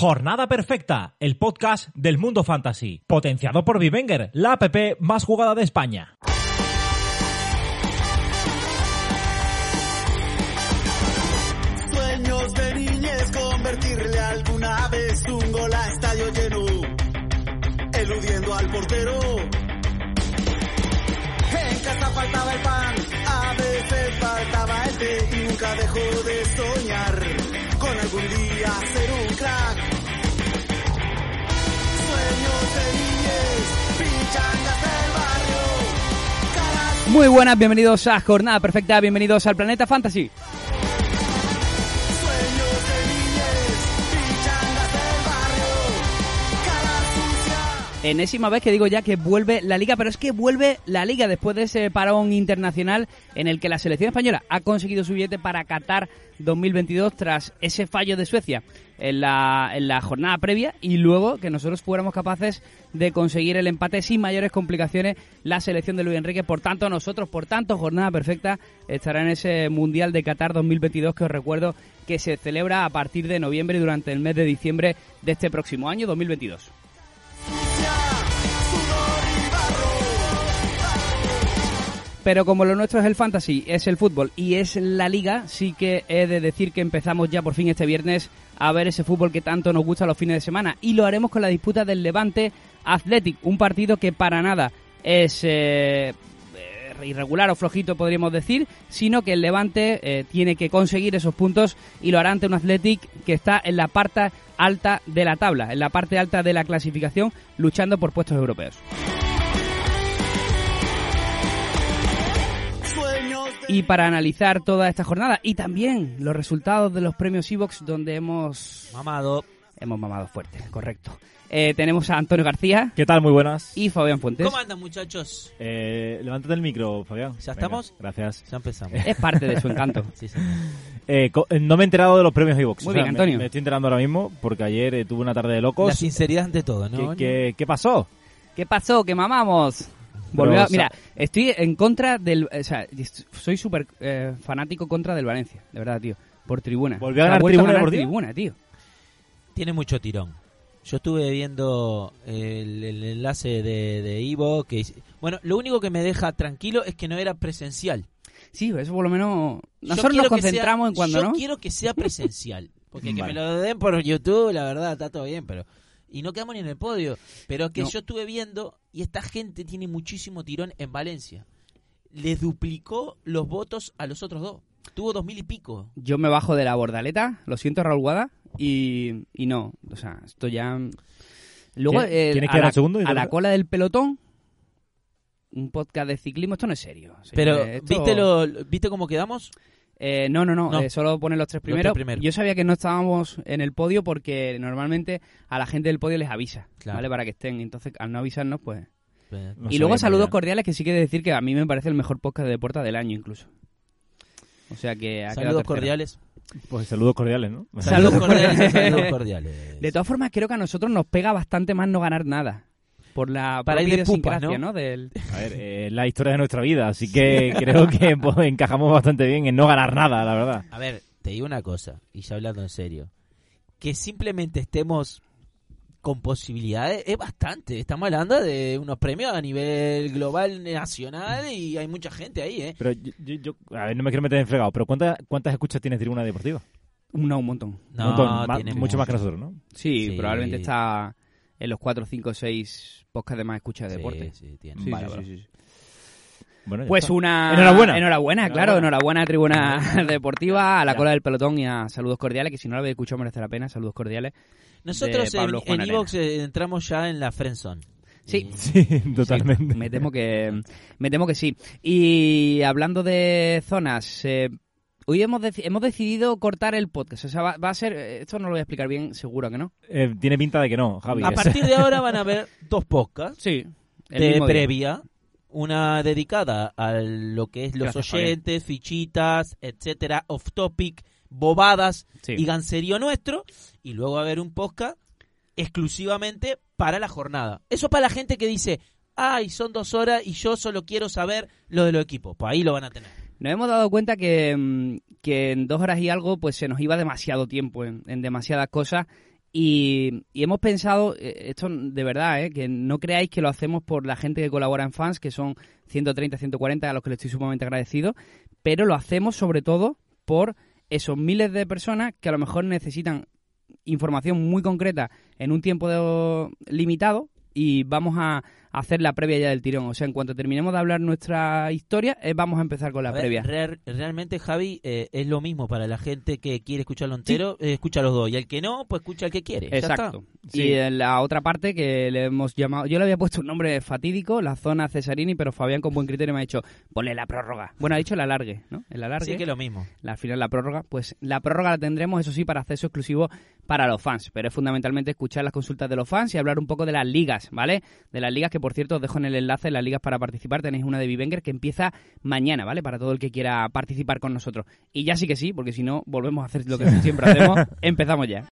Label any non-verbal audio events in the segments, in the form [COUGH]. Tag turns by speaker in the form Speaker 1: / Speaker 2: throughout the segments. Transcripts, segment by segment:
Speaker 1: Jornada Perfecta, el podcast del mundo fantasy, potenciado por Vivenger, la app más jugada de España.
Speaker 2: Sueños de niñez, convertirle alguna vez un gol a estadio lleno, eludiendo al portero. En casa faltaba el pan, a veces faltaba el té y nunca dejó de soñar con algún día ser un crack. Sueños de niñez, pichangas del barrio, caras
Speaker 3: Muy buenas, bienvenidos a Jornada Perfecta, bienvenidos al Planeta Fantasy.
Speaker 2: Sueños de niñez, pichangas del barrio, cara sucia.
Speaker 3: Enésima vez que digo ya que vuelve la liga, pero es que vuelve la liga después de ese parón internacional en el que la selección española ha conseguido su billete para Qatar 2022 tras ese fallo de Suecia en la, en la jornada previa y luego que nosotros fuéramos capaces de conseguir el empate sin mayores complicaciones la selección de Luis Enrique. Por tanto, nosotros, por tanto, Jornada Perfecta estará en ese Mundial de Qatar 2022 que os recuerdo que se celebra a partir de noviembre y durante el mes de diciembre de este próximo año 2022. Pero como lo nuestro es el fantasy, es el fútbol y es la liga, sí que he de decir que empezamos ya por fin este viernes a ver ese fútbol que tanto nos gusta los fines de semana. Y lo haremos con la disputa del Levante Athletic, un partido que para nada es eh, eh, irregular o flojito podríamos decir, sino que el Levante eh, tiene que conseguir esos puntos y lo hará ante un Athletic que está en la parte alta de la tabla, en la parte alta de la clasificación, luchando por puestos europeos. y para analizar toda esta jornada y también los resultados de los premios Evox donde hemos
Speaker 1: Mamado.
Speaker 3: hemos mamado fuerte, correcto. Eh, tenemos a Antonio García
Speaker 1: ¿Qué tal? Muy buenas.
Speaker 3: y Fabián Fuentes.
Speaker 4: ¿Cómo andan muchachos?
Speaker 1: Eh, levántate el micro, Fabián.
Speaker 4: ¿Ya
Speaker 1: Venga,
Speaker 4: estamos?
Speaker 1: gracias.
Speaker 4: Ya empezamos.
Speaker 3: Es parte de su encanto.
Speaker 4: Sí, señor.
Speaker 1: Eh, co- eh, no me he enterado de los premios Evox.
Speaker 3: Muy bien,
Speaker 1: me-
Speaker 3: Antonio.
Speaker 1: Me, estoy enterando ahora mismo porque ayer eh, tuve una tarde de
Speaker 4: La
Speaker 1: locos.
Speaker 4: sinceridad ante todo,
Speaker 1: ¿Qué,
Speaker 4: ¿no?
Speaker 1: qué- qué pasó?
Speaker 3: [LAUGHS] ¿Qué pasó? ¿Qué mamamos? Volvió, a-
Speaker 1: o sea-
Speaker 3: mira, estoy en contra del... O sea, est- soy súper eh, fanático contra del Valencia, de verdad, tío. Por tribuna.
Speaker 1: ¿Volvió a
Speaker 3: Ha
Speaker 1: ganar
Speaker 3: vuelto
Speaker 1: Tribuna
Speaker 3: ganar
Speaker 1: Deportiva?
Speaker 3: tribuna, tío.
Speaker 4: Tiene mucho tirón. Yo estuve viendo el, el enlace de, de Ivo. Que... hice- Bueno, lo único que me deja tranquilo es que no era presencial.
Speaker 3: Sí, eso por lo menos...
Speaker 4: Yo
Speaker 3: Nosotros
Speaker 4: quiero
Speaker 3: nos
Speaker 4: que sea-
Speaker 3: concentramos en cuando,
Speaker 4: yo
Speaker 3: ¿no?
Speaker 4: quiero que sea presencial. Porque que
Speaker 1: Vale.
Speaker 4: me lo den por YouTube, la verdad, está todo bien, pero... Y no quedamos ni en el podio. Pero que
Speaker 3: No.
Speaker 4: yo estuve viendo y esta gente tiene muchísimo tirón en Valencia. Le duplicó los votos a los otros dos. Tuvo dos mil y pico.
Speaker 3: Yo me bajo de la bordaleta, lo siento Raúl Guada, y, y no, o sea, esto ya... Luego,
Speaker 1: ¿Quién-
Speaker 3: eh,
Speaker 1: quién es
Speaker 3: a,
Speaker 1: que era
Speaker 3: la,
Speaker 1: el segundo y
Speaker 3: a
Speaker 1: todo?
Speaker 3: la cola del pelotón, un podcast de ciclismo, esto no es serio. señores,
Speaker 4: Pero,
Speaker 3: esto-
Speaker 4: ¿viste, lo, ¿viste cómo quedamos?
Speaker 3: Eh, no, no, no,
Speaker 4: No.
Speaker 3: eh, solo ponen los tres
Speaker 4: Los tres
Speaker 3: primeros.
Speaker 4: primeros.
Speaker 3: Yo sabía que no estábamos en el podio porque normalmente a la gente del podio les avisa,
Speaker 4: Claro.
Speaker 3: ¿vale? Para que estén, entonces al no avisarnos, pues...
Speaker 1: No
Speaker 3: y luego
Speaker 1: sabía,
Speaker 3: saludos
Speaker 1: Fabián.
Speaker 3: cordiales que sí que he de decir que a mí me parece el mejor podcast de deportes del año incluso. O sea que... ha quedado
Speaker 4: Saludos
Speaker 3: tercero.
Speaker 4: cordiales.
Speaker 1: Pues saludos
Speaker 3: [LAUGHS]
Speaker 1: cordiales, ¿no?
Speaker 3: Saludos
Speaker 4: Saludos
Speaker 3: cordiales.
Speaker 4: cordiales. Saludos
Speaker 3: [LAUGHS]
Speaker 4: cordiales.
Speaker 3: De todas formas, creo que a nosotros nos pega bastante más no ganar nada. Por la
Speaker 4: Para
Speaker 3: propia
Speaker 4: ir de pupas,
Speaker 3: idiosincrasia,
Speaker 4: ¿no?
Speaker 3: Del-
Speaker 1: A ver, eh, es la historia de nuestra vida, así que [LAUGHS] creo que pues, encajamos bastante bien en no ganar nada, la verdad.
Speaker 4: A ver, te digo una cosa, y ya hablando en serio. Que simplemente estemos con posibilidades es bastante. Estamos hablando de unos premios a nivel global, nacional, y hay mucha gente ahí, ¿eh?
Speaker 1: Pero yo, yo- yo- a ver, no me quiero meter en fregado, pero ¿cuántas, cuántas escuchas tiene Tribuna Deportiva?
Speaker 3: No, un montón.
Speaker 1: Un montón, ma-
Speaker 4: tiene
Speaker 1: mucho más que
Speaker 4: mucho.
Speaker 1: nosotros, ¿no?
Speaker 3: Sí,
Speaker 4: Sí.
Speaker 3: probablemente está en los 4, 5, 6 podcasts de más escucha de deporte.
Speaker 4: Sí, sí,
Speaker 3: Sí,
Speaker 4: tiene.
Speaker 3: sí,
Speaker 4: Vale,
Speaker 3: sí,
Speaker 4: vale.
Speaker 3: sí, sí.
Speaker 1: Bueno, ya
Speaker 3: Pues
Speaker 1: está.
Speaker 3: una...
Speaker 1: Enhorabuena.
Speaker 3: Enhorabuena, claro. Enhorabuena a Tribuna Deportiva, a la
Speaker 1: Ya.
Speaker 3: cola del pelotón y a Saludos Cordiales, que si no lo habéis escuchado merece la pena. Saludos Cordiales.
Speaker 4: Nosotros
Speaker 3: De Pablo
Speaker 4: en-
Speaker 3: Juan
Speaker 4: en
Speaker 3: Arena.
Speaker 4: Evox eh, entramos ya en la Friendzone.
Speaker 3: Sí.
Speaker 4: Y-
Speaker 1: [LAUGHS] Sí, totalmente.
Speaker 3: Sí, me temo que me temo que sí. Y hablando de zonas, eh, hoy hemos, deci- hemos decidido cortar el podcast. O sea, va, va a ser eh, esto no lo voy a explicar bien, seguro que no.
Speaker 1: Eh, tiene pinta de que no,
Speaker 3: Ah, pues
Speaker 1: Javi.
Speaker 4: A
Speaker 1: es-
Speaker 4: partir de ahora van a haber dos podcasts.
Speaker 3: [LAUGHS] Sí.
Speaker 4: de previa, una dedicada a lo que es los
Speaker 3: Gracias,
Speaker 4: oyentes, fichitas, etcétera, off topic, bobadas y gancerío nuestro, y luego va a haber un podcast exclusivamente para la jornada. Eso para la gente que dice, ay, son dos horas y yo solo quiero saber lo de los equipos. Pues ahí lo van a tener.
Speaker 3: Nos hemos dado cuenta que, mm, que en dos horas y algo pues se nos iba demasiado tiempo en, en demasiadas cosas Y, y hemos pensado, eh, esto de verdad, eh, que no creáis que lo hacemos por la gente que colabora en fans, que son 130, 140, a los que le estoy sumamente agradecido, pero lo hacemos sobre todo por esos miles de personas que a lo mejor necesitan información muy concreta en un tiempo de- limitado y vamos a hacer la previa ya del tirón. O sea, en cuanto terminemos de hablar nuestra historia, eh, vamos a empezar con la
Speaker 4: A ver,
Speaker 3: previa.
Speaker 4: real- realmente, Javi, eh, es lo mismo para la gente que quiere escucharlo entero, eh, escucha los dos. Y el que no, pues escucha el que quiere. Ya está.
Speaker 3: Exacto.
Speaker 1: Sí.
Speaker 3: Y en la otra parte que le hemos llamado, yo le había puesto un nombre fatídico, la zona Cesarini, pero Fabián con buen criterio me ha dicho, ponle la prórroga. Bueno, ha dicho el alargue, ¿no? El alargue.
Speaker 4: Sí que lo mismo.
Speaker 3: al final la prórroga, pues la prórroga la tendremos, eso sí, para acceso exclusivo para los fans, pero es fundamentalmente escuchar las consultas de los fans y hablar un poco de las ligas, ¿vale? De las ligas que, por cierto, os dejo en el enlace, las ligas para participar, tenéis una de Vivenger que empieza mañana, ¿vale? Para todo el que quiera participar con nosotros. Y ya sí que sí, porque si no, volvemos a hacer lo que siempre
Speaker 4: [LAUGHS]
Speaker 3: hacemos, empezamos ya.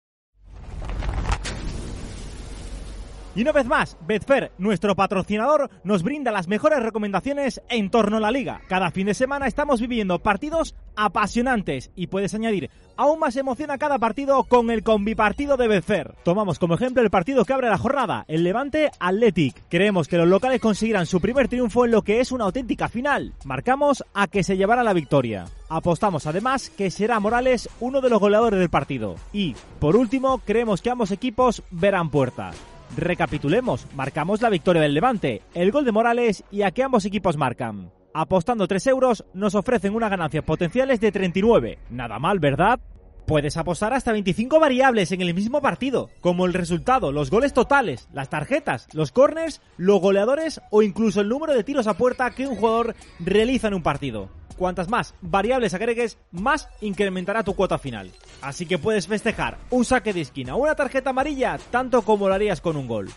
Speaker 1: Y una vez más, Betfair, nuestro patrocinador, nos brinda las mejores recomendaciones en torno a la liga. Cada fin de semana estamos viviendo partidos apasionantes y puedes añadir aún más emoción a cada partido con el combipartido de Betfair. Tomamos como ejemplo el partido que abre la jornada, el Levante Athletic. Creemos que los locales conseguirán su primer triunfo en lo que es una auténtica final. Marcamos a que se llevará la victoria. Apostamos además que será Morales uno de los goleadores del partido. Y, por último, creemos que ambos equipos verán puerta. Recapitulemos, marcamos la victoria del Levante, el gol de Morales y a que ambos equipos marcan. Apostando 3 euros nos ofrecen unas ganancias potenciales de 39. Nada mal, ¿verdad? Puedes apostar hasta 25 variables en el mismo partido, como el resultado, los goles totales, las tarjetas, los corners, los goleadores o incluso el número de tiros a puerta que un jugador realiza en un partido. Cuantas más variables agregues, más incrementará tu cuota final. Así que puedes festejar un saque de esquina o una tarjeta amarilla tanto como lo harías con un gol.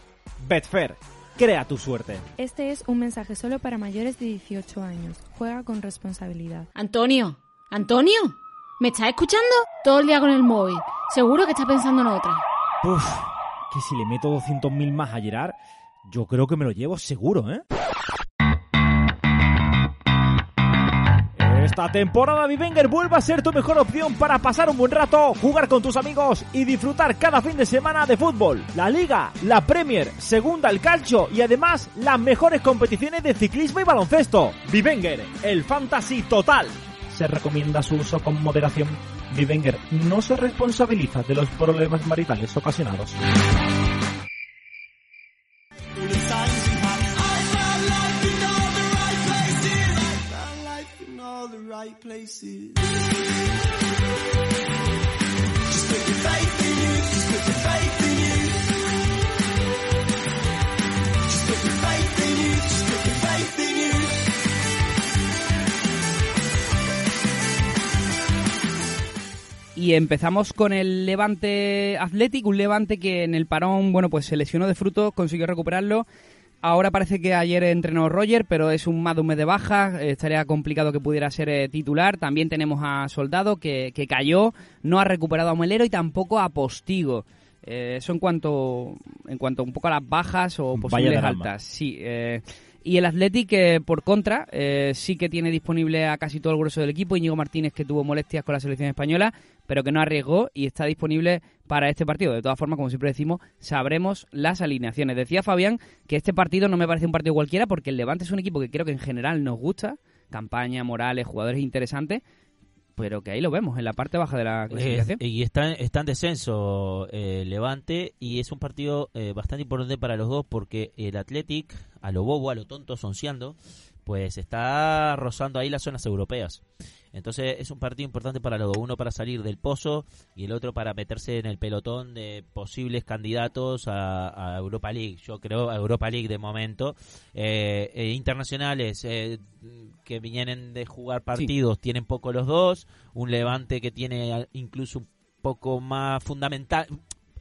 Speaker 1: Betfair, crea tu suerte.
Speaker 5: Este es un mensaje solo para mayores de 18 años. Juega con responsabilidad.
Speaker 6: Antonio, Antonio, ¿me estás escuchando? Todo el día con el móvil. Seguro que estás pensando en otra.
Speaker 1: Puf, que si le meto 200.000 más a Gerard, yo creo que me lo llevo seguro, ¿eh? Esta temporada Vivenger vuelve a ser tu mejor opción para pasar un buen rato, jugar con tus amigos y disfrutar cada fin de semana de fútbol. La Liga, la Premier, Segunda el Calcio y además las mejores competiciones de ciclismo y baloncesto. Vivenger, el fantasy total. Se recomienda su uso con moderación. Vivenger no se responsabiliza de los problemas maritales ocasionados.
Speaker 3: Y empezamos con el Levante Athletic, un Levante que en el parón, bueno, pues se lesionó de fruto, consiguió recuperarlo. Ahora parece que ayer entrenó Roger, pero es un más de un mes de baja, eh, estaría complicado que pudiera ser eh, titular. También tenemos a Soldado, que, que cayó, no ha recuperado a Melero y tampoco a Postigo. Eh, eso en cuanto, en cuanto un poco a las bajas o
Speaker 1: Vaya
Speaker 3: posibles
Speaker 1: drama.
Speaker 3: altas. Sí, eh, y el Athletic, eh, por contra, eh, sí que tiene disponible a casi todo el grueso del equipo. Íñigo Martínez, que tuvo molestias con la selección española, pero que no arriesgó y está disponible para este partido. De todas formas, como siempre decimos, sabremos las alineaciones. Decía Fabián que este partido no me parece un partido cualquiera porque el Levante es un equipo que creo que en general nos gusta. Campaña, Morales, jugadores interesantes, pero que ahí lo vemos, en la parte baja de la clasificación.
Speaker 4: Eh, y está, está en descenso eh, Levante y es un partido eh, bastante importante para los dos porque el Athletic, a lo bobo, a lo tonto, sonceando, pues está rozando ahí las zonas europeas. Entonces es un partido importante para los dos, uno para salir del pozo y el otro para meterse en el pelotón de posibles candidatos a, a Europa League. Yo creo a Europa League de momento. Eh, eh, internacionales eh, que vienen de jugar partidos tienen poco los dos un Levante que tiene a- incluso un poco más fundamental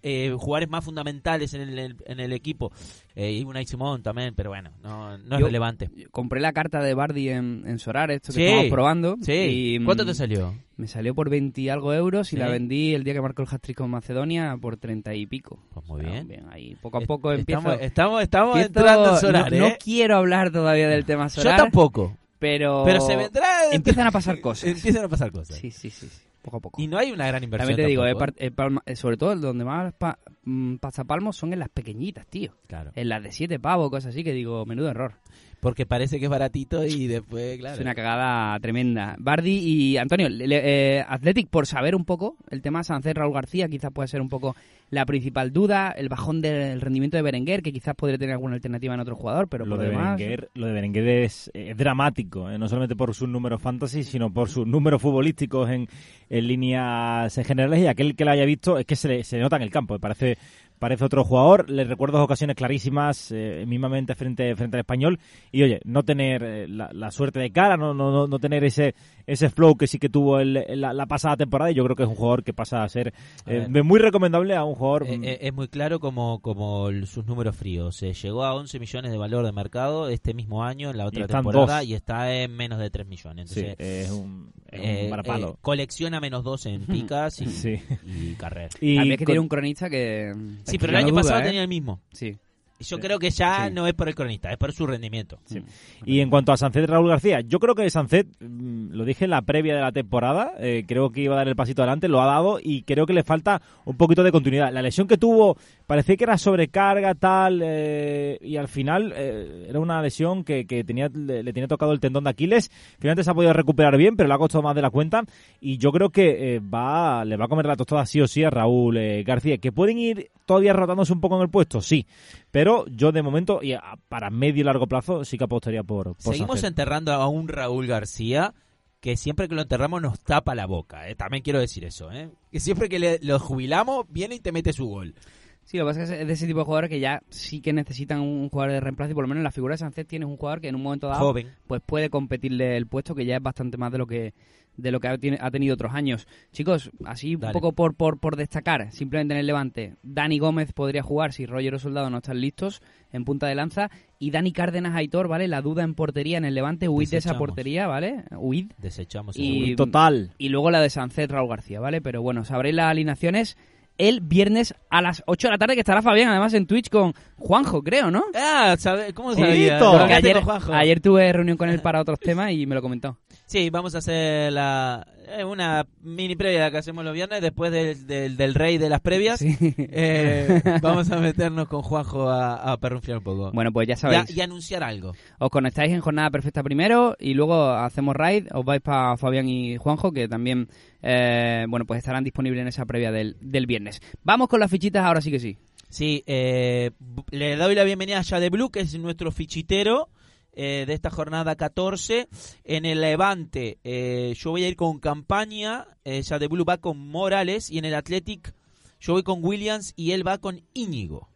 Speaker 4: eh, jugadores más fundamentales en el, en el equipo eh, y Unai Simón también pero bueno no, no es
Speaker 3: Yo-
Speaker 4: relevante
Speaker 3: Compré la carta de Bardi en, en Sorar, esto que
Speaker 4: Sí.
Speaker 3: estamos probando.
Speaker 4: sí
Speaker 3: y,
Speaker 4: cuánto te
Speaker 3: mm,
Speaker 4: salió
Speaker 3: Me salió por 20 y algo euros y
Speaker 4: Sí.
Speaker 3: la vendí el día que marcó el hat con Macedonia por 30 y pico.
Speaker 4: Pues muy
Speaker 3: O sea,
Speaker 4: bien.
Speaker 3: ahí poco a poco empiezo.
Speaker 4: estamos estamos, estamos
Speaker 3: empiezo-
Speaker 4: entrando en Solar
Speaker 3: no, no
Speaker 4: ¿eh?
Speaker 3: quiero hablar todavía del tema
Speaker 4: yo
Speaker 3: Solar,
Speaker 4: tampoco
Speaker 3: pero,
Speaker 4: pero se vendrá
Speaker 3: empiezan a pasar cosas.
Speaker 4: [LAUGHS] empiezan a pasar cosas
Speaker 3: Sí, sí, sí. sí. poco a poco.
Speaker 4: Y no hay una gran inversión.
Speaker 3: También te digo, eh,
Speaker 4: tampoco, ¿eh?
Speaker 3: par- eh, palma- eh, sobre todo donde más pa- mm, pasapalmos son en las pequeñitas, tío.
Speaker 4: Claro.
Speaker 3: En las de siete pavos, cosas así, que digo, menudo error.
Speaker 4: Porque parece que es baratito y después, claro.
Speaker 3: Es una cagada tremenda. Bardi y Antonio, le- le- eh, Athletic, por saber un poco el tema Sánchez Raúl García, quizás puede ser un poco la principal duda. El bajón del rendimiento de Berenguer, que quizás podría tener alguna alternativa en otro jugador, pero
Speaker 1: lo,
Speaker 3: por
Speaker 1: de
Speaker 3: demás.
Speaker 1: Berenguer, lo de Berenguer es, eh, dramático, eh, no solamente por sus números fantasy, sino por sus números futbolísticos en, en líneas generales. Y aquel que lo haya visto es que se le, se le nota en el campo, eh, parece, parece otro jugador. Le recuerdo dos ocasiones clarísimas, eh, mismamente frente, frente al español. Y oye, no tener eh, la, la suerte de cara, no, no, no, no tener ese, ese flow que sí que tuvo el- la, la pasada temporada. Y yo creo que es un jugador que pasa a ser
Speaker 4: A
Speaker 1: eh,
Speaker 4: ver.
Speaker 1: de muy recomendable a un jugador.
Speaker 4: Eh,
Speaker 1: mm,
Speaker 4: eh, es muy claro como, como el- sus números fríos. Eh, llegó a 11 millones de valor de mercado este mismo año, en la otra
Speaker 1: están
Speaker 4: temporada,
Speaker 1: dos.
Speaker 4: y está en menos de 3 millones.
Speaker 1: sí,
Speaker 4: Entonces,
Speaker 1: eh, es un, es un
Speaker 4: eh,
Speaker 1: varapalo.
Speaker 4: eh, colecciona menos 2 en picas y,
Speaker 1: Sí.
Speaker 4: y carreras.
Speaker 1: Y
Speaker 3: También es que
Speaker 1: con-
Speaker 3: tiene un cronista que.
Speaker 4: Sí, pero el
Speaker 3: que
Speaker 4: año
Speaker 3: no duda,
Speaker 4: pasado
Speaker 3: ¿eh?
Speaker 4: tenía el mismo.
Speaker 3: Sí.
Speaker 4: Yo creo que ya
Speaker 3: Sí.
Speaker 4: no es por el cronista, es por su rendimiento.
Speaker 1: Sí. Y en cuanto a Sancet Raúl García, yo creo que Sancet, mm, lo dije en la previa de la temporada, eh, creo que iba a dar el pasito adelante, lo ha dado y creo que le falta un poquito de continuidad. La lesión que tuvo parecía que era sobrecarga, tal, eh, y al final eh, era una lesión que, que tenía, le, le tenía tocado el tendón de Aquiles. Finalmente se ha podido recuperar bien, pero le ha costado más de la cuenta y yo creo que eh, va, le va a comer la tostada sí o sí a Raúl eh, García, que pueden ir todavía rotándose un poco en el puesto, sí. Pero yo de momento, y a- para medio y largo plazo, sí que apostaría por, por
Speaker 4: Seguimos
Speaker 1: Sánchez.
Speaker 4: enterrando a un Raúl García que siempre que lo enterramos nos tapa la boca. eh. También quiero decir eso. eh. Que siempre que le- lo jubilamos, viene y te mete su gol.
Speaker 3: Sí, lo que pasa es que es de ese tipo de jugadores que ya sí que necesitan un jugador de reemplazo y por lo menos en la figura de Sánchez tienes un jugador que en un momento dado
Speaker 4: Joven.
Speaker 3: pues puede competirle el puesto que ya es bastante más de lo que de lo que ha, tiene- ha tenido otros años. Chicos, así un
Speaker 4: Dale.
Speaker 3: poco por, por, por destacar, simplemente en el levante, Dani Gómez podría jugar si Roger o Soldado no están listos en punta de lanza y Dani Cárdenas Aitor, ¿vale? La duda en portería en el levante, huid de esa
Speaker 4: Desechamos.
Speaker 3: portería, ¿vale? Huid.
Speaker 4: Desechamos
Speaker 3: Y-
Speaker 4: el gol.
Speaker 1: Y Total.
Speaker 3: Y luego la de Sancet Raúl García, ¿vale? Pero bueno, sabréis las alineaciones el viernes a las 8 de la tarde que estará Fabián además en Twitch con Juanjo, creo, ¿no?
Speaker 4: Ah, ¿sabe- ¿cómo
Speaker 1: Ojito.
Speaker 4: sabía?
Speaker 1: Porque
Speaker 4: Hablaste
Speaker 3: Porque ayer,
Speaker 4: con Juanjo.
Speaker 3: ayer tuve reunión con él para otros temas y me lo comentó.
Speaker 4: Sí, vamos a hacer la, eh, una mini previa que hacemos los viernes después del, del, del rey de las previas.
Speaker 3: [LAUGHS]
Speaker 4: Eh, vamos a meternos con Juanjo a, a perrunfiar un poco.
Speaker 3: Bueno, pues ya
Speaker 4: Y a-
Speaker 3: sabéis.
Speaker 4: y, anunciar algo.
Speaker 3: Os conectáis en Jornada Perfecta primero y luego hacemos raid. Os vais para Fabián y Juanjo, que también eh, bueno pues estarán disponibles en esa previa del, del viernes. Vamos con las fichitas ahora sí que sí.
Speaker 4: Sí, eh, bu- le doy la bienvenida a Jade Blue, que es nuestro fichitero eh, de esta jornada 14. En el Levante, eh, yo voy a ir con Campaña, eh, Jade Blue va con Morales y en el Athletic yo voy con Williams y él va con Íñigo.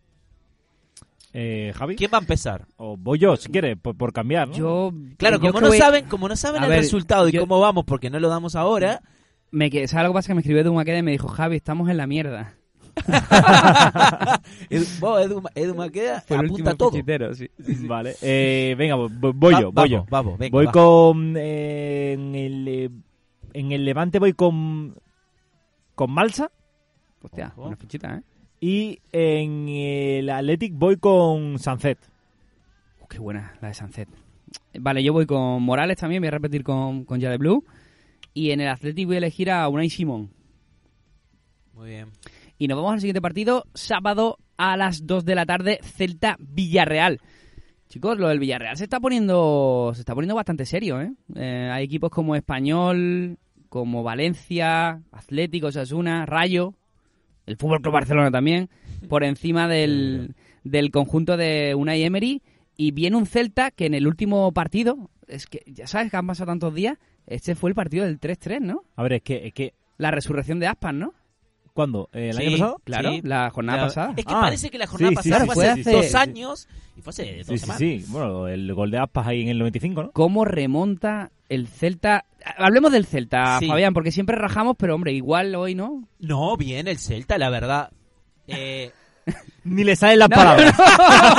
Speaker 1: Eh, Javi,
Speaker 4: ¿Quién va a empezar?
Speaker 1: o voy yo, si quieres, por, por cambiar. ¿no?
Speaker 3: Yo
Speaker 4: Claro,
Speaker 3: yo
Speaker 4: como
Speaker 3: que
Speaker 4: no,
Speaker 3: voy-
Speaker 4: saben, como no saben
Speaker 3: A
Speaker 4: el
Speaker 3: ver,
Speaker 4: resultado y
Speaker 3: yo-
Speaker 4: cómo vamos, porque no lo damos ahora,
Speaker 3: me que- ¿sabes lo que pasa? Que me escribió de un y me dijo Javi, estamos en la mierda.
Speaker 4: Edu, vos, Edu, Ma- Edu Maqueda
Speaker 3: Fue el
Speaker 4: apunta
Speaker 3: último
Speaker 4: todo.
Speaker 3: fichitero, sí.
Speaker 1: Vale. Eh, venga, vo- vo- voy
Speaker 4: Va-
Speaker 1: yo, voy
Speaker 4: vamos,
Speaker 1: yo.
Speaker 4: Vamos, venga,
Speaker 1: Voy
Speaker 4: va.
Speaker 1: con. eh, en, el, eh, en el Levante voy con. Con Malsa.
Speaker 3: Hostia,
Speaker 4: Ojo.
Speaker 3: buena fichita, ¿eh?
Speaker 1: Y en el Athletic voy con Sancet.
Speaker 3: Uh, qué buena la de Sancet. Eh, Vale, yo voy con Morales también, voy a repetir con, con Jade Blue. Y en el Athletic voy a elegir a Unai Simón.
Speaker 4: Muy bien.
Speaker 3: Y nos vamos al siguiente partido, sábado a las 2 de la tarde, Celta Villarreal. Chicos, lo del Villarreal se está poniendo se está poniendo bastante serio, ¿eh? Eh, hay equipos como Español, como Valencia, Atlético, Osasuna, Rayo, el Fútbol Club Barcelona también, por encima del, del conjunto de Unai Emery y viene un Celta que en el último partido, es que ya sabes que han pasado tantos días, este fue el partido del 3-3, ¿no?
Speaker 1: A ver, es que. Es que
Speaker 3: La resurrección de Aspas, ¿no?
Speaker 1: ¿Cuándo? ¿El
Speaker 4: Sí.
Speaker 1: año pasado?
Speaker 3: Claro,
Speaker 4: Sí.
Speaker 3: la jornada
Speaker 4: La-
Speaker 3: pasada.
Speaker 4: Es que
Speaker 1: Ah,
Speaker 4: parece que la jornada
Speaker 1: sí, sí,
Speaker 4: pasada
Speaker 1: sí,
Speaker 4: fue
Speaker 3: sí,
Speaker 4: hace
Speaker 3: sí,
Speaker 4: dos
Speaker 1: sí.
Speaker 4: años y fue hace dos
Speaker 1: Sí, sí,
Speaker 4: semanas.
Speaker 1: sí. Bueno, el gol de Aspas ahí en el 95, ¿no?
Speaker 3: cómo remonta el Celta. Hablemos del Celta,
Speaker 4: Sí.
Speaker 3: Fabián, porque siempre rajamos, pero hombre, igual hoy no.
Speaker 4: No, bien el Celta, la verdad.
Speaker 1: [LAUGHS]
Speaker 4: Eh,
Speaker 1: Ni le salen las
Speaker 3: No,
Speaker 1: palabras.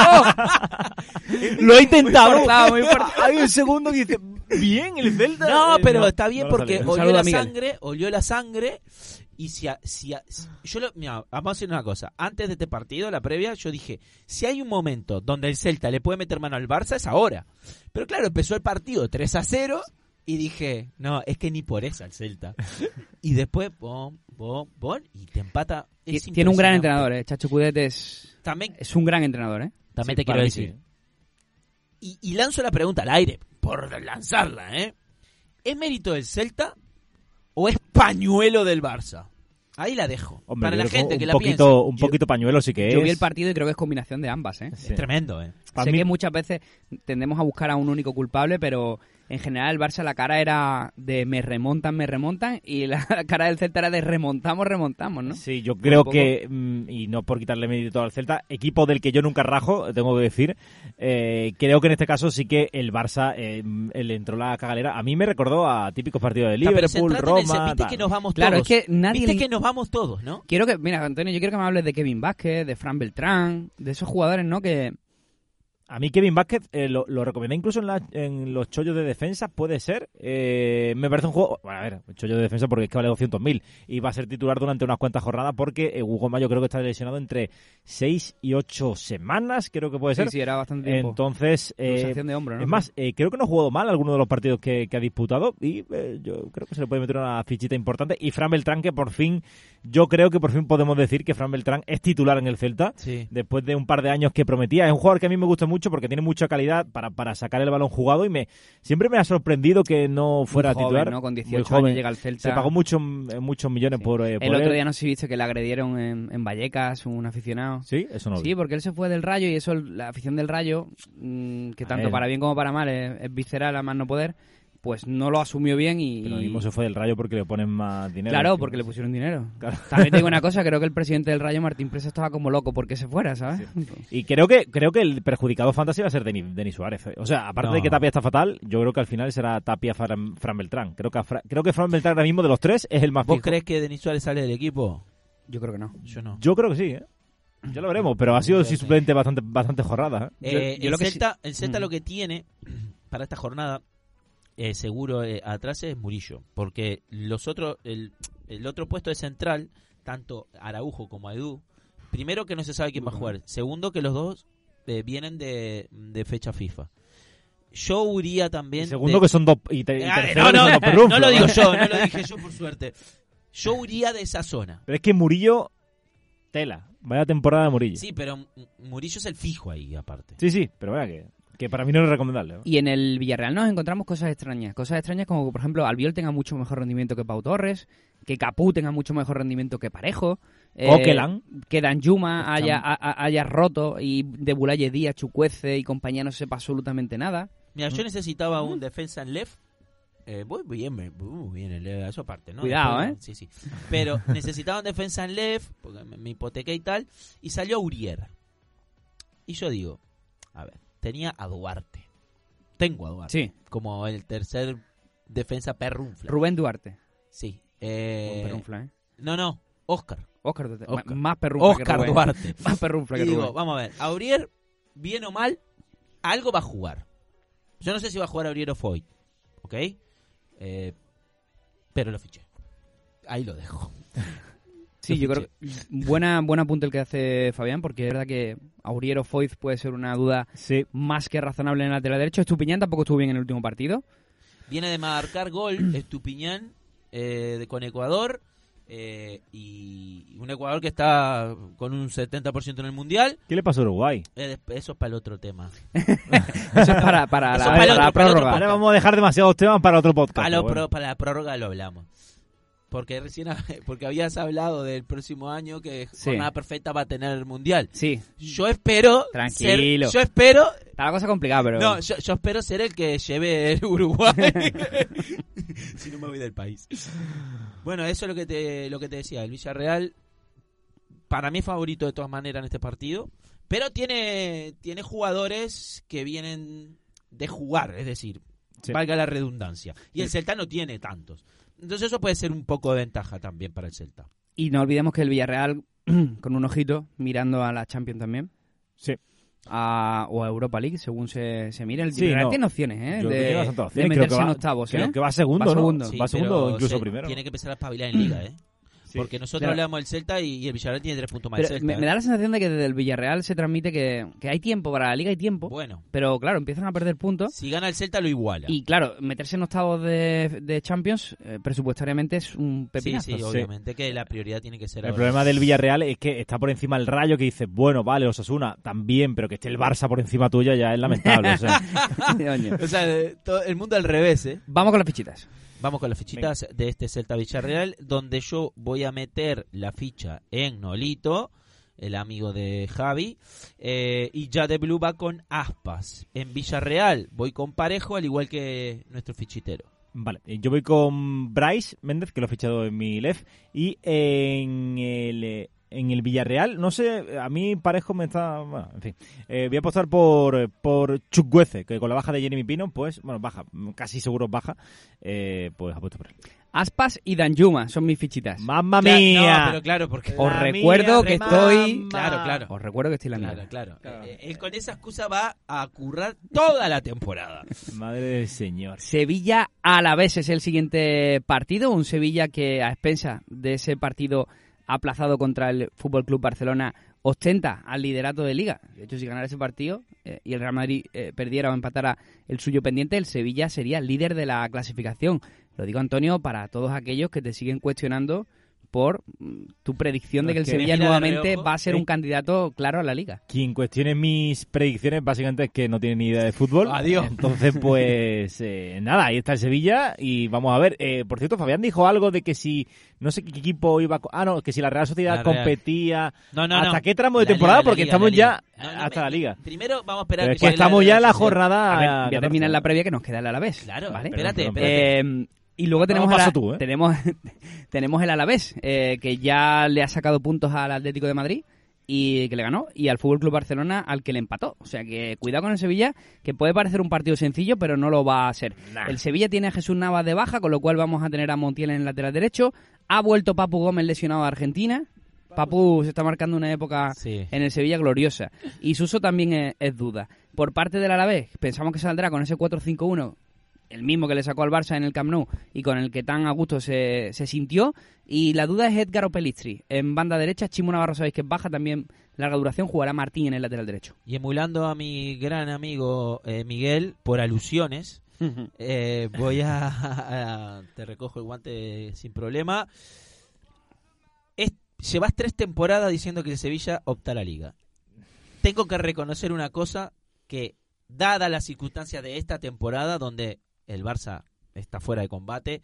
Speaker 1: [LAUGHS] Lo he
Speaker 3: Muy
Speaker 1: intentado.
Speaker 3: forzado, muy forzado.
Speaker 1: [LAUGHS] Hay un segundo que dice, bien, el Celta.
Speaker 4: no,
Speaker 1: Eh,
Speaker 4: pero está bien
Speaker 1: no lo
Speaker 4: porque
Speaker 1: sabía.
Speaker 3: Un
Speaker 4: olió
Speaker 3: saludo
Speaker 4: la
Speaker 3: a Miguel.
Speaker 4: sangre, olió la sangre y si, a- si, a- si- yo lo- mira, vamos a decir una cosa, antes de este partido, la previa, yo dije, si hay un momento donde el Celta le puede meter mano al Barça es ahora. Pero claro, empezó el partido 3 a 0 Y dije, no, es que ni por esa el
Speaker 1: [LAUGHS]
Speaker 4: Celta. y después, bom, bom, bom, y te empata.
Speaker 3: Y
Speaker 4: Es
Speaker 3: Tiene un gran
Speaker 4: impresionante.
Speaker 3: entrenador, ¿eh? Chacho Cudet es,
Speaker 4: También,
Speaker 3: es un gran entrenador, ¿eh?
Speaker 4: también
Speaker 3: Sí,
Speaker 4: te quiero
Speaker 3: para mí
Speaker 4: decir. Y, y lanzo la pregunta al aire, por lanzarla, ¿eh? ¿Es mérito del Celta o es pañuelo del Barça? Ahí la dejo.
Speaker 1: Hombre,
Speaker 4: Para
Speaker 1: yo
Speaker 4: la
Speaker 1: creo
Speaker 4: gente
Speaker 1: un
Speaker 4: que la
Speaker 1: poquito,
Speaker 4: piensa.
Speaker 1: Un poquito pañuelo sí que
Speaker 3: Yo
Speaker 1: es.
Speaker 3: vi el partido y creo que es combinación de ambas, ¿eh?
Speaker 1: Sí.
Speaker 4: Es tremendo, ¿eh?
Speaker 1: Para
Speaker 3: sé
Speaker 1: mí-
Speaker 3: que muchas veces tendemos a buscar a un único culpable, pero en general el Barça la cara era de me remontan, me remontan, y la [LAUGHS] cara del Celta era de remontamos, remontamos, ¿no?
Speaker 1: Sí, yo creo
Speaker 3: poco.
Speaker 1: que, mm, y no por quitarle mérito al Celta, equipo del que yo nunca rajo, tengo que decir, eh, creo que en este caso sí que el Barça eh, mm, le entró la cagalera. A mí me recordó a típicos partidos de
Speaker 4: Está, pero
Speaker 1: Liverpool,
Speaker 4: centrate en el
Speaker 1: Roma...
Speaker 4: Viste
Speaker 1: tal.
Speaker 4: que nos vamos
Speaker 3: Claro,
Speaker 4: todos.
Speaker 3: es que nadie
Speaker 4: Viste
Speaker 3: le-
Speaker 4: que nos vamos todos, ¿no?
Speaker 3: Quiero que, mira, Antonio, yo quiero que me hables de Kevin Vázquez, de Fran Beltrán, de esos jugadores, ¿no? Que
Speaker 1: A mí Kevin Vázquez eh, lo, lo recomendé incluso en, la- en los chollos de defensa, puede ser. Eh, me parece un juego... Bueno, a ver, chollo de defensa porque es que vale 200.000 y va a ser titular durante unas cuantas jornadas porque eh, Hugo Mayo creo que está lesionado entre 6 y 8 semanas, creo que puede
Speaker 3: sí,
Speaker 1: ser.
Speaker 3: sí, era bastante tiempo.
Speaker 1: Entonces, eh,
Speaker 3: Luxación de hombro, ¿no?
Speaker 1: Es más, eh, creo que no ha jugado mal alguno de los partidos que, que ha disputado y eh, yo creo que se le puede meter una fichita importante. Y Fran Beltrán, que por fin, yo creo que por fin podemos decir que Fran Beltrán es titular en el Celta.
Speaker 4: Sí.
Speaker 1: Después de un par de años que prometía, es un jugador que a mí me gusta mucho porque tiene mucha calidad para, para sacar el balón jugado y me siempre me ha sorprendido que no
Speaker 3: Muy
Speaker 1: fuera
Speaker 3: joven,
Speaker 1: titular.
Speaker 3: ¿no? Con
Speaker 1: Muy
Speaker 3: 18
Speaker 1: joven.
Speaker 3: años llega al Celta.
Speaker 1: Se pagó mucho, eh, muchos millones
Speaker 3: Sí.
Speaker 1: por, eh,
Speaker 3: El
Speaker 1: por
Speaker 3: otro
Speaker 1: él.
Speaker 3: día no sé si viste que le agredieron en, en Vallecas un aficionado.
Speaker 1: Sí, eso no. lo
Speaker 3: Sí,
Speaker 1: vi.
Speaker 3: porque él se fue del Rayo y eso, la afición del Rayo, mm, que
Speaker 1: A
Speaker 3: tanto
Speaker 1: ver.
Speaker 3: para bien como para mal es, es visceral a más no poder, pues no lo asumió bien y...
Speaker 1: Pero mismo se fue del rayo porque le ponen más dinero.
Speaker 3: Claro, porque le pusieron dinero.
Speaker 1: Claro.
Speaker 3: También te digo
Speaker 1: [LAUGHS]
Speaker 3: una cosa, creo que el presidente del Rayo, Martín Presa, estaba como loco porque se fuera, ¿sabes?
Speaker 1: Y creo que creo que el perjudicado fantasy va a ser Denis, Denis Suárez. eh. O sea, aparte
Speaker 4: No.
Speaker 1: de que Tapia está fatal, yo creo que al final será Tapia Fran, Fran Beltrán. Creo que a Fra- creo que Fran Beltrán ahora mismo de los tres es el más
Speaker 4: ¿Vos
Speaker 1: fijo.
Speaker 4: crees que Denis Suárez sale del equipo?
Speaker 3: Yo creo que no.
Speaker 4: Yo no.
Speaker 1: Yo creo que sí, ¿eh? Ya lo veremos, pero ha sido sí, suplente bastante bastante jorrada. ¿eh?
Speaker 4: Eh,
Speaker 3: Yo- yo
Speaker 4: el,
Speaker 3: lo que sí-
Speaker 4: Celta, el Celta
Speaker 3: Mm.
Speaker 4: lo que tiene [CLEARS THROAT] para esta jornada, eh, seguro eh, atrás es Murillo, porque los otros, el, el otro puesto de central, tanto Araujo como Edu, primero que no se sabe quién va a jugar, segundo que los dos eh, vienen de, de fecha FIFA. Yo iría
Speaker 1: Y
Speaker 4: también.
Speaker 1: segundo
Speaker 4: de-
Speaker 1: que son dos y, te- y
Speaker 4: Ah,
Speaker 1: tercero
Speaker 4: no,
Speaker 1: que
Speaker 4: no,
Speaker 1: son dos perrunflos,
Speaker 4: no lo digo
Speaker 1: ¿eh?
Speaker 4: yo, no lo
Speaker 1: [LAUGHS]
Speaker 4: dije yo por suerte. Yo iría de esa zona.
Speaker 1: Pero es que Murillo tela, vaya temporada de Murillo. Sí,
Speaker 4: Sí, pero M- Murillo es el fijo ahí, aparte.
Speaker 1: sí, pero vaya que que para mí no es recomendable. ¿no?
Speaker 3: Y en el Villarreal nos encontramos cosas extrañas. Cosas extrañas como que, por ejemplo, Albiol tenga mucho mejor rendimiento que Pau Torres, que Capú tenga mucho mejor rendimiento que Parejo. eh,
Speaker 1: Coquelin.
Speaker 3: Que Danjuma
Speaker 1: Estamos-
Speaker 3: haya, ha- ha- haya roto y de Bulaye Díaz, Chucuece y compañía no sepa absolutamente nada.
Speaker 4: Mira, yo necesitaba un defensa en left. Mm. Eh, voy bien, me- uh, bien el left, eso aparte, ¿no?
Speaker 3: Cuidado, ¿eh?
Speaker 4: Después, Sí, sí. Pero [LAUGHS] necesitaba un defensa en left, porque me, me hipotequé y tal, y salió Uriera. Y yo digo, a ver, tenía a Duarte. Tengo a Duarte.
Speaker 3: Sí,
Speaker 4: Como el tercer defensa perrunfla.
Speaker 3: Rubén Duarte.
Speaker 4: Sí.
Speaker 3: Buen
Speaker 4: eh,
Speaker 3: perrunfla, ¿eh?
Speaker 4: no, no, Oscar.
Speaker 3: Oscar Duarte. Ma-
Speaker 4: Oscar.
Speaker 3: Más perrunfla que
Speaker 4: Oscar
Speaker 3: Rubén.
Speaker 4: Duarte.
Speaker 3: [LAUGHS] Más perrunfla
Speaker 4: Y
Speaker 3: que
Speaker 4: digo,
Speaker 3: Rubén.
Speaker 4: vamos a ver, Aurier, bien o mal, algo va a jugar. Yo no sé si va a jugar Aurier o Foy, ¿ok? Eh, pero lo fiché. Ahí lo dejo.
Speaker 3: Sí,
Speaker 4: Lo
Speaker 3: yo creo
Speaker 4: fiché.
Speaker 3: buena buen apunte el que hace Fabián, porque es verdad que Auriero Foiz puede ser una duda
Speaker 1: Sí.
Speaker 3: más que razonable en el lateral derecho. Estupiñán tampoco estuvo bien en el último partido.
Speaker 4: Viene de marcar gol Estupiñán eh, de- con Ecuador. eh, y un Ecuador que está con un 70% en el Mundial.
Speaker 1: ¿Qué le pasó a Uruguay?
Speaker 4: Eh, desp- eso es para el otro tema.
Speaker 3: Eso es para, para
Speaker 4: Eso
Speaker 3: la,
Speaker 4: es para
Speaker 3: para la
Speaker 4: el otro, para el otro
Speaker 3: prórroga.
Speaker 1: Ahora vamos a dejar demasiados temas para otro podcast.
Speaker 4: Para,
Speaker 1: pero
Speaker 4: lo
Speaker 1: bueno.
Speaker 4: pro- para la prórroga lo hablamos. Porque recién [LAUGHS] porque habías hablado del próximo año que
Speaker 3: Sí.
Speaker 4: jornada perfecta va a tener el mundial.
Speaker 3: Sí,
Speaker 4: Yo espero
Speaker 3: Tranquilo.
Speaker 4: ser- yo espero
Speaker 3: está la cosa complicada, pero...
Speaker 4: no, yo, yo espero ser el que lleve el Uruguay. [LAUGHS] si no me voy del país. Bueno, eso es lo que te lo que te decía, el Villarreal para mí es favorito de todas maneras en este partido, pero tiene tiene jugadores que vienen de jugar, es decir,
Speaker 1: Sí.
Speaker 4: valga la redundancia. Y el Celta no tiene tantos. Entonces eso puede ser un poco de ventaja también para el Celta.
Speaker 3: Y no olvidemos que el Villarreal, [CLEARS THROAT] con un ojito, mirando a la Champions también.
Speaker 1: Sí.
Speaker 3: a- o a Europa League, según se, se mire. El
Speaker 1: Sí,
Speaker 3: Villarreal
Speaker 1: no.
Speaker 3: tiene opciones, ¿eh?
Speaker 1: Yo creo que
Speaker 3: de,
Speaker 1: tiene bastante
Speaker 3: de
Speaker 1: opciones, creo que
Speaker 3: meterse
Speaker 1: va-
Speaker 3: en octavos,
Speaker 1: Creo
Speaker 3: ¿eh?
Speaker 1: que va segundo,
Speaker 3: Va
Speaker 1: ¿no?
Speaker 3: segundo.
Speaker 4: Sí,
Speaker 1: va segundo
Speaker 4: pero
Speaker 1: incluso
Speaker 4: se-
Speaker 1: primero.
Speaker 4: Tiene que empezar a espabilar en liga, ¿eh?
Speaker 1: [CLEARS THROAT] Sí, Sí.
Speaker 4: Porque nosotros
Speaker 3: Claro.
Speaker 4: le damos el Celta y, y el Villarreal tiene tres puntos más
Speaker 3: Pero
Speaker 4: el Celta.
Speaker 3: me,
Speaker 4: ¿eh?
Speaker 3: me da la sensación de que desde el Villarreal se transmite que, que hay tiempo, para la liga hay tiempo,
Speaker 4: Bueno,
Speaker 3: pero claro, empiezan a perder puntos.
Speaker 4: si gana el Celta lo iguala.
Speaker 3: Y claro, meterse en octavos de, de Champions eh, presupuestariamente es un
Speaker 4: sí,
Speaker 3: pepinazo.
Speaker 4: sí,
Speaker 3: [LAUGHS]
Speaker 4: obviamente que la prioridad tiene que ser
Speaker 1: El
Speaker 4: ahora.
Speaker 1: problema del Villarreal es que está por encima el Rayo que dices, bueno, vale, Osasuna, también, pero que esté el Barça por encima tuya ya es lamentable. o sea. [LAUGHS]
Speaker 3: Coño.
Speaker 4: O sea, eh, todo- el mundo al revés, ¿eh?
Speaker 3: Vamos con las fichitas.
Speaker 4: Vamos con las fichitas de este Celta Villarreal, donde yo voy a meter la ficha en Nolito, el amigo de Javi, eh, y ya de Blue va con Aspas. En Villarreal voy con Parejo, al igual que nuestro fichitero.
Speaker 1: Vale, eh, yo voy con Bryce Méndez, que lo he fichado en mi left, y en el, eh, en el Villarreal, no sé, a mí Parejo me está... Bueno, en fin, Eh, voy a apostar por, por Chukwueze, que con la baja de Jeremy Pino, pues, bueno, baja, casi seguro baja, eh, pues apuesto por él.
Speaker 3: Aspas y Danjuma son mis fichitas.
Speaker 1: ¡Mamma
Speaker 4: Cla-
Speaker 1: mía!
Speaker 4: No, pero claro, porque...
Speaker 3: Os
Speaker 1: La
Speaker 3: recuerdo
Speaker 1: mía,
Speaker 3: que
Speaker 1: remama.
Speaker 3: estoy...
Speaker 4: Claro, claro.
Speaker 3: Os recuerdo que estoy en la
Speaker 4: Claro,
Speaker 3: mierda.
Speaker 4: claro.
Speaker 1: Claro.
Speaker 4: Eh, él con esa excusa va a currar toda la temporada.
Speaker 1: Madre del señor.
Speaker 3: Sevilla a la vez es el siguiente partido, un Sevilla que a expensa de ese partido aplazado contra el Fútbol Club Barcelona ostenta al liderato de liga. De hecho, si ganara ese partido eh, y el Real Madrid eh, perdiera o empatara el suyo pendiente, el Sevilla sería el líder de la clasificación. Lo digo Antonio para todos aquellos que te siguen cuestionando por mm, tu predicción
Speaker 1: No,
Speaker 3: de que el
Speaker 1: es que
Speaker 3: Sevilla
Speaker 4: mira de
Speaker 3: nuevamente
Speaker 4: reojo.
Speaker 3: va a ser
Speaker 1: Sí.
Speaker 3: un candidato claro a la liga.
Speaker 1: Quien cuestione mis predicciones básicamente es que no tiene ni idea de fútbol.
Speaker 4: Adiós.
Speaker 1: Entonces,
Speaker 4: [LAUGHS]
Speaker 1: pues eh, nada, ahí está el Sevilla y vamos a ver. Eh, por cierto, Fabián dijo algo de que si, no sé qué equipo iba... a co- Ah, no, que si la Real Sociedad
Speaker 4: La Real.
Speaker 1: competía...
Speaker 4: No, no,
Speaker 1: ¿Hasta
Speaker 4: no.
Speaker 1: qué tramo de
Speaker 4: La
Speaker 1: temporada?
Speaker 4: liga, la
Speaker 1: Porque
Speaker 4: liga,
Speaker 1: estamos
Speaker 4: liga.
Speaker 1: ya
Speaker 4: No, no,
Speaker 1: hasta
Speaker 4: me-
Speaker 1: la liga.
Speaker 4: Primero vamos a esperar
Speaker 1: Pero es que
Speaker 4: cuál es
Speaker 1: estamos ya en la
Speaker 4: relación.
Speaker 1: jornada...
Speaker 3: A ver, voy a terminar
Speaker 1: 14.
Speaker 3: la previa que nos queda el Alavés.
Speaker 4: Ah, Claro,
Speaker 3: ¿vale?
Speaker 4: espérate,
Speaker 1: Perdón,
Speaker 4: espérate.
Speaker 3: Eh, y luego tenemos,
Speaker 1: No,
Speaker 3: a la-
Speaker 1: paso tú, ¿eh?
Speaker 3: tenemos, [LAUGHS] tenemos el Alavés, eh, que ya le ha sacado puntos al Atlético de Madrid y que le ganó, y al Fútbol Club Barcelona al que le empató. O sea que cuidado con el Sevilla, que puede parecer un partido sencillo, pero no lo va a ser.
Speaker 1: Nah.
Speaker 3: El Sevilla tiene a Jesús Navas de baja, con lo cual vamos a tener a Montiel en el lateral derecho. Ha vuelto Papu Gómez lesionado a Argentina. Papu se está marcando una época
Speaker 4: Sí.
Speaker 3: en el Sevilla gloriosa. Y Suso también es, es duda. Por parte del Alavés, pensamos que saldrá con ese 4-5-1, el mismo que le sacó al Barça en el Camp Nou y con el que tan a gusto se, se sintió. Y la duda es Edgar Opelistri. En banda derecha, Chimo Navarro sabéis que es baja también larga duración, jugará Martín en el lateral
Speaker 1: [LAUGHS]
Speaker 3: derecho.
Speaker 4: Y emulando a mi gran amigo eh, Miguel, por alusiones, eh, voy a, [LAUGHS] a- Te recojo el guante sin problema. Es- llevas tres temporadas diciendo que el Sevilla opta a la liga. Tengo que reconocer una cosa, que dada las circunstancias de esta temporada, donde el Barça está fuera de combate,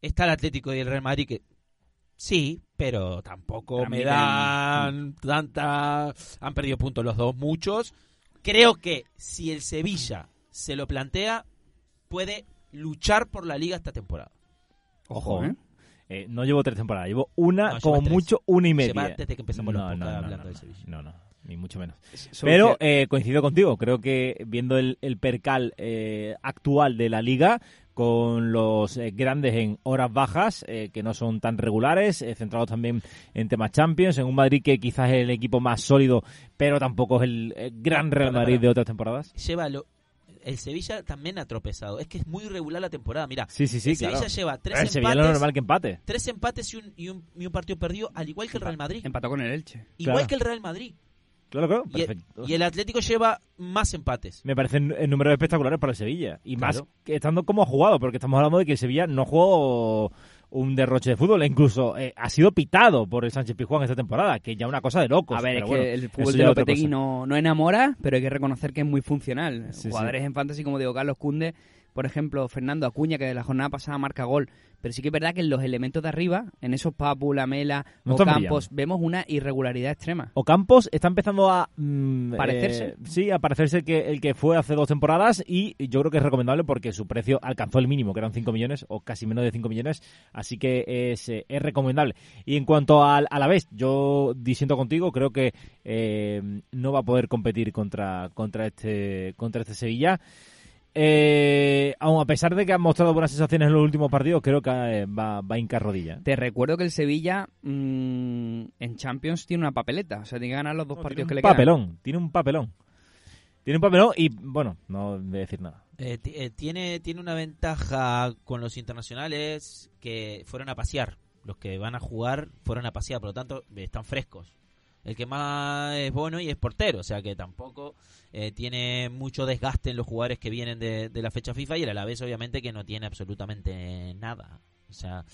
Speaker 4: está el Atlético y el Real Madrid que... Sí, pero tampoco me
Speaker 3: Transmiten-
Speaker 4: dan tanta... Han perdido puntos los dos, muchos. Creo que si el Sevilla se lo plantea, puede luchar por la liga esta temporada.
Speaker 1: Ojo,
Speaker 3: ¿eh?
Speaker 1: Eh, no llevo tres temporadas, llevo una,
Speaker 4: No,
Speaker 1: como
Speaker 4: llevas tres.
Speaker 1: mucho una y media.
Speaker 4: Lleva desde que empezamos los
Speaker 1: no, no,
Speaker 4: podcasts
Speaker 1: no,
Speaker 4: hablando
Speaker 1: no,
Speaker 4: del
Speaker 1: no,
Speaker 4: Sevilla.
Speaker 1: no, no, ni mucho menos.
Speaker 3: Sobre
Speaker 1: Pero
Speaker 3: que-
Speaker 1: eh, coincido contigo, creo que viendo el, el percal eh, actual de la liga, con los eh, grandes en horas bajas, eh, que no son tan regulares, eh, centrados también en temas Champions, en un Madrid que quizás es el equipo más sólido, pero tampoco es el, eh, gran Real
Speaker 4: Para,
Speaker 1: Madrid
Speaker 4: para.
Speaker 1: de otras temporadas.
Speaker 4: Llévalo. El Sevilla también ha tropezado. Es que es muy irregular la temporada. Mira,
Speaker 1: Sí, sí, sí,
Speaker 4: el
Speaker 1: claro.
Speaker 4: Sevilla lleva tres
Speaker 1: Eh,
Speaker 4: empates,
Speaker 1: Sevilla es lo normal que empate.
Speaker 4: tres empates y un, y un- y un partido perdido, al igual que el Real Madrid.
Speaker 3: Empató con el Elche.
Speaker 4: Igual
Speaker 1: Em, claro.
Speaker 4: que el Real Madrid.
Speaker 1: Claro, claro,
Speaker 4: Y el,
Speaker 1: perfecto.
Speaker 4: y el Atlético lleva más empates.
Speaker 1: Me parecen eh, números espectaculares para el Sevilla. Y más
Speaker 4: Claro.
Speaker 1: que estando como ha jugado, porque estamos hablando de que el Sevilla no jugó un derroche de fútbol. e Incluso eh, ha sido pitado por el Sánchez Pizjuán esta temporada, que ya una cosa de locos.
Speaker 3: A ver,
Speaker 1: pero
Speaker 3: es
Speaker 1: bueno,
Speaker 3: que el
Speaker 1: eso
Speaker 3: fútbol
Speaker 1: ya
Speaker 3: de
Speaker 1: es otra
Speaker 3: Lopetegui
Speaker 1: cosa.
Speaker 3: no, no enamora, pero hay que reconocer que es muy funcional.
Speaker 1: Sí, sí.
Speaker 3: Jugadores en fantasy como Diego Carlos Cunde, por ejemplo, Fernando Acuña, que de la jornada pasada marca gol. Pero sí que es verdad que en los elementos de arriba, en esos Papu, Lamela
Speaker 1: No
Speaker 3: o
Speaker 1: están
Speaker 3: Campos, vemos una irregularidad extrema.
Speaker 1: Ocampos está empezando a mm,
Speaker 3: Parecerse.
Speaker 1: eh, sí, a parecerse que el que fue hace dos temporadas y yo creo que es recomendable porque su precio alcanzó el mínimo, que eran 5 millones o casi menos de 5 millones, así que es, eh, es recomendable. Y en cuanto al a la vez, yo disiento contigo, creo que eh, no va a poder competir contra contra este contra este Sevilla. Eh, aun a pesar de que han mostrado buenas sensaciones en los últimos partidos, creo que eh, va, va a hincar rodilla.
Speaker 3: Te recuerdo que el Sevilla mm, en Champions tiene una papeleta, o sea, tiene que ganar los dos
Speaker 1: No,
Speaker 3: partidos que
Speaker 1: tiene
Speaker 3: le
Speaker 1: un
Speaker 3: quedan.
Speaker 1: papelón, tiene un papelón. Tiene un papelón y, bueno, no voy a decir nada.
Speaker 4: Eh, ti- eh, tiene, tiene una ventaja con los internacionales que fueron a pasear. Los que van a jugar fueron a pasear, por lo tanto, están frescos. El que más es bueno y es portero, o sea que tampoco eh, tiene mucho desgaste en los jugadores que vienen de, de la fecha FIFA y el Alavés obviamente que no tiene absolutamente nada. O sea,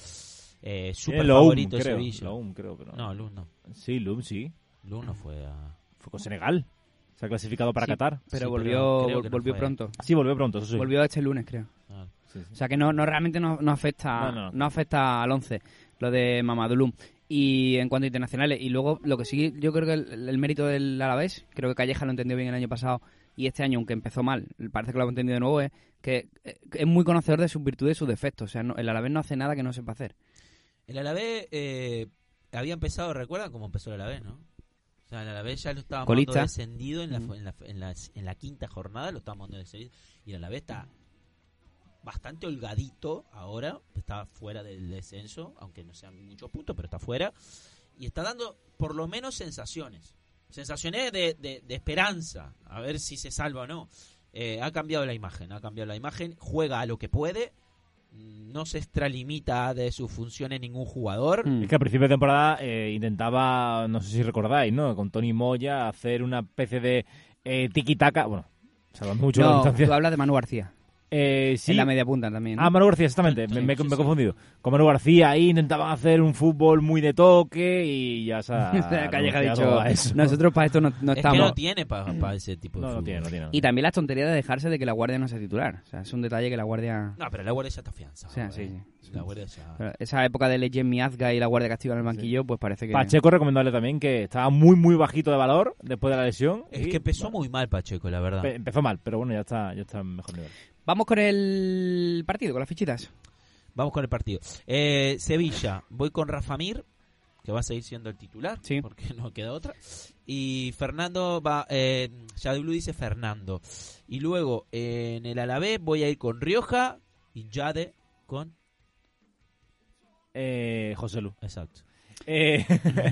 Speaker 4: eh, súper
Speaker 1: Loum,
Speaker 4: favorito
Speaker 1: creo.
Speaker 4: Sevilla.
Speaker 1: Loum, creo, pero-
Speaker 4: No, Luz no.
Speaker 1: Sí, Loom, sí.
Speaker 4: Luz no fue a...
Speaker 1: Fue con Senegal. Se ha clasificado para
Speaker 3: Sí.
Speaker 1: Qatar.
Speaker 3: Pero
Speaker 4: Sí,
Speaker 3: volvió,
Speaker 4: creo que no
Speaker 3: volvió
Speaker 4: fue.
Speaker 3: pronto.
Speaker 1: Sí, volvió pronto, eso sí.
Speaker 3: Volvió este lunes, creo.
Speaker 4: Ah.
Speaker 1: Sí, sí.
Speaker 3: O sea que no, no realmente no, no afecta
Speaker 1: No, no.
Speaker 3: no afecta al 11 lo de Mamadulum. Y en cuanto a internacionales, y luego lo que sí, yo creo que el, el mérito del Alavés, creo que Calleja lo entendió bien el año pasado y este año, aunque empezó mal, parece que lo ha entendido de nuevo, es que eh, es muy conocedor de sus virtudes y sus defectos. O sea, no- el Alavés no hace nada que no sepa hacer.
Speaker 4: El Alavés eh, había empezado, ¿recuerdan cómo empezó el Alavés, no? O sea, el Alavés ya lo estaba
Speaker 3: Colista.
Speaker 4: descendido en la,
Speaker 3: Mm.
Speaker 4: en, la, en, la, en la quinta jornada, lo estaba mandando descendido. Y el Alavés está bastante holgadito ahora, está fuera del descenso, aunque no sean muchos puntos, pero está fuera. Y está dando por lo menos sensaciones. Sensaciones de, de- de esperanza, a ver si se salva o no. Eh, ha cambiado la imagen, ha cambiado la imagen, juega a lo que puede, no se extralimita de sus funciones ningún jugador.
Speaker 1: Es que a principio de temporada eh, intentaba, no sé si recordáis, ¿no? Con Tony Moya hacer una especie de eh, tiki-taka. Bueno, salvando mucho la
Speaker 3: No,
Speaker 1: distancia.
Speaker 3: tú hablas de Manu García,
Speaker 1: Eh, sí.
Speaker 3: en la media punta también. ¿no?
Speaker 1: Ah, Manu García, exactamente.
Speaker 4: Sí,
Speaker 1: me, me-
Speaker 4: sí,
Speaker 1: me
Speaker 4: sí.
Speaker 1: he confundido. Con Manu García ahí intentaban hacer un fútbol muy de toque y ya se ha
Speaker 3: [LAUGHS] Calleja ha
Speaker 1: renunciado
Speaker 3: dicho,
Speaker 1: a eso.
Speaker 3: nosotros para esto no, no
Speaker 4: es
Speaker 3: estamos.
Speaker 4: que no tiene para ese tipo de
Speaker 1: No, no
Speaker 4: fútbol.
Speaker 1: tiene, no tiene.
Speaker 3: Y también las tonterías de dejarse de que la guardia no sea titular. O sea, es un detalle que la guardia...
Speaker 4: No, pero la guardia ya está fianza.
Speaker 3: O sea, sí, sí.
Speaker 4: La guardia ya.
Speaker 3: Claro, Esa época de Leyen Miazga y la guardia castigo en el banquillo, pues parece que...
Speaker 1: Pacheco recomendarle también que estaba muy, muy bajito de valor después de la lesión.
Speaker 4: Es
Speaker 1: y-
Speaker 4: que empezó
Speaker 1: bueno,
Speaker 4: muy mal Pacheco, la verdad.
Speaker 1: pe- empezó mal, pero bueno, ya está, ya está en mejor nivel.
Speaker 3: Vamos con el partido, con las fichitas.
Speaker 4: Vamos con el partido. Eh, Sevilla, voy con Rafa Mir, que va a seguir siendo el titular,
Speaker 3: Sí.
Speaker 4: porque [LAUGHS] no queda otra. Y Fernando va, eh, Yadulu dice Fernando. Y luego eh, en el Alavés voy a ir con Rioja y Jade con...
Speaker 1: Eh, José Lu.
Speaker 4: Exacto.
Speaker 1: Eh,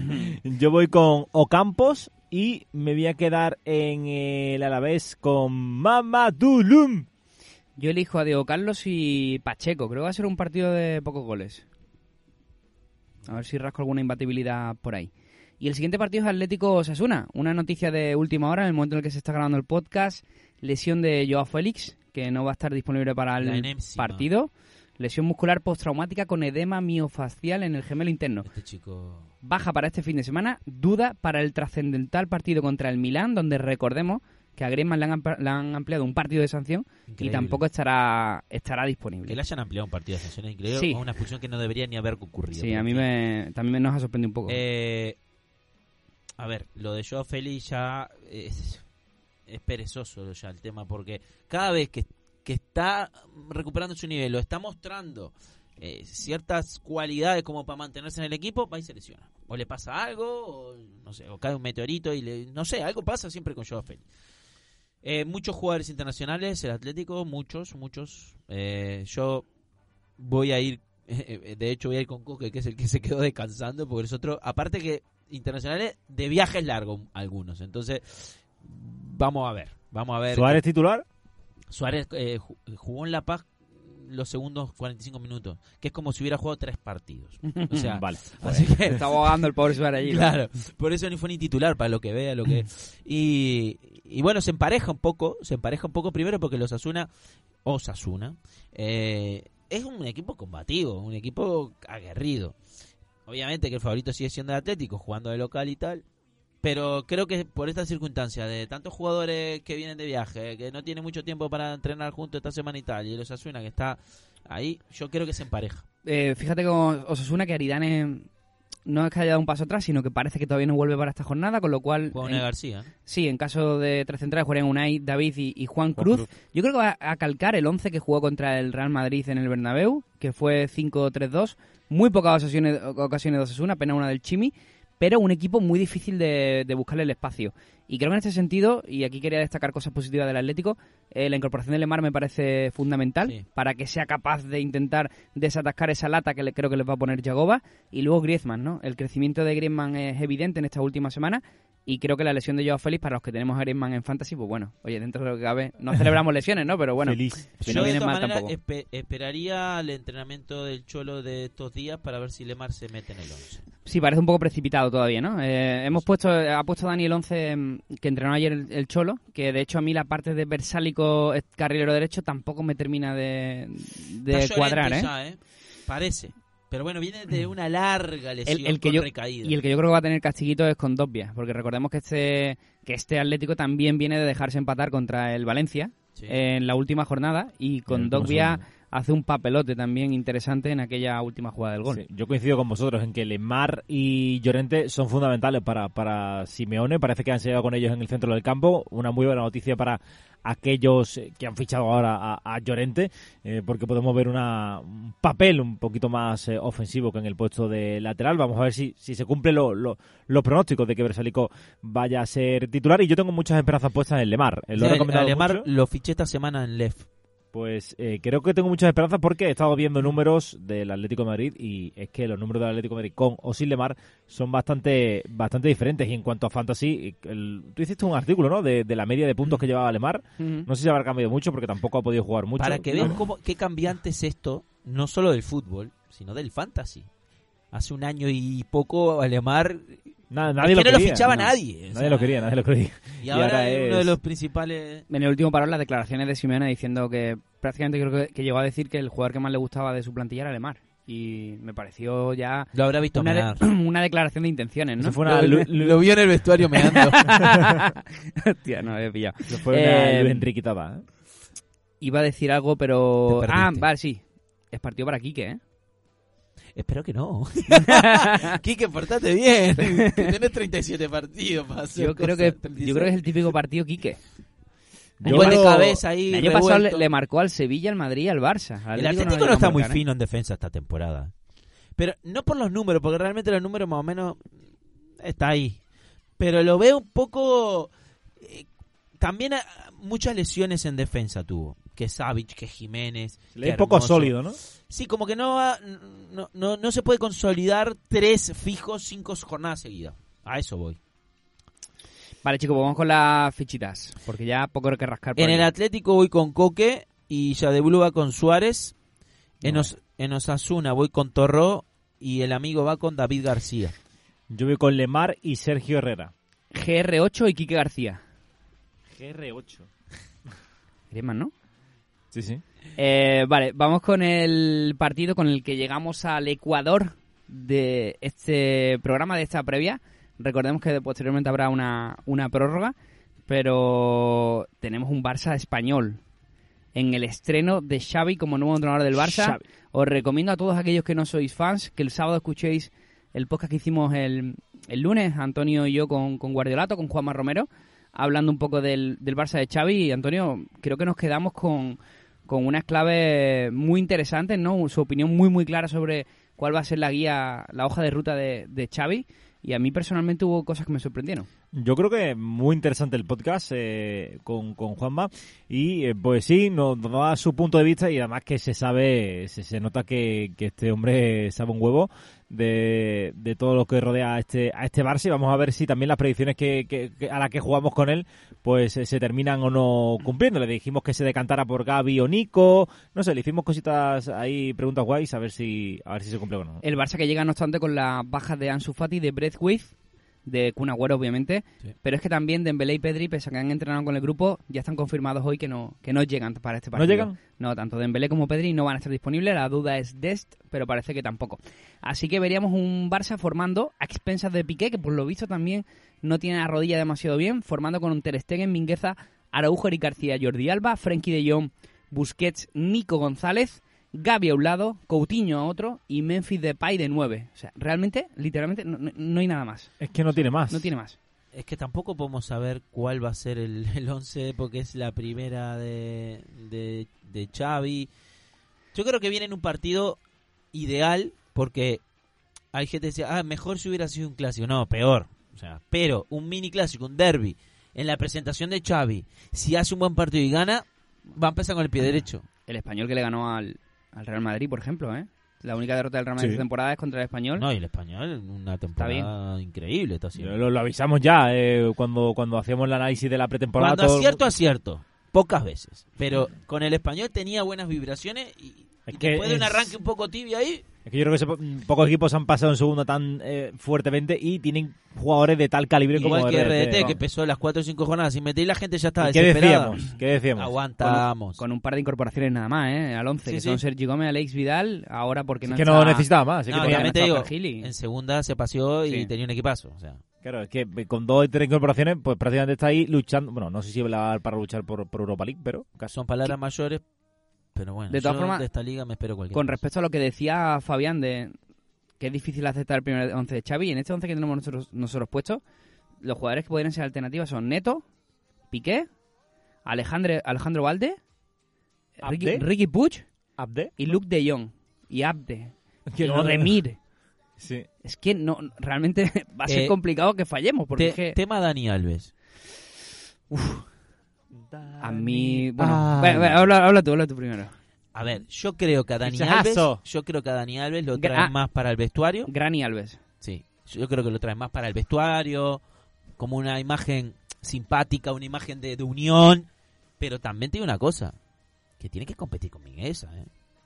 Speaker 1: [LAUGHS] yo voy con Ocampos y me voy a quedar en el Alavés con Mamadulum.
Speaker 3: Yo elijo a Diego Carlos y Pacheco. Creo que va a ser un partido de pocos goles. A ver si rasco alguna imbatibilidad por ahí. Y el siguiente partido es Atlético Osasuna. Una noticia de última hora, en el momento en el que se está grabando el podcast. Lesión de Joao Félix, que no va a estar disponible para
Speaker 4: La
Speaker 3: el
Speaker 4: enésima.
Speaker 3: partido. Lesión muscular postraumática con edema miofacial en el gemelo interno.
Speaker 4: Este chico...
Speaker 3: baja para este fin de semana, duda para el trascendental partido contra el Milán, donde recordemos que a Griezmann le han, ampa- le han ampliado un partido de sanción y
Speaker 4: increíble.
Speaker 3: tampoco estará estará
Speaker 4: Que
Speaker 3: disponible.
Speaker 4: le hayan ampliado un partido de sanción es increíble.
Speaker 3: Sí.
Speaker 4: o una expulsión que no debería ni haber ocurrido.
Speaker 3: Sí, a mí me, también me nos ha sorprendido un poco.
Speaker 4: Eh, a ver, lo de Joao Félix ya es, es perezoso ya el tema, porque cada vez que, que está recuperando su nivel, lo está mostrando eh, ciertas cualidades como para mantenerse en el equipo, va y se lesiona. O le pasa algo, o, no sé, o cae un meteorito y le, no sé, algo pasa siempre con Joao Félix. Eh, muchos jugadores internacionales, el Atlético, muchos, muchos. Eh, yo voy a ir [LAUGHS] eh, eh, De hecho, voy a ir con Coque, que es el que se quedó descansando, porque nosotros, aparte que internacionales, de viajes largos algunos. Entonces, vamos a ver, vamos a ver.
Speaker 1: ¿Suárez titular?
Speaker 4: Suárez eh, ju- jugó en La Paz los segundos 45 minutos, que es como si hubiera jugado tres partidos. O sea,
Speaker 1: vale.
Speaker 4: así que
Speaker 3: Está abogando el pobre Suárez allí.
Speaker 4: Claro, por eso ni fue ni titular, para lo que vea, lo que... Y, y bueno, se empareja un poco, se empareja un poco primero porque los Asuna, o Sasuna, eh, es un equipo combativo, un equipo aguerrido. Obviamente que el favorito sigue siendo el Atlético, jugando de local y tal, pero creo que por esta circunstancia de tantos jugadores que vienen de viaje, que no tienen mucho tiempo para entrenar juntos esta semana y tal, y los Asuna que está ahí, yo creo que se empareja.
Speaker 3: Eh, fíjate con Osasuna que Aridane no es que haya dado un paso atrás, sino que parece que todavía no vuelve para esta jornada, con lo cual...
Speaker 4: Juan
Speaker 3: en-
Speaker 4: García. ¿no?
Speaker 3: sí, en caso de tres centrales jugarían Unai, David y, y Juan Cruz. Yo creo que va a calcar el 11 que jugó contra el Real Madrid en el Bernabéu, que fue 5-3-2. Muy pocas ocasiones, ocasiones de Osasuna, apenas una del Chimi, pero un equipo muy difícil de, de buscarle el espacio. Y creo que en este sentido, y aquí quería destacar cosas positivas del Atlético, eh, la incorporación de Lemar me parece fundamental
Speaker 4: Sí.
Speaker 3: para que sea capaz de intentar desatascar esa lata que le, creo que les va a poner Jagoba. Y luego Griezmann, ¿no? El crecimiento de Griezmann es evidente en estas últimas semanas Y creo que la lesión de Joao Félix, para los que tenemos a Griezmann en Fantasy, pues bueno, oye, dentro de lo que cabe, no celebramos lesiones, ¿no? Pero bueno,
Speaker 1: Feliz.
Speaker 3: que no
Speaker 4: de
Speaker 3: viene
Speaker 4: todas
Speaker 3: mal
Speaker 4: maneras,
Speaker 3: tampoco.
Speaker 4: espe- esperaría el entrenamiento del Cholo de estos días para ver si Lemar se mete en el 11.
Speaker 3: Sí, parece un poco precipitado todavía, ¿no? Eh, hemos puesto, ha puesto Dani el 11 mm, que entrenó ayer el, el Cholo, que de hecho a mí la parte de Bersálico, eh, carrilero derecho, tampoco me termina de, de
Speaker 4: Está
Speaker 3: cuadrar, ¿eh?
Speaker 4: llorente ya, Parece. Pero bueno, viene de una larga lesión
Speaker 3: el que
Speaker 4: con
Speaker 3: yo-
Speaker 4: recaída.
Speaker 3: Y el que yo creo que va a tener castiguito es con Dobia, porque recordemos que este, que este Atlético también viene de dejarse empatar contra el Valencia
Speaker 4: Sí.
Speaker 3: en la última jornada y
Speaker 1: En
Speaker 3: con
Speaker 1: el último
Speaker 3: Dogbia
Speaker 1: segundo.
Speaker 3: hace un papelote también interesante en aquella última jugada del gol.
Speaker 1: Sí, yo coincido con vosotros en que Lemar y Llorente son fundamentales para, para Simeone. Parece que han llegado con ellos en el centro del campo. Una muy buena noticia para aquellos eh, que han fichado ahora a, a Llorente, eh, porque podemos ver una, un papel un poquito más eh, ofensivo que en el puesto de lateral. Vamos a ver si, si se cumple lo- lo- los pronósticos de que Bersalico vaya a ser titular. Y yo tengo muchas esperanzas puestas en Lemar. Eh, Lo he
Speaker 4: Sí,
Speaker 1: recomendado
Speaker 4: a Lemar
Speaker 1: mucho.
Speaker 4: lo fiché esta semana en Lef.
Speaker 1: Pues eh, creo que tengo muchas esperanzas porque he estado viendo números del Atlético de Madrid y es que los números del Atlético de Madrid con o sin Lemar son bastante, bastante diferentes. Y en cuanto a fantasy, el- tú hiciste un artículo, ¿no? De, de la media de puntos que llevaba Lemar.
Speaker 3: Ujú.
Speaker 1: No sé si habrá cambiado mucho porque tampoco ha podido jugar mucho.
Speaker 4: Para que vean cómo, qué cambiante es esto, no solo del fútbol, sino del fantasy. Hace un año y poco, Alemar.
Speaker 1: Na-
Speaker 4: es
Speaker 1: nadie
Speaker 4: que
Speaker 1: lo
Speaker 4: no
Speaker 1: quería.
Speaker 4: lo fichaba
Speaker 1: No.
Speaker 4: nadie. o
Speaker 1: Nadie
Speaker 4: sea,
Speaker 1: lo quería, nadie lo quería.
Speaker 4: Y ahora,
Speaker 1: ahora
Speaker 4: es
Speaker 1: es-
Speaker 4: uno de los principales.
Speaker 3: En el último parón las declaraciones de Simeone diciendo que prácticamente creo que, que llegó a decir que el jugador que más le gustaba de su plantilla era Lemar. Y me pareció ya
Speaker 4: Lo habrá visto
Speaker 3: una, de- [CLEARS THROAT]
Speaker 4: mear.
Speaker 3: una declaración de intenciones, ¿no?
Speaker 1: Eso fue una, Lu- Lu-
Speaker 4: Lo vio en el vestuario meando.
Speaker 3: [LAUGHS] Hostia, no, he pillado.
Speaker 1: eso fue una
Speaker 3: Eh,
Speaker 1: Luis Enrique Tabá, ¿eh?
Speaker 3: Iba a decir algo, pero...
Speaker 4: Te perdiste.
Speaker 3: Ah, vale, sí. Es partido para Quique, ¿eh?
Speaker 4: Espero
Speaker 3: [LAUGHS]
Speaker 4: que no. Quique, portate bien. que Tenés 37 partidos para hacer
Speaker 3: Yo creo, que,
Speaker 4: cosas.
Speaker 3: yo creo que es el típico partido Quique.
Speaker 4: Un gol de cabeza ahí.
Speaker 3: El año pasado le,
Speaker 4: revuelto.
Speaker 3: le marcó al Sevilla, al Madrid y al Barça. Al
Speaker 4: El
Speaker 3: Atlético
Speaker 4: Atlético
Speaker 3: le
Speaker 4: no
Speaker 3: llegó
Speaker 4: está
Speaker 3: a
Speaker 4: muy
Speaker 3: marcar, ¿eh?
Speaker 4: fino en defensa esta temporada. Pero no por los números, porque realmente los números más o menos está ahí. Pero lo veo un poco... eh, también ah, muchas lesiones en defensa tuvo. Que Savic, que Jiménez.
Speaker 1: Le
Speaker 4: que
Speaker 1: es poco
Speaker 4: Hermoso.
Speaker 1: sólido, ¿no?
Speaker 4: Sí, como que no, va- no, no, no se puede consolidar tres fijos, cinco jornadas seguidas. A eso voy.
Speaker 3: Vale, chicos, pues vamos con las fichitas. Porque ya poco hay que rascar por
Speaker 4: En
Speaker 3: aquí.
Speaker 4: el Atlético voy con Coque y Yadebulu va con Suárez. En,
Speaker 1: No.
Speaker 4: Os- en Osasuna voy con Torró y el amigo va con David García.
Speaker 1: Yo voy con Lemar y Sergio Herrera.
Speaker 3: GR8 y Quique García.
Speaker 1: GR8.
Speaker 3: Griezmann, ¿no?
Speaker 1: Sí, sí.
Speaker 3: Eh, vale, vamos con el partido con el que llegamos al Ecuador de este programa, de esta previa. Recordemos que posteriormente habrá una, una prórroga, pero tenemos un Barça español en el estreno de Xavi como nuevo entrenador del Barça.
Speaker 1: Xavi.
Speaker 3: Os recomiendo a todos aquellos que no sois fans que el sábado escuchéis el podcast que hicimos el, el lunes, Antonio y yo con, con Guardiolato, con Juanma Romero, hablando un poco del, del Barça de Xavi. Y Antonio, creo que nos quedamos con, con unas claves muy interesantes, ¿no? Su opinión muy, muy clara sobre cuál va a ser la guía, la hoja de ruta de, de Xavi. Y a mí personalmente hubo cosas que me sorprendieron.
Speaker 1: Yo creo que muy interesante el podcast eh, con, con Juanma y eh, pues sí, nos da su punto de vista y además que se sabe, se, se nota que, que este hombre sabe un huevo de, de todo lo que rodea a este, a este Barça y vamos a ver si también las predicciones que, que- que- a las que jugamos con él pues eh, se terminan o no cumpliendo. Le dijimos que se decantara por Gaby o Nico, no sé, le hicimos cositas ahí, preguntas guays a ver si, a ver si se cumple o no.
Speaker 3: El Barça que llega, no obstante, con las bajas de Ansu Fati, de Breathwith, de Kun Agüero, obviamente.
Speaker 4: Sí.
Speaker 3: Pero es que también Dembélé y Pedri, pese a que han entrenado con el grupo, ya están confirmados hoy que no, que no llegan para este partido.
Speaker 1: llegan?
Speaker 3: No, tanto Dembélé como Pedri no van a estar disponibles. La duda es Dest, pero parece que tampoco. Así que veríamos un Barça formando a expensas de Piqué, que por lo visto también no tiene la rodilla demasiado bien, formando con un Ter Stegen, Mingueza, Araujo, Eric García, Jordi Alba, Frenkie de Jong, Busquets, Nico González, Gaby a un lado, Coutinho a otro y Memphis Depay de 9. O sea, realmente, literalmente, no, no- no hay nada más.
Speaker 1: Es que no tiene más.
Speaker 3: No tiene más.
Speaker 4: Es que tampoco podemos saber cuál va a ser el, [LAUGHS] el 11 porque es la primera de, de, de Xavi. Yo creo que viene en un partido ideal porque hay gente que dice, ah, mejor si hubiera sido un clásico. No, peor. O sea, pero un mini clásico, un derby, en la presentación de Xavi, si hace un buen partido y
Speaker 3: Ah.
Speaker 4: gana, va a empezar con el pie derecho.
Speaker 3: El español que le ganó al, al Real Madrid, por ejemplo, ¿eh? La única derrota del Real Madrid
Speaker 1: Sí.
Speaker 3: esta temporada es contra el Español.
Speaker 4: No, y el español, una temporada increíble está haciendo.
Speaker 1: Lo, lo avisamos ya eh, cuando, cuando hacíamos el análisis de la pretemporada.
Speaker 4: Cuando
Speaker 1: todo-
Speaker 4: acierto, acierto. Pocas veces. Pero con el español tenía buenas vibraciones y,
Speaker 1: Es
Speaker 4: y
Speaker 1: que
Speaker 4: después de un
Speaker 1: es-
Speaker 4: arranque un poco tibio ahí,
Speaker 1: Es que yo creo que se po- pocos equipos han pasado en segunda tan eh, fuertemente y tienen jugadores de tal calibre
Speaker 4: igual
Speaker 1: como
Speaker 4: que
Speaker 1: RDT,
Speaker 4: RDT,
Speaker 1: ¿no?
Speaker 4: que empezó las 4 o 5 jornadas sin meter y la gente ya estaba
Speaker 1: ¿Y ¿Qué
Speaker 4: desesperada.
Speaker 1: decíamos? ¿Qué decíamos?
Speaker 4: Aguantamos.
Speaker 3: Con un par de incorporaciones nada más, ¿eh? Al 11,
Speaker 4: Sí,
Speaker 3: que
Speaker 4: sí.
Speaker 3: son Sergi Gómez, Alex Vidal, ahora porque
Speaker 1: Es
Speaker 3: no
Speaker 1: que
Speaker 3: está-
Speaker 1: no necesitaba más. es
Speaker 4: No,
Speaker 1: que tenía-
Speaker 4: también te
Speaker 3: no
Speaker 4: digo,
Speaker 3: estaba Gili.
Speaker 4: en segunda se paseó y
Speaker 3: Sí.
Speaker 4: tenía un equipazo. O sea,
Speaker 1: Claro, es que con dos y tres incorporaciones, pues prácticamente está ahí luchando. Bueno, no sé si va a dar para luchar por, por Europa League, pero casi.
Speaker 4: son palabras mayores, pero bueno,
Speaker 3: De todas
Speaker 4: yo
Speaker 3: formas,
Speaker 4: de esta liga me espero cualquier
Speaker 3: Con
Speaker 4: cosa.
Speaker 3: respecto a lo que decía Fabián de que es difícil aceptar el primer 11 de Xavi, en este 11 que tenemos nosotros, nosotros puestos, los jugadores que podrían ser alternativas son Neto, Piqué, Alejandro, Alejandro Valde, Ricky,
Speaker 1: Abde.
Speaker 3: Ricky Puig
Speaker 1: ¿Abde?
Speaker 3: y Luke de Jong. Y Abde.
Speaker 1: Que
Speaker 3: Y
Speaker 1: no-
Speaker 3: Odemir.
Speaker 1: Sí.
Speaker 3: Es que no realmente [LAUGHS] va a ser
Speaker 4: Eh,
Speaker 3: complicado que fallemos, porque es
Speaker 4: Te-
Speaker 3: que
Speaker 4: Tema Dani Alves.
Speaker 3: a mí... Bueno,
Speaker 4: Ah.
Speaker 3: bueno, bueno, habla, habla tú, habla tú primero.
Speaker 4: A ver, yo creo que a Dani Alves,
Speaker 1: Fichajazo.
Speaker 4: yo creo que a Dani Alves lo
Speaker 3: Gra-
Speaker 4: traen más para el vestuario.
Speaker 3: Granny Alves.
Speaker 4: Sí, yo creo que lo traen más para el vestuario, como una imagen simpática, una imagen de, de unión. Pero también tiene una cosa, que tiene que competir con Mingueza, ¿eh?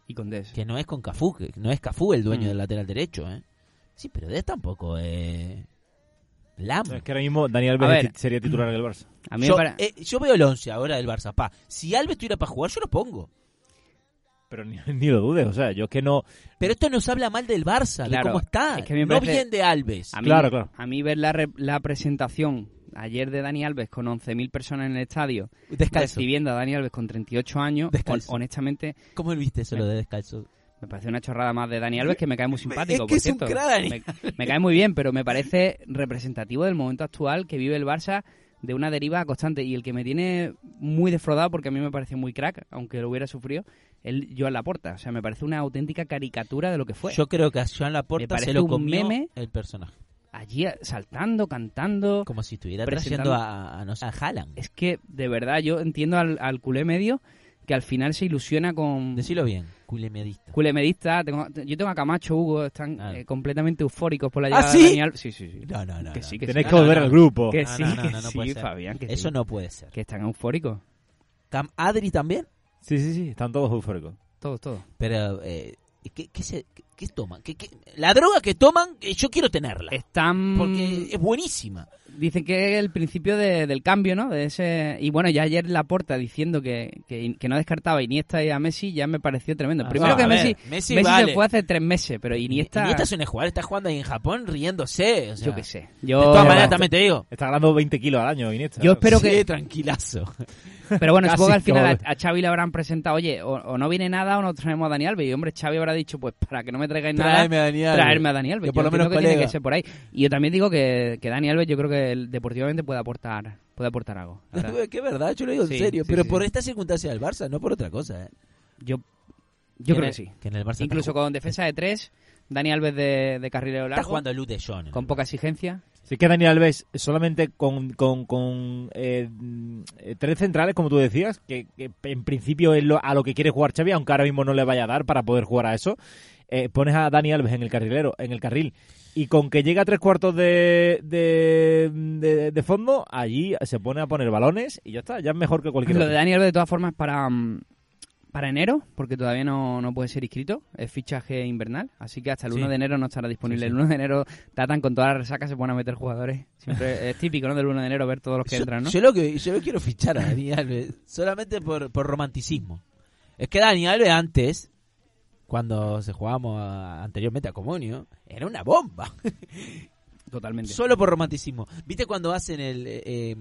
Speaker 3: Y con Des.
Speaker 4: que no es con Cafú, que no es Cafú el dueño
Speaker 3: Mm.
Speaker 4: del lateral derecho. ¿eh? Sí, pero de tampoco es... Lam.
Speaker 1: Es que ahora mismo Daniel
Speaker 3: A
Speaker 1: Alves
Speaker 3: ver.
Speaker 1: ti- sería titular del Barça.
Speaker 3: A mí
Speaker 4: yo,
Speaker 3: me pare-
Speaker 4: eh, yo veo el 11 ahora del Barça. Pa, si Alves estuviera para jugar, yo lo pongo.
Speaker 1: Pero ni, [LAUGHS] ni lo dudes, o sea, yo es que no.
Speaker 4: Pero esto nos habla mal del Barça,
Speaker 3: Claro,
Speaker 4: de cómo está.
Speaker 3: es que a mí me
Speaker 4: no
Speaker 3: parece-
Speaker 4: bien de Alves.
Speaker 3: A mí,
Speaker 1: Claro, claro.
Speaker 3: A mí ver la, re- la presentación ayer de Dani Alves con 11.000 personas en el estadio,
Speaker 4: Descalzo.
Speaker 3: recibiendo a Dani Alves con 38 años,
Speaker 4: Descalzo.
Speaker 3: hon- honestamente,
Speaker 4: ¿Cómo lo viste eso lo de descalzo?
Speaker 3: me parece una chorrada más de Dani Alves que me cae muy simpático.
Speaker 4: que
Speaker 3: por
Speaker 4: es un
Speaker 3: cierto.
Speaker 4: crack, Dani
Speaker 3: me, me cae muy bien, pero me parece representativo del momento actual que vive el Barça de una deriva constante. Y el que me tiene muy defraudado, porque a mí me parece muy crack, aunque lo hubiera sufrido, él yo a la puerta. O sea, me parece una auténtica caricatura de lo que fue.
Speaker 4: Yo creo que a Joan
Speaker 3: Me
Speaker 4: Laporta
Speaker 3: parece
Speaker 4: se lo
Speaker 3: un
Speaker 4: comió
Speaker 3: meme.
Speaker 4: el personaje.
Speaker 3: Allí eh, saltando, cantando.
Speaker 4: Como si estuviera
Speaker 3: Presentando-
Speaker 4: trayendo a, a, no sé, a Haaland.
Speaker 3: Es que, de verdad, yo entiendo al, al culé medio que al final se ilusiona con
Speaker 4: Decilo bien, culemedista.
Speaker 3: culemedista. Tengo- yo tengo a Camacho, Hugo, están
Speaker 4: Ah.
Speaker 3: eh, completamente eufóricos por la
Speaker 4: ¿Ah,
Speaker 3: llegada
Speaker 4: sí?
Speaker 3: de Daniel. Sí, sí, sí.
Speaker 4: No, no, no.
Speaker 3: que
Speaker 4: no.
Speaker 3: sí, que sí.
Speaker 1: Tenéis
Speaker 4: no,
Speaker 1: que volver
Speaker 4: no,
Speaker 1: al
Speaker 4: no.
Speaker 1: grupo.
Speaker 3: Que
Speaker 4: No,
Speaker 3: sí,
Speaker 4: no, no,
Speaker 3: que
Speaker 4: no, no
Speaker 3: sí,
Speaker 4: puede ser.
Speaker 3: Fabián, que
Speaker 4: Eso
Speaker 3: sí.
Speaker 4: no puede ser.
Speaker 3: Que están eufóricos.
Speaker 4: Cam Adri también.
Speaker 1: Sí, sí, sí, están todos eufóricos.
Speaker 3: Todos, todos.
Speaker 4: Pero, eh, ¿qué, qué, se, qué, qué toman? ¿Qué- qué- La droga que toman, eh, yo quiero tenerla.
Speaker 3: Están.
Speaker 4: Porque es buenísima.
Speaker 3: Dicen que es el principio de- del cambio, ¿no? De ese Y bueno, ya ayer Laporta diciendo que, que, que no descartaba a Iniesta y a Messi ya me pareció tremendo. Primero
Speaker 4: Ah,
Speaker 3: que
Speaker 4: a ver,
Speaker 3: Messi,
Speaker 4: Messi,
Speaker 3: Messi
Speaker 4: vale.
Speaker 3: se fue hace tres meses, pero Iniesta.
Speaker 4: Iniesta es un jugador, está jugando ahí en Japón riéndose. o sea.
Speaker 3: Yo qué sé. Yo,
Speaker 4: De todas maneras,
Speaker 1: Yo-
Speaker 4: también te digo.
Speaker 1: Está ganando 20 kilos al año, Iniesta.
Speaker 3: Yo espero- Pero
Speaker 4: Sí,
Speaker 3: que-
Speaker 4: tranquilazo.
Speaker 3: Pero bueno,
Speaker 1: Casi
Speaker 3: supongo que al final
Speaker 1: todo.
Speaker 3: a, a Xavi le habrán presentado, oye, o, o no viene nada o no traemos a Dani Alves. Y hombre, Xavi habrá dicho, pues para que no me traigáis nada,
Speaker 4: a Daniel.
Speaker 3: traerme a Dani Alves.
Speaker 4: Que por
Speaker 3: Yo
Speaker 4: lo menos
Speaker 3: entiendo que tiene
Speaker 4: colega.
Speaker 3: que ser por ahí. Y yo también digo que, que Dani Alves yo creo que él deportivamente puede aportar puede aportar algo. la verdad.
Speaker 4: Que es verdad, yo lo digo
Speaker 3: Sí,
Speaker 4: en serio.
Speaker 3: sí,
Speaker 4: pero
Speaker 3: sí.
Speaker 4: por esta circunstancia del Barça, no por otra cosa. ¿eh?
Speaker 3: Yo, yo creo que sí.
Speaker 4: Que en el Barça
Speaker 3: Incluso
Speaker 4: está,
Speaker 3: con defensa de tres, Dani Alves de, de carrilero
Speaker 4: está
Speaker 3: largo,
Speaker 4: jugando Luz de John.
Speaker 3: con poca exigencia.
Speaker 1: Sí que Daniel Alves solamente con, con, con, eh, eh, tres centrales, como tú decías, que, que en principio es lo- a lo que quiere jugar Xavi, aunque ahora mismo no le vaya a dar para poder jugar a eso. Eh, pones a Dani Alves en el carrilero, en el carril, y con que llega a tres cuartos de, de, de- de fondo, allí se pone a poner balones y ya está, ya es mejor que cualquier
Speaker 3: Lo
Speaker 1: otro.
Speaker 3: de Dani Alves de todas formas para mm, para enero, porque todavía no, no puede ser inscrito, es fichaje invernal, así que hasta el
Speaker 4: Sí.
Speaker 3: 1 de enero no estará disponible.
Speaker 4: Sí, sí.
Speaker 3: El 1 de enero tratan con todas las resacas, se ponen a meter jugadores. Siempre es típico, ¿no? Del 1 de enero ver todos los que
Speaker 4: yo,
Speaker 3: entran, ¿no?
Speaker 4: yo lo que, yo lo quiero fichar
Speaker 3: [LAUGHS]
Speaker 4: a Dani Alves solamente por, por romanticismo. Es que Dani Alves antes, cuando se jugábamos a- anteriormente a Comunio, era una bomba.
Speaker 3: Totalmente.
Speaker 4: [LAUGHS] Solo por romanticismo. ¿Viste cuando hacen el, eh, eh,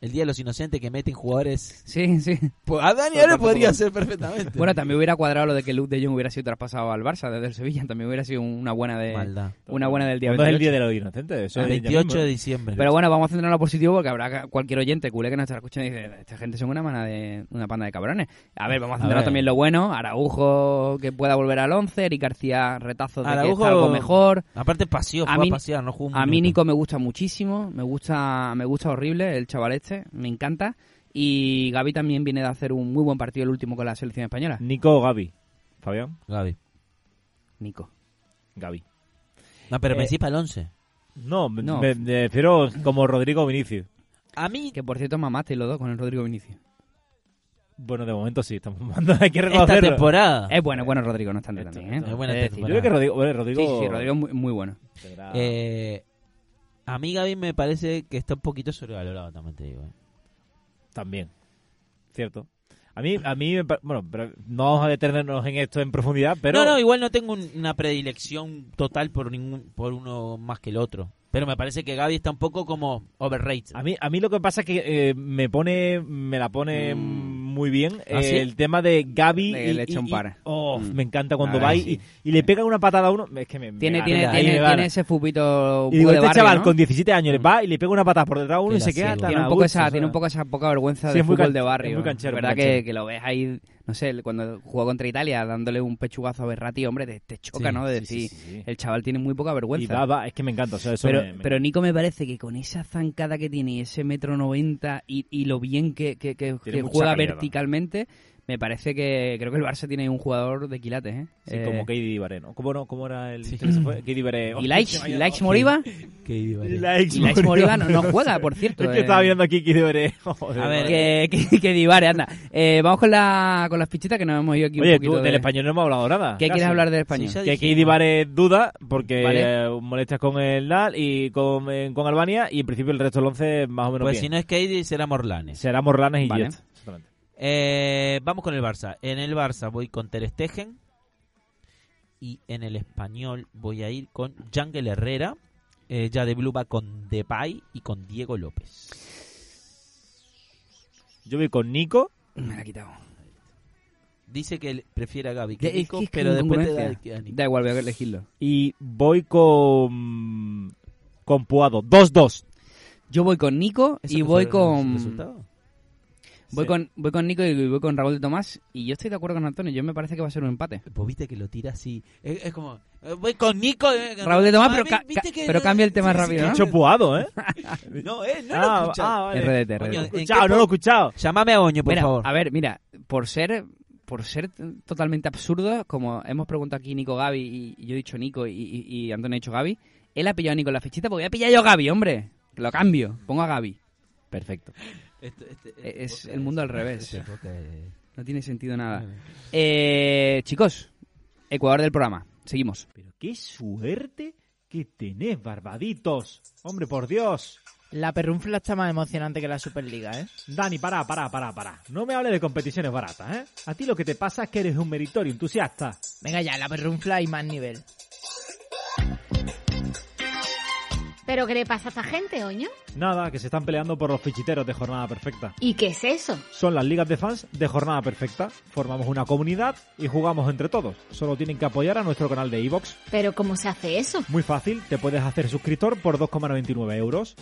Speaker 4: el Día de los Inocentes que meten jugadores?
Speaker 3: Sí, sí.
Speaker 4: Pues a Dani
Speaker 3: Solo
Speaker 4: Alves
Speaker 3: por
Speaker 4: podría
Speaker 3: fútbol.
Speaker 4: ser perfectamente.
Speaker 3: Bueno, también hubiera cuadrado lo de que Luke de Jong hubiera sido traspasado al Barça desde el Sevilla, también hubiera sido una buena de
Speaker 4: Maldad.
Speaker 3: una buena del día
Speaker 1: ¿Cuándo es el
Speaker 3: 28.
Speaker 1: día de los inocentes? Eso
Speaker 4: El
Speaker 1: es ya
Speaker 4: 28
Speaker 1: mismo.
Speaker 4: de diciembre.
Speaker 3: Pero bueno, vamos a centrarnos en lo positivo porque habrá ca- cualquier oyente culé que nos estará escuchando y dice, esta gente son una mana de una panda de cabrones. A ver, vamos a
Speaker 4: A
Speaker 3: centrarnos
Speaker 4: ver.
Speaker 3: también en lo bueno, Araujo que pueda volver al 11, Eric García retazos de
Speaker 4: Araujo-
Speaker 3: que está algo mejor.
Speaker 4: Aparte paseó,
Speaker 3: A
Speaker 4: fue
Speaker 3: mí-
Speaker 4: a pasear, no jugó un
Speaker 3: A mí
Speaker 4: minuto.
Speaker 3: Nico me gusta muchísimo, me gusta me gusta horrible el chaval este, me encanta y Gaby también viene de
Speaker 4: Mm.
Speaker 3: hacer un muy buen partido el último con la selección española.
Speaker 1: Nico o Gaby, Fabián.
Speaker 4: Gaby.
Speaker 3: Nico.
Speaker 1: Gaby.
Speaker 4: No, pero
Speaker 1: Eh,
Speaker 4: Messi para el 11.
Speaker 1: No, me-
Speaker 3: No.
Speaker 1: Me, me refiero como Rodrigo Vinicius.
Speaker 4: A mí,
Speaker 3: Que por cierto mamaste los dos con el Rodrigo Vinicius.
Speaker 1: Bueno, de momento sí, estamos [LAUGHS] mamando, hay que
Speaker 4: esta
Speaker 1: reconocerlo.
Speaker 3: pues,
Speaker 4: temporada.
Speaker 3: Es bueno, bueno Rodrigo, no es tanto
Speaker 1: Esto-
Speaker 3: también, ¿eh?
Speaker 4: es buena
Speaker 3: Es decir,
Speaker 1: Yo
Speaker 4: temporada.
Speaker 1: creo que Rodrigo... bueno, Rodrigo...
Speaker 3: Sí, sí, sí, Rodrigo es muy, muy bueno.
Speaker 1: tendrá-
Speaker 4: Eh, a mí Gaby me parece que está un poquito sobrevalorado, también te digo. ¿eh?
Speaker 1: También. Cierto. A mí, a mí, me pa- bueno, pero no vamos a detenernos en esto en profundidad, pero...
Speaker 4: No, no, igual no tengo un- una predilección total por ningún por uno más que el otro. Pero me parece que Gaby está un poco como overrated.
Speaker 1: A mí, a mí lo que pasa es que eh, me pone, me la pone
Speaker 3: Mm.
Speaker 1: muy bien
Speaker 4: ¿Ah,
Speaker 1: eh,
Speaker 4: sí?
Speaker 1: el tema de Gaby
Speaker 3: Le-
Speaker 1: y,
Speaker 3: le echa un
Speaker 1: y-
Speaker 3: par.
Speaker 1: y- oh,
Speaker 3: Mm.
Speaker 1: me encanta cuando
Speaker 3: A ver,
Speaker 1: va y,
Speaker 3: sí.
Speaker 1: y le pega una patada a uno. Es que me, me
Speaker 3: Tiene,
Speaker 1: gana,
Speaker 3: tiene,
Speaker 1: ahí
Speaker 3: tiene,
Speaker 1: me gana.
Speaker 3: tiene ese fupito un poco
Speaker 1: y digo,
Speaker 3: de
Speaker 1: este
Speaker 3: barrio,
Speaker 1: chaval
Speaker 3: ¿no?
Speaker 1: con 17 años le va y le pega una patada por detrás a uno
Speaker 4: Que
Speaker 1: y
Speaker 4: la
Speaker 1: se queda
Speaker 4: ciego.
Speaker 1: tan
Speaker 3: Tiene
Speaker 1: a
Speaker 3: un poco,
Speaker 1: gusto,
Speaker 3: esa,
Speaker 1: ¿sabes?
Speaker 3: tiene un poco esa poca vergüenza
Speaker 1: Sí,
Speaker 3: de
Speaker 1: es muy
Speaker 3: fútbol
Speaker 1: can-
Speaker 3: de barrio.
Speaker 1: es muy canchero,
Speaker 3: verdad
Speaker 1: muy
Speaker 3: que,
Speaker 1: canchero.
Speaker 3: que lo ves ahí, no sé, cuando jugó contra Italia dándole un pechugazo a Berratti, hombre, te, te choca,
Speaker 4: Sí,
Speaker 3: ¿no? De
Speaker 1: Sí, sí,
Speaker 3: decir,
Speaker 1: sí, sí.
Speaker 3: el chaval tiene muy poca
Speaker 1: Y
Speaker 3: vergüenza.
Speaker 1: va, va, es que me encanta. o sea, eso
Speaker 3: pero,
Speaker 1: me- me-
Speaker 3: pero Nico me parece que con esa zancada que tiene y ese metro noventa y, y lo bien que, que- que- que
Speaker 1: mucha
Speaker 3: juega
Speaker 1: calidad,
Speaker 3: verticalmente, me parece que creo que el Barça tiene un jugador de quilates, ¿eh?
Speaker 1: sí,
Speaker 3: Eh,
Speaker 1: como Katie Ibaré, ¿no? ¿Cómo, no? ¿Cómo era el...?
Speaker 4: Sí.
Speaker 1: que se fue? Katie
Speaker 3: [LAUGHS]
Speaker 1: Ibaré.
Speaker 3: y
Speaker 1: Hostia, [LAUGHS]
Speaker 3: Laix,
Speaker 1: vaya-
Speaker 3: y Laix Moriba,
Speaker 1: [LAUGHS]
Speaker 4: Qué idiota.
Speaker 1: Y Laix
Speaker 3: y Laix Moriba no, no juega, por cierto.
Speaker 1: Es que
Speaker 3: eh.
Speaker 1: estaba viendo aquí Katie [LAUGHS] Ibaré.
Speaker 4: A ver,
Speaker 3: que, que, que divare, anda. Eh, vamos con, la, con las fichitas que nos hemos ido aquí un
Speaker 1: Oye,
Speaker 3: poquito
Speaker 1: tú, del
Speaker 3: de-
Speaker 1: español no hemos hablado nada.
Speaker 3: ¿Qué quieres
Speaker 1: casi.
Speaker 3: hablar del
Speaker 4: Sí,
Speaker 3: español?
Speaker 4: ya
Speaker 1: Que
Speaker 4: dijimos.
Speaker 1: aquí Divaré duda porque
Speaker 3: Vale.
Speaker 1: eh, molestias con el NAL y con, eh, con Albania y en principio el resto del 11 más o menos
Speaker 4: Pues si
Speaker 1: bien.
Speaker 4: no es Katie, será Morlanes.
Speaker 1: Será Morlanes y
Speaker 3: Vale.
Speaker 1: Jets. Exactamente.
Speaker 4: Eh, vamos con el Barça. En el Barça voy con Ter Stegen. Y en el español voy a ir con Jangel Herrera. Eh, ya de Blue va con Depay y con Diego López.
Speaker 1: Yo voy con Nico.
Speaker 3: Me la he quitado.
Speaker 4: Dice que él prefiere a Gaby
Speaker 3: Ya,
Speaker 4: que
Speaker 3: es
Speaker 4: Nico,
Speaker 3: que es que
Speaker 4: pero después te da
Speaker 3: incongruencia.
Speaker 4: a Nico.
Speaker 3: Da igual, voy a elegirlo.
Speaker 1: Y voy con. Con Puado. 2-2.
Speaker 3: Yo voy con Nico
Speaker 4: ¿Eso
Speaker 3: y
Speaker 4: que
Speaker 3: voy
Speaker 4: fue el
Speaker 3: con,
Speaker 4: resultado?
Speaker 3: voy,
Speaker 1: Sí.
Speaker 3: con, voy con Nico y voy con Raúl de Tomás. Y yo estoy de acuerdo con Antonio, yo me parece que va a ser un empate.
Speaker 4: Pues viste que lo tira así. Es, es como. eh, Voy con Nico. eh, con-
Speaker 3: Raúl de Tomás, pero
Speaker 4: Ah,
Speaker 3: ca-
Speaker 4: viste
Speaker 3: ca- pero cambia el tema rápido,
Speaker 1: He
Speaker 3: ¿no?
Speaker 1: hecho Puado, ¿eh?
Speaker 4: [LAUGHS] No, eh, no lo
Speaker 1: ah,
Speaker 4: escuchas.
Speaker 1: ah, vale.
Speaker 3: RDT,
Speaker 1: Coño,
Speaker 4: RDT.
Speaker 1: he escuchado, no lo he escuchado.
Speaker 4: Llámame a Oño, por
Speaker 3: Mira,
Speaker 4: favor.
Speaker 3: a ver, mira, por ser por ser totalmente absurdo, como hemos preguntado aquí Nico Gaby y y yo he dicho Nico y, y- y Antonio ha dicho Gaby, él ha pillado a Nico en la fichita porque voy a pillar yo a Gaby, hombre. Lo cambio, pongo a Gaby.
Speaker 1: Perfecto.
Speaker 4: Este- este- este
Speaker 3: Es
Speaker 4: podcast
Speaker 3: el mundo al
Speaker 4: es-
Speaker 3: revés.
Speaker 4: este podcast es-
Speaker 3: No tiene sentido nada. Eh, chicos, Ecuador del programa. Seguimos.
Speaker 1: Pero qué suerte que tenés, barbaditos. Hombre, por Dios.
Speaker 7: La perrunfla está más emocionante que la Superliga, ¿eh?
Speaker 1: Dani, pará, pará, pará, pará. No me hables de competiciones baratas, ¿eh? A ti lo que te pasa es que eres un meritorio entusiasta.
Speaker 7: Venga ya, la perrunfla hay más nivel.
Speaker 6: ¿Pero qué le pasa a esta gente, oño?
Speaker 1: Nada, que se están peleando por los fichiteros de Jornada Perfecta.
Speaker 6: ¿Y qué es eso?
Speaker 1: Son las ligas de fans de Jornada Perfecta. Formamos una comunidad y jugamos entre todos. Solo tienen que apoyar a nuestro canal de Evox.
Speaker 6: ¿Pero cómo se hace eso?
Speaker 1: Muy fácil, te puedes hacer suscriptor por 2,99 euros.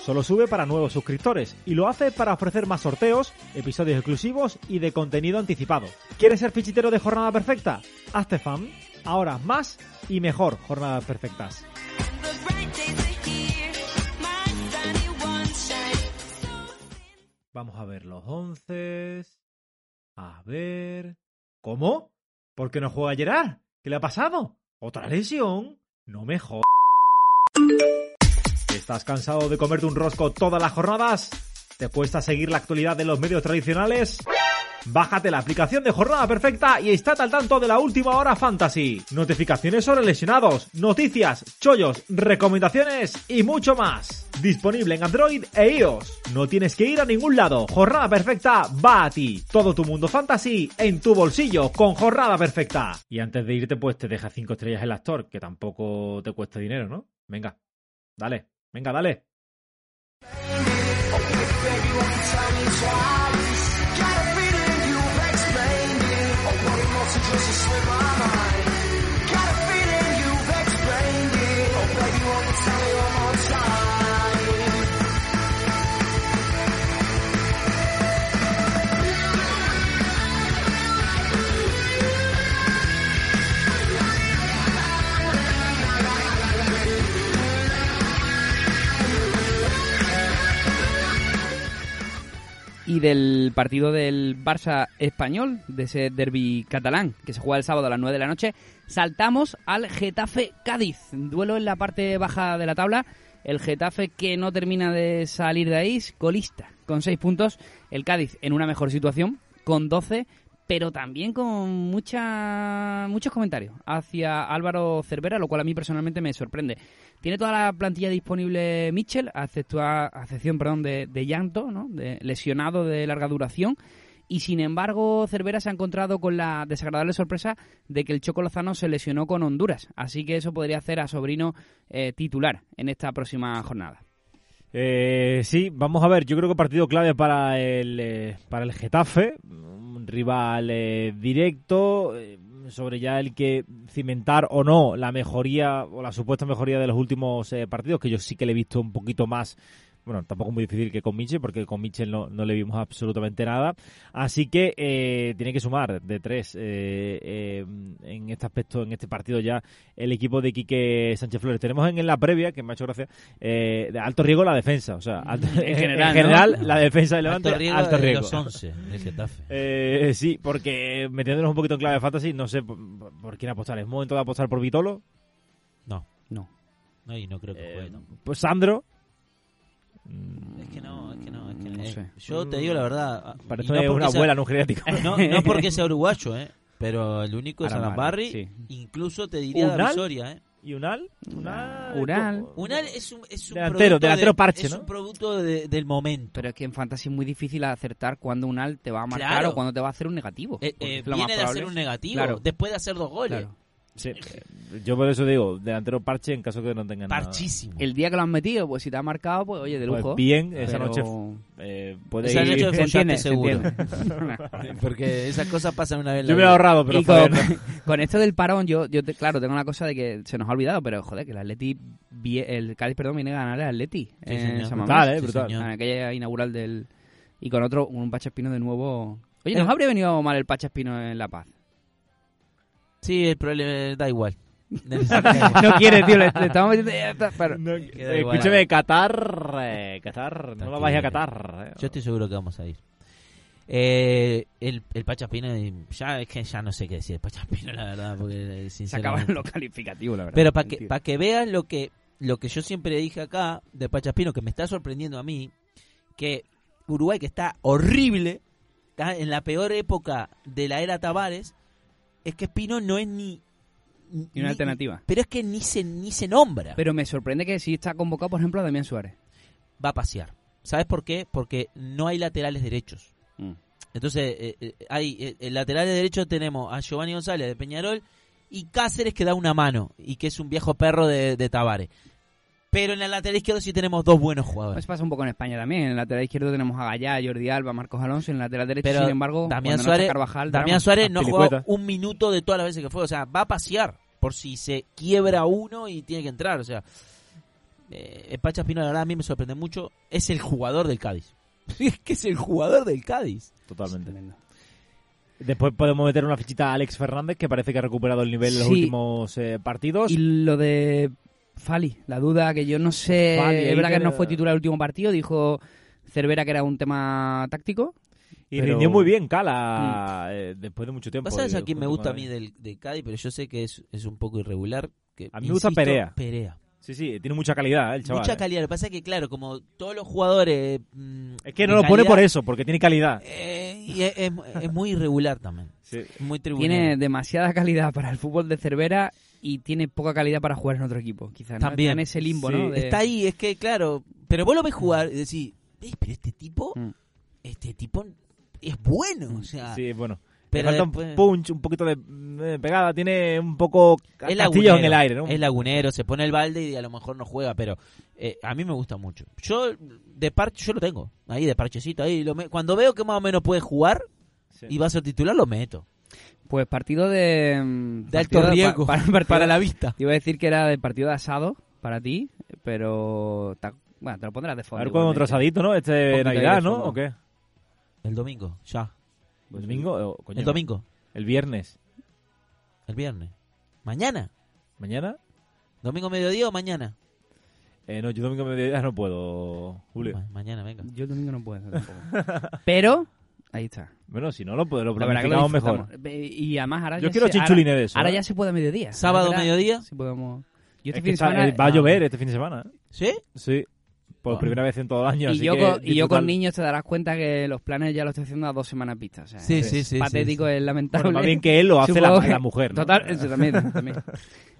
Speaker 1: Solo sube para nuevos suscriptores y lo hace para ofrecer más sorteos, episodios exclusivos y de contenido anticipado. ¿Quieres ser fichitero de Jornada Perfecta? Hazte fan. Ahora más y mejor Jornadas Perfectas. Vamos a ver los once. A ver. ¿Cómo? ¿Por qué no juega Gerard? ¿Qué le ha pasado? ¿Otra lesión? No me jodas. ¿Estás cansado de comerte un rosco todas las jornadas? ¿Te cuesta seguir la actualidad de los medios tradicionales? Bájate la aplicación de Jornada Perfecta y estate al tanto de la última hora fantasy. Notificaciones sobre lesionados, noticias, chollos, recomendaciones y mucho más. Disponible en Android e iOS. No tienes que ir a ningún lado. Jornada Perfecta va a ti. Todo tu mundo fantasy en tu bolsillo con Jornada Perfecta. Y antes de irte, pues te deja 5 estrellas el actor, que tampoco te cuesta dinero, ¿no? Venga, dale, venga, dale.
Speaker 3: y del partido del Barça español, de ese derby catalán, que se juega el sábado a las 9 de la noche, saltamos al Getafe Cádiz. Duelo en la parte baja de la tabla. El Getafe que no termina de salir de ahí, colista, con 6 puntos. El Cádiz en una mejor situación, con 12, pero también con mucha, muchos comentarios hacia Álvaro Cervera, lo cual a mí personalmente me sorprende. Tiene toda la plantilla disponible Mitchell, a exceptua- a excepción perdón, de, de llanto, ¿no? de lesionado de larga duración. Y sin embargo, Cervera se ha encontrado con la desagradable sorpresa de que el Choco Lozano se lesionó con Honduras. Así que eso podría hacer a Sobrino eh, titular en esta próxima jornada.
Speaker 1: Eh, sí, vamos a ver. Yo creo que partido clave para el, eh, para el Getafe. Un rival eh, directo eh, sobre ya el que cimentar o no la mejoría o la supuesta mejoría de los últimos eh, partidos, que yo sí que le he visto un poquito más. Bueno, tampoco es muy difícil que con Mitchell, porque con Mitchell no, no le vimos absolutamente nada. Así que eh, tiene que sumar de tres eh, eh, en este aspecto, en este partido ya, el equipo de Quique Sánchez Flores. Tenemos en, en la previa, que me ha hecho gracia, eh, de alto riesgo la defensa. O sea, alto- en
Speaker 3: general,
Speaker 1: general,
Speaker 3: ¿no?
Speaker 1: la defensa de Levante,
Speaker 4: Alto riesgo,
Speaker 1: alto
Speaker 4: de
Speaker 1: riesgo.
Speaker 4: los [LAUGHS] 11 del Getafe.
Speaker 1: Eh, eh, sí, porque eh, metiéndonos un poquito en clave fantasy, no sé por, por quién apostar. ¿Es momento de apostar por Vitolo?
Speaker 3: No.
Speaker 4: No, y no creo que juegue
Speaker 1: Eh,
Speaker 4: tampoco.
Speaker 1: ¿Por Sandro?
Speaker 4: Es que no, es que no, es que
Speaker 3: No
Speaker 4: eh,
Speaker 3: sé.
Speaker 4: Yo te digo la verdad. ah, y
Speaker 1: Parece
Speaker 4: no porque
Speaker 1: una
Speaker 4: sea-
Speaker 1: abuela en un geriátrico. [LAUGHS]
Speaker 4: [LAUGHS] No, no
Speaker 3: [LAUGHS]
Speaker 4: porque sea uruguayo, ¿eh? Pero el único es
Speaker 3: Arambarri,
Speaker 4: Arambarri. Incluso te diría
Speaker 1: ¿Unal?
Speaker 4: David Soria, ¿eh?
Speaker 1: ¿Y Unal?
Speaker 3: Unal.
Speaker 1: ¿cómo?
Speaker 4: Unal es un, es un
Speaker 1: Delantero,
Speaker 4: producto de-
Speaker 1: delantero parche,
Speaker 4: es
Speaker 1: ¿no?
Speaker 4: un producto de- del momento.
Speaker 3: Pero es que en Fantasy es muy difícil acertar cuando un alt te va a marcar
Speaker 4: Claro.
Speaker 3: o cuando te va a hacer un negativo.
Speaker 4: Eh,
Speaker 3: porque
Speaker 4: eh,
Speaker 3: es lo más
Speaker 4: viene de hacer
Speaker 3: probable.
Speaker 4: un negativo,
Speaker 3: Claro.
Speaker 4: después de hacer dos goles.
Speaker 3: Claro.
Speaker 4: [LAUGHS]
Speaker 1: Sí, eh, yo por eso digo, delantero parche en caso que no tengan nada.
Speaker 4: Parchísimo.
Speaker 3: El día que lo has metido, pues si te ha marcado, pues oye, de
Speaker 1: Pues
Speaker 3: lujo.
Speaker 1: bien, esa
Speaker 3: Pero- [LAUGHS]
Speaker 1: noche eh, puede
Speaker 4: Esa
Speaker 1: ir-
Speaker 3: se
Speaker 4: noche de
Speaker 3: entiende,
Speaker 4: follaste
Speaker 3: se [LAUGHS]
Speaker 4: seguro. [LAUGHS]
Speaker 3: entiende.
Speaker 4: eh, Porque esas cosas pasan una vez en la
Speaker 1: [LAUGHS] Yo me he
Speaker 4: vida.
Speaker 1: ahorrado, pero
Speaker 3: Y
Speaker 4: [LAUGHS]
Speaker 3: con,
Speaker 1: joder, no.
Speaker 3: con esto del parón, yo, yo te- claro, tengo una cosa de que se nos ha olvidado, pero joder, que el Atleti, vi- el Cádiz, perdón, viene a ganar al Atleti
Speaker 4: Sí,
Speaker 3: en
Speaker 4: señor.
Speaker 3: San Mamés.
Speaker 1: Brutal, eh,
Speaker 4: Sí,
Speaker 1: brutal.
Speaker 4: señor.
Speaker 3: En aquella inaugural del... Y con otro, un Pachaspino de nuevo... Oye,
Speaker 4: Eh.
Speaker 3: ¿nos habría venido mal el Pachaspino en La Paz?
Speaker 4: Sí, el problema eh, da
Speaker 1: [LAUGHS]
Speaker 4: igual. Necesariamente.
Speaker 3: No quiere, tío, le, le estamos metiendo... eh, ta- [LAUGHS] pero-
Speaker 1: No,
Speaker 4: Queda
Speaker 1: eh,
Speaker 4: igual.
Speaker 1: escúchame, Qatar, eh, Qatar, no lo vais a Qatar. eh.
Speaker 4: Yo estoy seguro que vamos a ir. Eh, el, el Pachaspina, ya es que ya no sé qué decir. El Pachaspina, la verdad, porque eh,
Speaker 3: Se acaban
Speaker 4: sinceramente.
Speaker 3: los calificativos, la verdad.
Speaker 4: Pero para que,
Speaker 3: Mentira.
Speaker 4: pa' que veas lo que, lo que yo siempre dije acá de Pachaspino, que me está sorprendiendo a mí, que Uruguay, que está horrible, está en la peor época de la era Tavares, es que Espino no es ni. ni-
Speaker 3: Ni una alternativa.
Speaker 4: Pero es que ni se, ni se nombra.
Speaker 3: Pero me sorprende que sí está convocado, por ejemplo, a Damián Suárez.
Speaker 4: Va a pasear. ¿Sabes por qué? Porque no hay laterales derechos. Entonces, eh, eh, hay eh, el lateral de derecho tenemos a Giovanni González de Peñarol y Cáceres que da una mano y que es un viejo perro de, de Tabares. Pero en el lateral izquierdo sí tenemos dos buenos
Speaker 3: Pues
Speaker 4: jugadores.
Speaker 3: pasa un poco en España también. En el lateral izquierdo tenemos a Gallá, Jordi Alba, Marcos Alonso. En el lateral derecho,
Speaker 4: Pero
Speaker 3: sin embargo,
Speaker 4: Damián
Speaker 3: cuando no está
Speaker 4: Suárez-
Speaker 3: Carvajal, drama.
Speaker 4: Damián Suárez no jugó
Speaker 1: Azpilicueta.
Speaker 4: un minuto de todas las veces que fue. O sea, va a pasear por si se quiebra uno y tiene que entrar. O sea, eh, el Pacha Espino, la verdad, a mí me sorprende mucho. Es el jugador del Cádiz. [LAUGHS] Es que es el jugador del Cádiz.
Speaker 1: Totalmente.
Speaker 3: Tremendo.
Speaker 1: Después podemos meter una fichita a Alex Fernández, que parece que ha recuperado el nivel en los
Speaker 3: Sí.
Speaker 1: últimos eh, partidos.
Speaker 3: Y lo de Fali, la duda que yo no sé.
Speaker 1: Fali,
Speaker 3: es
Speaker 1: ahí
Speaker 3: verdad que
Speaker 1: tiene-
Speaker 3: no fue titular el último partido. Dijo Cervera que era un tema táctico.
Speaker 1: Y
Speaker 3: Pero-
Speaker 1: rindió muy bien Cala eh, después de mucho tiempo.
Speaker 4: Mm. ¿Vos sabés
Speaker 1: eh,
Speaker 4: a quién me
Speaker 1: junto
Speaker 4: gusta a
Speaker 1: con-
Speaker 4: mí del, del Cádiz? Pero yo sé que es, es un poco irregular. Que,
Speaker 1: A mí me gusta Perea.
Speaker 4: Perea.
Speaker 1: Sí, sí, tiene mucha calidad eh, el chaval.
Speaker 4: Mucha
Speaker 1: eh.
Speaker 4: calidad. Lo que pasa es que, claro, como todos los jugadores... mm,
Speaker 1: Es que no lo pone por eso, porque tiene calidad.
Speaker 4: eh, y es, es- es muy irregular también.
Speaker 1: Sí.
Speaker 4: Es Muy
Speaker 3: Tiene
Speaker 4: tribunal.
Speaker 3: demasiada calidad para el fútbol de Cervera y tiene poca calidad para jugar en otro equipo. Quizás ¿no?
Speaker 4: También.
Speaker 3: Está en ese limbo,
Speaker 1: Sí.
Speaker 3: ¿no? De-
Speaker 4: Está ahí, es que, claro... Pero vos lo ves jugar y decís... "Ey, pero este tipo...
Speaker 3: Mm.
Speaker 4: Este tipo es bueno. O sea...
Speaker 1: Sí, bueno.
Speaker 4: Pero
Speaker 1: Pero falta
Speaker 4: después-
Speaker 1: un punch, un poquito de mm, pegada, tiene un poco ca-
Speaker 4: Es
Speaker 1: castillos
Speaker 4: lagunero,
Speaker 1: en el aire, ¿no?
Speaker 4: es lagunero, se pone el balde y a lo mejor no juega, pero eh, a mí me gusta mucho. Yo de parche, yo lo tengo, ahí de parchecito, ahí lo me- cuando veo que más o menos puede jugar
Speaker 1: Sí.
Speaker 4: y va a ser titular lo meto.
Speaker 3: Pues partido de. mm,
Speaker 4: De
Speaker 3: partido
Speaker 4: alto
Speaker 3: pa-
Speaker 4: riesgo [LAUGHS]
Speaker 3: pa- partido-
Speaker 4: la vista.
Speaker 3: Te iba a decir que era de partido de asado para ti, pero. ta- Bueno, te lo pondrás de
Speaker 1: A
Speaker 3: fondo.
Speaker 1: ver con otro
Speaker 3: igualmente.
Speaker 1: asadito, ¿no? Este
Speaker 3: Poquito ahí de
Speaker 1: Navidad, ¿no?
Speaker 3: fondo.
Speaker 1: ¿O qué?
Speaker 4: El domingo, ya.
Speaker 3: Pues
Speaker 1: ¿El domingo? Eh, oh, coño,
Speaker 4: El domingo,
Speaker 1: El viernes.
Speaker 4: el viernes. Mañana,
Speaker 1: ¿Mañana?
Speaker 4: domingo mediodía o mañana.
Speaker 1: Eh, no, yo domingo mediodía no puedo, Julio.
Speaker 4: Ma- mañana, venga.
Speaker 3: Yo el domingo no puedo tampoco.
Speaker 4: [LAUGHS]
Speaker 3: Pero, ahí está.
Speaker 1: Bueno, si no lo puedo, lo
Speaker 3: La verdad que lo
Speaker 1: planificamos mejor.
Speaker 3: disfrutamos. Ve- Y además ahora
Speaker 1: Yo
Speaker 3: ya
Speaker 1: quiero
Speaker 3: se- ahora-
Speaker 1: chinchulines de eso,
Speaker 3: Ahora
Speaker 1: ¿eh?
Speaker 3: ya se puede a mediodía.
Speaker 4: Sábado,
Speaker 3: Ahora
Speaker 4: mediodía. Ah.
Speaker 3: Sí podemos... Yo
Speaker 1: Es
Speaker 3: este
Speaker 1: que
Speaker 3: fin de
Speaker 1: está-
Speaker 3: semana-
Speaker 1: eh, va a
Speaker 3: no.
Speaker 1: llover este fin de semana. ¿eh?
Speaker 4: ¿Sí?
Speaker 1: Sí, por
Speaker 4: Bueno.
Speaker 1: primera vez en todo el año.
Speaker 3: Y
Speaker 1: así
Speaker 3: yo,
Speaker 1: que
Speaker 3: con, y yo con
Speaker 1: disfrutar-
Speaker 3: niños te darás cuenta que los planes ya los estoy haciendo a dos semanas pistas.
Speaker 4: Sí, sí, sí.
Speaker 3: patético, es lamentable.
Speaker 1: Bueno,
Speaker 3: [LAUGHS]
Speaker 1: más bien que él lo hace la,
Speaker 3: Supongo que-
Speaker 1: la mujer. ¿no?
Speaker 3: Total, eso también, también.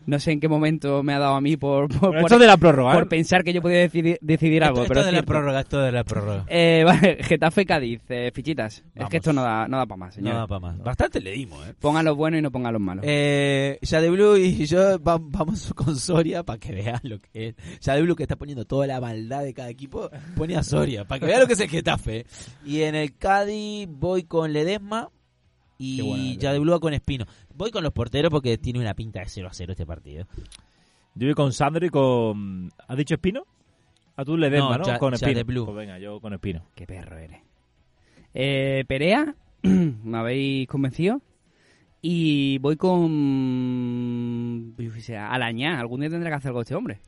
Speaker 3: No sé en qué momento me ha dado a mí por, por,
Speaker 1: Bueno,
Speaker 3: por-
Speaker 1: esto es de la prórroga. ¿eh?
Speaker 3: por pensar que yo podía decidir, decidir algo.
Speaker 4: Esto, esto
Speaker 3: pero es
Speaker 4: de la
Speaker 3: cierto.
Speaker 4: prórroga, esto de la prórroga.
Speaker 3: Eh, [LAUGHS] vale, Getafe Cádiz, eh, fichitas. Es
Speaker 4: Vamos.
Speaker 3: que esto no da, no da para más, señor.
Speaker 4: No da para más. Bastante le dimos, ¿eh?
Speaker 3: Pongan los buenos y no pongan los malos.
Speaker 4: Eh, Jade Blue y yo va- vamos [LAUGHS] con Soria para que vean lo que es. Jade Blue que está poniendo toda la maldad de cada equipo, pone a Soria para que vean lo que es el Getafe. Y en el Cádiz voy con Ledesma
Speaker 1: Qué buena,
Speaker 4: y
Speaker 1: Ledesma.
Speaker 4: Jade Blue va con Espino. Voy con los porteros porque tiene una pinta de 0 a 0 este partido.
Speaker 1: Yo voy con Sandro y con. ¿Has dicho Espino? A tú le des
Speaker 4: No,
Speaker 1: ¿no?
Speaker 4: ya-
Speaker 1: con
Speaker 4: ya
Speaker 1: Espino.
Speaker 4: de Blue.
Speaker 1: Pues venga, yo con Espino.
Speaker 3: Qué perro eres. Eh, Perea, [CLEARS THROAT] me habéis convencido. Y voy con. Yo qué sé, Alañá. Algún día tendrá que hacer algo este hombre.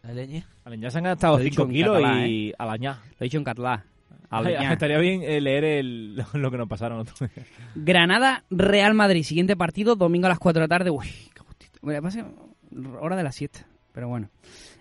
Speaker 1: Ya se han gastado
Speaker 3: Lo he dicho
Speaker 1: 5
Speaker 3: en
Speaker 1: kilos
Speaker 3: catalán,
Speaker 1: y Alañá.
Speaker 3: Lo he dicho en catalán.
Speaker 1: ¿eh? Ay,
Speaker 3: Alañá.
Speaker 1: Estaría bien eh, leer el, [LAUGHS] lo que nos pasaron otro día.
Speaker 3: Granada, Real Madrid. Siguiente partido, domingo a las 4 de la tarde. Uy, qué gustito. Bueno, además, eh, hora de la siesta, pero bueno.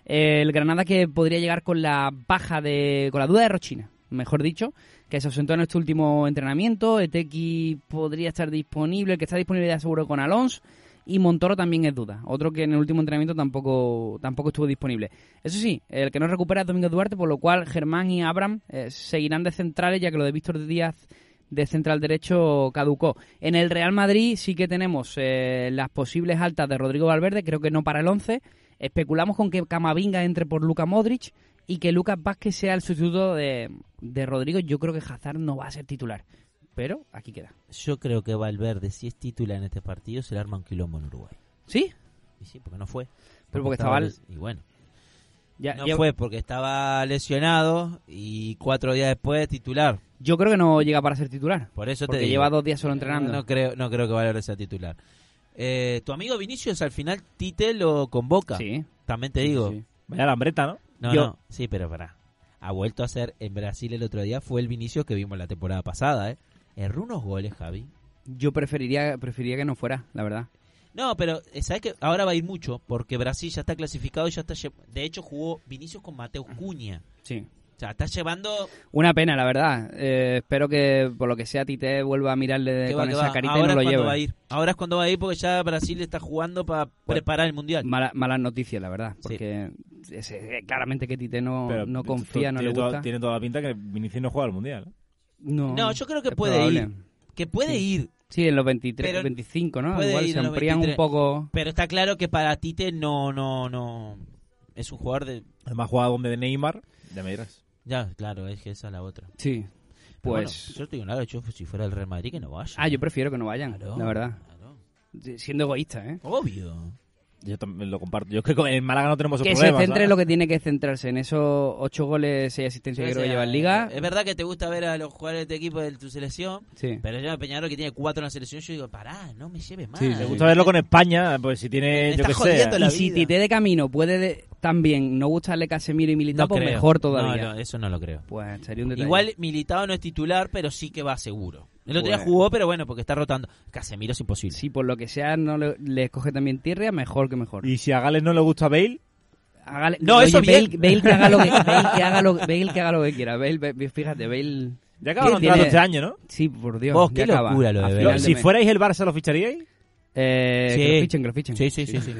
Speaker 3: Eh, El Granada que podría llegar con la baja de. con la duda de Rochina, mejor dicho, que se ausentó en este último entrenamiento. Etequi podría estar disponible, el que está disponible ya seguro con Alonso. Y Montoro también es duda. Otro que en el último entrenamiento tampoco, tampoco estuvo disponible. Eso sí, el que no recupera es Domingo Duarte, por lo cual Germán y Abraham eh, seguirán de centrales, ya que lo de Víctor Díaz de central derecho caducó. En el Real Madrid sí que tenemos eh, las posibles altas de Rodrigo Valverde, creo que no para el 11. Especulamos con que Camavinga entre por Luca Modric y que Lucas Vázquez sea el sustituto de, de Rodrigo. Yo creo que Hazard no va a ser titular, pero aquí queda.
Speaker 4: Yo creo que Valverde, si es titular en este partido, se le arma un quilombo en Uruguay.
Speaker 3: ¿Sí?
Speaker 4: Y sí, porque no fue.
Speaker 3: Pero porque estaba el-
Speaker 4: Y bueno.
Speaker 3: Ya,
Speaker 4: No
Speaker 3: ya-
Speaker 4: fue porque estaba lesionado y cuatro días después titular.
Speaker 3: Yo creo que no llega para ser titular.
Speaker 4: Por eso
Speaker 3: Porque
Speaker 4: te digo.
Speaker 3: lleva dos días solo entrenando.
Speaker 4: No, no creo, no creo que Valverde sea titular. Eh, tu amigo Vinicius al final Tite lo convoca.
Speaker 3: Sí.
Speaker 4: También te
Speaker 3: sí,
Speaker 4: digo.
Speaker 3: sí.
Speaker 1: Vaya lambreta, ¿no?
Speaker 4: No,
Speaker 3: Yo-
Speaker 4: no. Sí, pero pará. Ha vuelto a ser en Brasil el otro día. Fue el Vinicius que vimos la temporada pasada, ¿eh? Erró unos goles, Javi.
Speaker 3: Yo preferiría, preferiría que no fuera, la verdad.
Speaker 4: No, pero eh, sabes que ahora va a ir mucho porque Brasil ya está clasificado y ya está. lle- De hecho, jugó Vinicius con Mateus Cuña.
Speaker 3: Sí.
Speaker 4: O sea, está llevando.
Speaker 3: Una pena, la verdad. Eh, espero que por lo que sea Tite vuelva a mirarle
Speaker 4: que va,
Speaker 3: Eh, con
Speaker 4: que
Speaker 3: esa
Speaker 4: va.
Speaker 3: carita
Speaker 4: Ahora
Speaker 3: y no
Speaker 4: es
Speaker 3: lo
Speaker 4: cuando
Speaker 3: lleve.
Speaker 4: va a ir. Ahora es cuando va a ir porque ya Brasil está jugando para preparar el mundial.
Speaker 3: Mala- malas noticias, la verdad.
Speaker 4: Sí.
Speaker 3: Porque ese- claramente que Tite no,
Speaker 1: Pero
Speaker 3: no
Speaker 1: t-
Speaker 3: confía,
Speaker 1: t-
Speaker 3: no le
Speaker 1: tiene
Speaker 3: gusta.
Speaker 1: Toda, tiene toda la pinta que Vinicius no juega al mundial. ¿eh?
Speaker 3: No,
Speaker 4: No, yo creo que
Speaker 3: es
Speaker 4: puede
Speaker 3: probable.
Speaker 4: ir. Que puede
Speaker 3: Sí.
Speaker 4: ir,
Speaker 3: Sí, en los 23,
Speaker 4: Pero
Speaker 3: 25, ¿no?
Speaker 4: puede
Speaker 3: Igual
Speaker 4: ir
Speaker 3: se
Speaker 4: en los
Speaker 3: amplían
Speaker 4: 23.
Speaker 3: un poco.
Speaker 4: pero está claro que para Tite no, no, no. Es un jugador de.
Speaker 1: Además, jugaba donde de Neymar. Ya me dirás.
Speaker 4: Ya, claro, es que esa es la otra.
Speaker 3: Sí.
Speaker 4: Pero
Speaker 3: Pues.
Speaker 4: bueno, yo te digo, claro, yo, si fuera el Real Madrid, que no vaya.
Speaker 3: Ah, yo prefiero que no vayan,
Speaker 4: Claro,
Speaker 3: la verdad.
Speaker 4: claro.
Speaker 3: Siendo egoísta, ¿eh?
Speaker 4: Obvio.
Speaker 1: Yo también lo comparto. Yo creo que en Málaga no tenemos esos
Speaker 3: Que se
Speaker 1: problemas.
Speaker 3: centre
Speaker 1: ¿sabes?
Speaker 3: lo que tiene que centrarse en esos 8 goles, 6 asistencias que creo que lleva en Liga.
Speaker 4: Es verdad que te gusta ver a los jugadores de tu equipo de tu selección,
Speaker 3: Sí.
Speaker 4: pero yo a Peñarol que tiene cuatro en la selección, yo digo, pará, no me lleves más.
Speaker 3: Sí,
Speaker 1: Me gusta verlo con España, pues si tiene,
Speaker 4: Me
Speaker 1: yo
Speaker 4: está
Speaker 1: qué
Speaker 4: jodiendo
Speaker 1: sé.
Speaker 4: la
Speaker 3: Y si
Speaker 4: vida.
Speaker 3: Tite de camino puede de- también no gustarle Casemiro y Militao, pues
Speaker 4: creo.
Speaker 3: mejor todavía.
Speaker 4: No, no, eso no lo creo.
Speaker 3: Pues sería un detalle.
Speaker 4: Igual Militado no es titular, pero sí que va seguro. El otro día
Speaker 3: Bueno.
Speaker 4: jugó, pero bueno, porque está rotando. Casemiro es imposible.
Speaker 3: si por lo que sea no le, le escoge también tierra, mejor que mejor.
Speaker 1: Y si a Gales no le gusta Bale,
Speaker 3: Hágale-
Speaker 4: No, eso
Speaker 3: Bale,
Speaker 4: bien.
Speaker 3: Bale que haga
Speaker 4: [LAUGHS]
Speaker 3: lo que, Bale que haga lo, Bale que haga lo que quiera. Bale, Bale- fíjate, Bale...
Speaker 1: ya acaba
Speaker 3: Sí,
Speaker 1: contrato
Speaker 3: tiene-
Speaker 1: este año, ¿no?
Speaker 3: Sí, por Dios.
Speaker 4: Vos,
Speaker 3: ya
Speaker 4: Oh, qué
Speaker 3: acaba.
Speaker 4: locura lo de
Speaker 3: A
Speaker 4: Bale.
Speaker 3: final
Speaker 1: Lo-
Speaker 3: de
Speaker 1: si
Speaker 3: mes.
Speaker 1: fuerais el Barça, ¿lo ficharíais?
Speaker 3: Eh,
Speaker 4: Sí.
Speaker 3: Que lo fichen, que lo fichen.
Speaker 4: Sí, sí, sí, sí.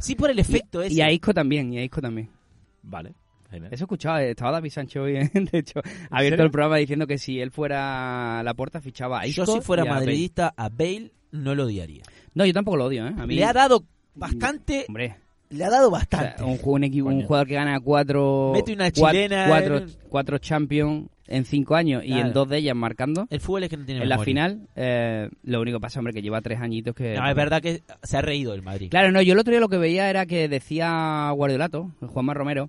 Speaker 4: Sí, por el efecto ese.
Speaker 3: Y a Isco también, y a Isco también.
Speaker 1: Vale. genial.
Speaker 3: Eso escuchaba, estaba David Sancho hoy, ¿eh? [LAUGHS] de hecho, ha abierto
Speaker 1: serio?
Speaker 3: el programa diciendo que si él fuera a la puerta fichaba a Isco.
Speaker 4: Yo si fuera
Speaker 3: y a Bale.
Speaker 4: madridista a Bale no lo odiaría.
Speaker 3: No, yo tampoco lo odio, ¿eh? A mí,
Speaker 4: Le ha dado bastante,
Speaker 3: hombre,
Speaker 4: le ha dado
Speaker 3: o sea,
Speaker 4: bastante.
Speaker 3: un, ju- un equi- un
Speaker 1: Coño.
Speaker 3: jugador que gana cuatro,
Speaker 4: Mete una
Speaker 3: cua-
Speaker 4: chilena,
Speaker 3: cuatro,
Speaker 4: eh.
Speaker 3: cuatro Champions en cinco años y
Speaker 4: Claro.
Speaker 3: en dos de ellas marcando
Speaker 4: El fútbol es que no tiene
Speaker 3: en la
Speaker 4: memoria.
Speaker 3: final, eh, lo único que pasa, hombre, que lleva tres añitos que...
Speaker 4: No, es verdad que se ha reído el Madrid.
Speaker 3: Claro, no, yo el otro día lo que veía era que decía Guardiolato, Juanma Romero,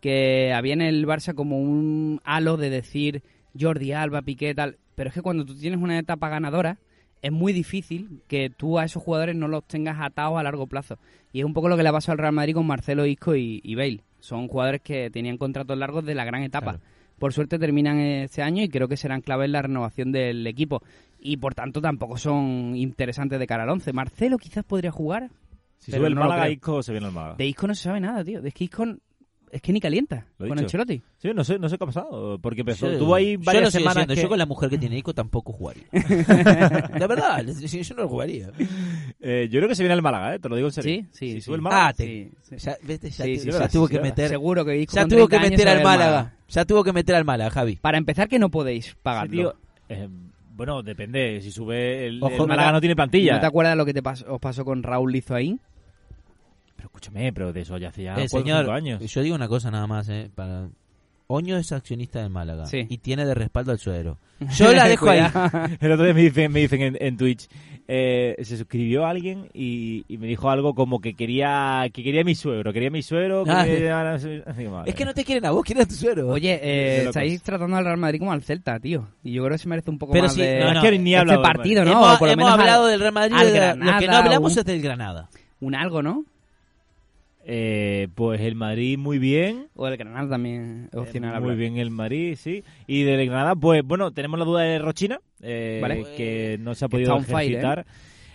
Speaker 3: que había en el Barça como un halo de decir Jordi Alba, Piqué, tal. Pero es que cuando tú tienes una etapa ganadora, es muy difícil que tú a esos jugadores no los tengas atados a largo plazo. Y es un poco lo que le ha pasado al Real Madrid con Marcelo Isco y, y Bale. son jugadores que tenían contratos largos de la gran etapa.
Speaker 4: Claro.
Speaker 3: Por suerte terminan este año y creo que serán claves en la renovación del equipo. Y por tanto tampoco son interesantes de cara al 11. Marcelo quizás podría jugar.
Speaker 1: Si
Speaker 3: Pero
Speaker 1: sube el
Speaker 3: no lo
Speaker 1: Málaga,
Speaker 3: creo.
Speaker 1: Isco se viene al Málaga.
Speaker 3: De Isco no se sabe nada, tío. Es que Isco n- es que ni calienta
Speaker 1: Lo he
Speaker 3: con
Speaker 1: dicho.
Speaker 3: Ancelotti.
Speaker 1: Sí, no sé, no sé qué ha pasado. Porque empezó.
Speaker 4: Yo-
Speaker 1: Tuvo ahí
Speaker 4: yo lo
Speaker 1: varias
Speaker 4: sigo
Speaker 1: semanas.
Speaker 4: siendo,
Speaker 1: que-
Speaker 4: Yo con la mujer que tiene Ico
Speaker 3: [LAUGHS]
Speaker 4: tampoco jugaría. de verdad, yo yo no lo jugaría.
Speaker 1: Eh, yo creo que se viene al Málaga, ¿eh? Te lo digo en serio.
Speaker 3: Sí, sí,
Speaker 1: Si
Speaker 3: sí.
Speaker 1: sube el Málaga.
Speaker 4: Ah, te-
Speaker 3: Sí, sí.
Speaker 4: Ya, vete, ya,
Speaker 3: Sí,
Speaker 4: te-
Speaker 3: sí,
Speaker 4: ya
Speaker 1: verdad,
Speaker 4: tuvo
Speaker 1: sí,
Speaker 4: que
Speaker 1: verdad.
Speaker 4: meter,
Speaker 3: Seguro que Isco
Speaker 4: ya
Speaker 3: con
Speaker 4: tuvo que
Speaker 3: 30 años
Speaker 4: meter
Speaker 3: se va
Speaker 4: al
Speaker 3: del
Speaker 4: Málaga. Ya tuvo que meter al Málaga, Javi.
Speaker 3: Para empezar que no podéis
Speaker 1: Ese
Speaker 3: pagarlo.
Speaker 1: tío, eh, bueno, depende. Si sube el,
Speaker 3: Ojo,
Speaker 1: el
Speaker 3: no te-
Speaker 1: Málaga no tiene plantilla.
Speaker 3: ¿No te acuerdas de lo que te pas- os pasó con Raúl Lizoaín?
Speaker 1: Pero escúchame, pero de eso ya
Speaker 3: Ah,
Speaker 1: hacía
Speaker 4: Eh,
Speaker 1: cuatro o
Speaker 4: señor,
Speaker 1: cinco años. [LAUGHS]
Speaker 4: yo digo una cosa nada más, eh, para... Oño es accionista del Málaga
Speaker 3: Sí.
Speaker 4: y tiene de respaldo
Speaker 3: [LAUGHS]
Speaker 4: al suero. Yo la dejo ahí.
Speaker 1: El otro día me dicen, me dicen en, en Twitch, eh, se suscribió alguien y, y me dijo algo como que quería que quería mi suegro, quería mi suegro.
Speaker 4: Ah,
Speaker 1: quería- así que madre.
Speaker 4: Es que no te quieren a vos, quieren a tu suero.
Speaker 3: Oye, eh,
Speaker 1: de locos.
Speaker 3: estáis tratando al Real Madrid como al Celta, tío. Y yo creo que se merece un poco
Speaker 4: Pero
Speaker 3: más
Speaker 4: sí,
Speaker 3: de
Speaker 4: no, no,
Speaker 1: Es que ni
Speaker 3: este
Speaker 1: habla
Speaker 3: partido, ¿no?
Speaker 4: hemos
Speaker 3: O por lo
Speaker 4: hemos
Speaker 3: menos al-
Speaker 4: hablado del Real Madrid,
Speaker 3: al
Speaker 4: y de la- lo que no
Speaker 3: Granada,
Speaker 4: hablamos
Speaker 3: un-
Speaker 4: es del Granada.
Speaker 3: un algo, ¿no?
Speaker 1: Eh, pues el Madrid muy bien.
Speaker 3: O el Granada también es opcional.
Speaker 1: Eh, Muy
Speaker 3: hablar.
Speaker 1: bien el Madrid, sí. Y de Granada, pues bueno, tenemos la duda de Rochina, eh,
Speaker 3: Vale.
Speaker 4: Pues,
Speaker 1: que no se ha
Speaker 3: Que está
Speaker 1: podido
Speaker 3: on fire,
Speaker 1: ejercitar.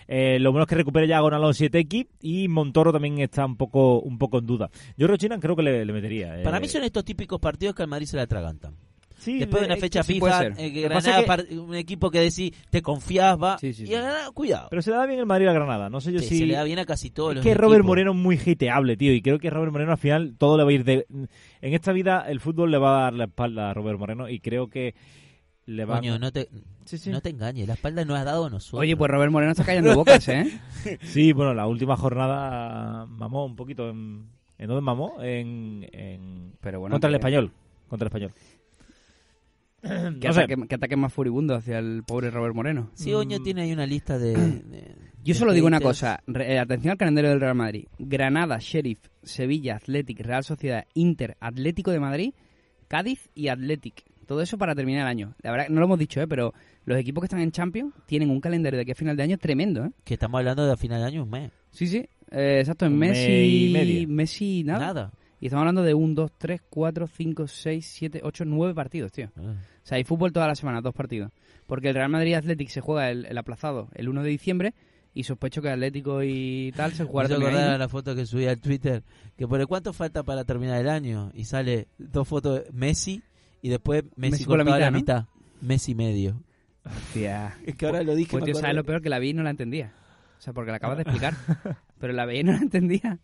Speaker 1: Eh, lo bueno es que recupere ya con Alonso y Tequi y Montoro también está un poco un poco en duda. Yo Rochina creo que le, le metería. eh.
Speaker 4: Para mí son estos típicos partidos que al Madrid se le atragantan.
Speaker 1: Sí,
Speaker 4: Después de
Speaker 1: eh,
Speaker 4: una fecha
Speaker 3: sí
Speaker 4: FIFA,
Speaker 3: puede ser.
Speaker 4: eh, que
Speaker 1: Lo que
Speaker 4: Granada,
Speaker 1: pasa
Speaker 4: par- un equipo que decís, te confías, va.
Speaker 3: Sí, sí, sí.
Speaker 4: Y a Granada, cuidado.
Speaker 1: Pero se le da bien el Madrid a Granada. No sé yo
Speaker 4: Sí,
Speaker 1: si.
Speaker 4: Se le da bien a casi todos
Speaker 1: es
Speaker 4: los
Speaker 1: que Robert
Speaker 4: equipos.
Speaker 1: Moreno es muy hateable, tío. Y creo que Robert Moreno al final todo le va a ir de. En esta vida el fútbol le va a dar la espalda a Robert Moreno y creo que le va
Speaker 4: Coño, no te,
Speaker 1: Sí, sí.
Speaker 4: no te engañes, la espalda no has dado a nosotros.
Speaker 3: Oye, pues Robert Moreno está
Speaker 4: [LAUGHS]
Speaker 3: callando bocas, ¿eh?
Speaker 1: Sí, bueno, la última jornada mamó un poquito. ¿En, ¿en dónde mamó? En, en-
Speaker 3: Pero bueno,
Speaker 1: contra el
Speaker 3: que-
Speaker 1: español. Contra
Speaker 3: [CLEARS THROAT]
Speaker 1: el español.
Speaker 3: Que,
Speaker 1: No sé.
Speaker 3: ataque, que ataque más furibundo hacia el pobre Robert Moreno.
Speaker 4: Sí, Oño tiene ahí una lista
Speaker 3: [CLEARS THROAT]
Speaker 4: de... de-
Speaker 3: mm. Yo
Speaker 4: de
Speaker 3: solo digo una
Speaker 4: haters.
Speaker 3: cosa. Re- eh, atención al calendario del Real Madrid. Granada, Sheriff, Sevilla, Athletic, Real Sociedad, Inter, Atlético de Madrid, Cádiz y Athletic. Todo eso para terminar el año. La verdad, que no lo hemos dicho, ¿eh? pero los equipos que están en Champions tienen un calendario de aquí a final de año tremendo. ¿eh?
Speaker 4: Que estamos hablando de a final de año un mes.
Speaker 3: Sí, sí. Eh, exacto, en
Speaker 1: Un mes
Speaker 3: Messi,
Speaker 1: y medio.
Speaker 3: Messi nada.
Speaker 4: Nada.
Speaker 3: Y estamos hablando de 1, 2, 3, 4, 5, 6, 7, 8, 9 partidos, tío. O sea, hay fútbol toda la semana, dos partidos. Porque el Real Madrid Athletic se juega el, el aplazado el 1 de diciembre y sospecho que Atlético y tal se
Speaker 4: Me
Speaker 3: jugará
Speaker 4: hizo
Speaker 3: también.
Speaker 4: acordar a
Speaker 3: ahí, ¿no?
Speaker 4: la foto que subí al Twitter, que por el cuánto falta para terminar el año. Y sale dos fotos de Messi y después Messi,
Speaker 3: Messi con la
Speaker 4: cortado a la
Speaker 3: mitad,
Speaker 4: mitad. Messi medio.
Speaker 3: Hostia.
Speaker 4: Es que Ah. ahora lo dije.
Speaker 3: Pues
Speaker 4: me
Speaker 3: tío, ¿sabes lo
Speaker 4: acordé.
Speaker 3: peor? Que la vi y no la entendía. O sea, porque la acabas de explicar.
Speaker 4: [LAUGHS]
Speaker 3: Pero la vi y no la entendía.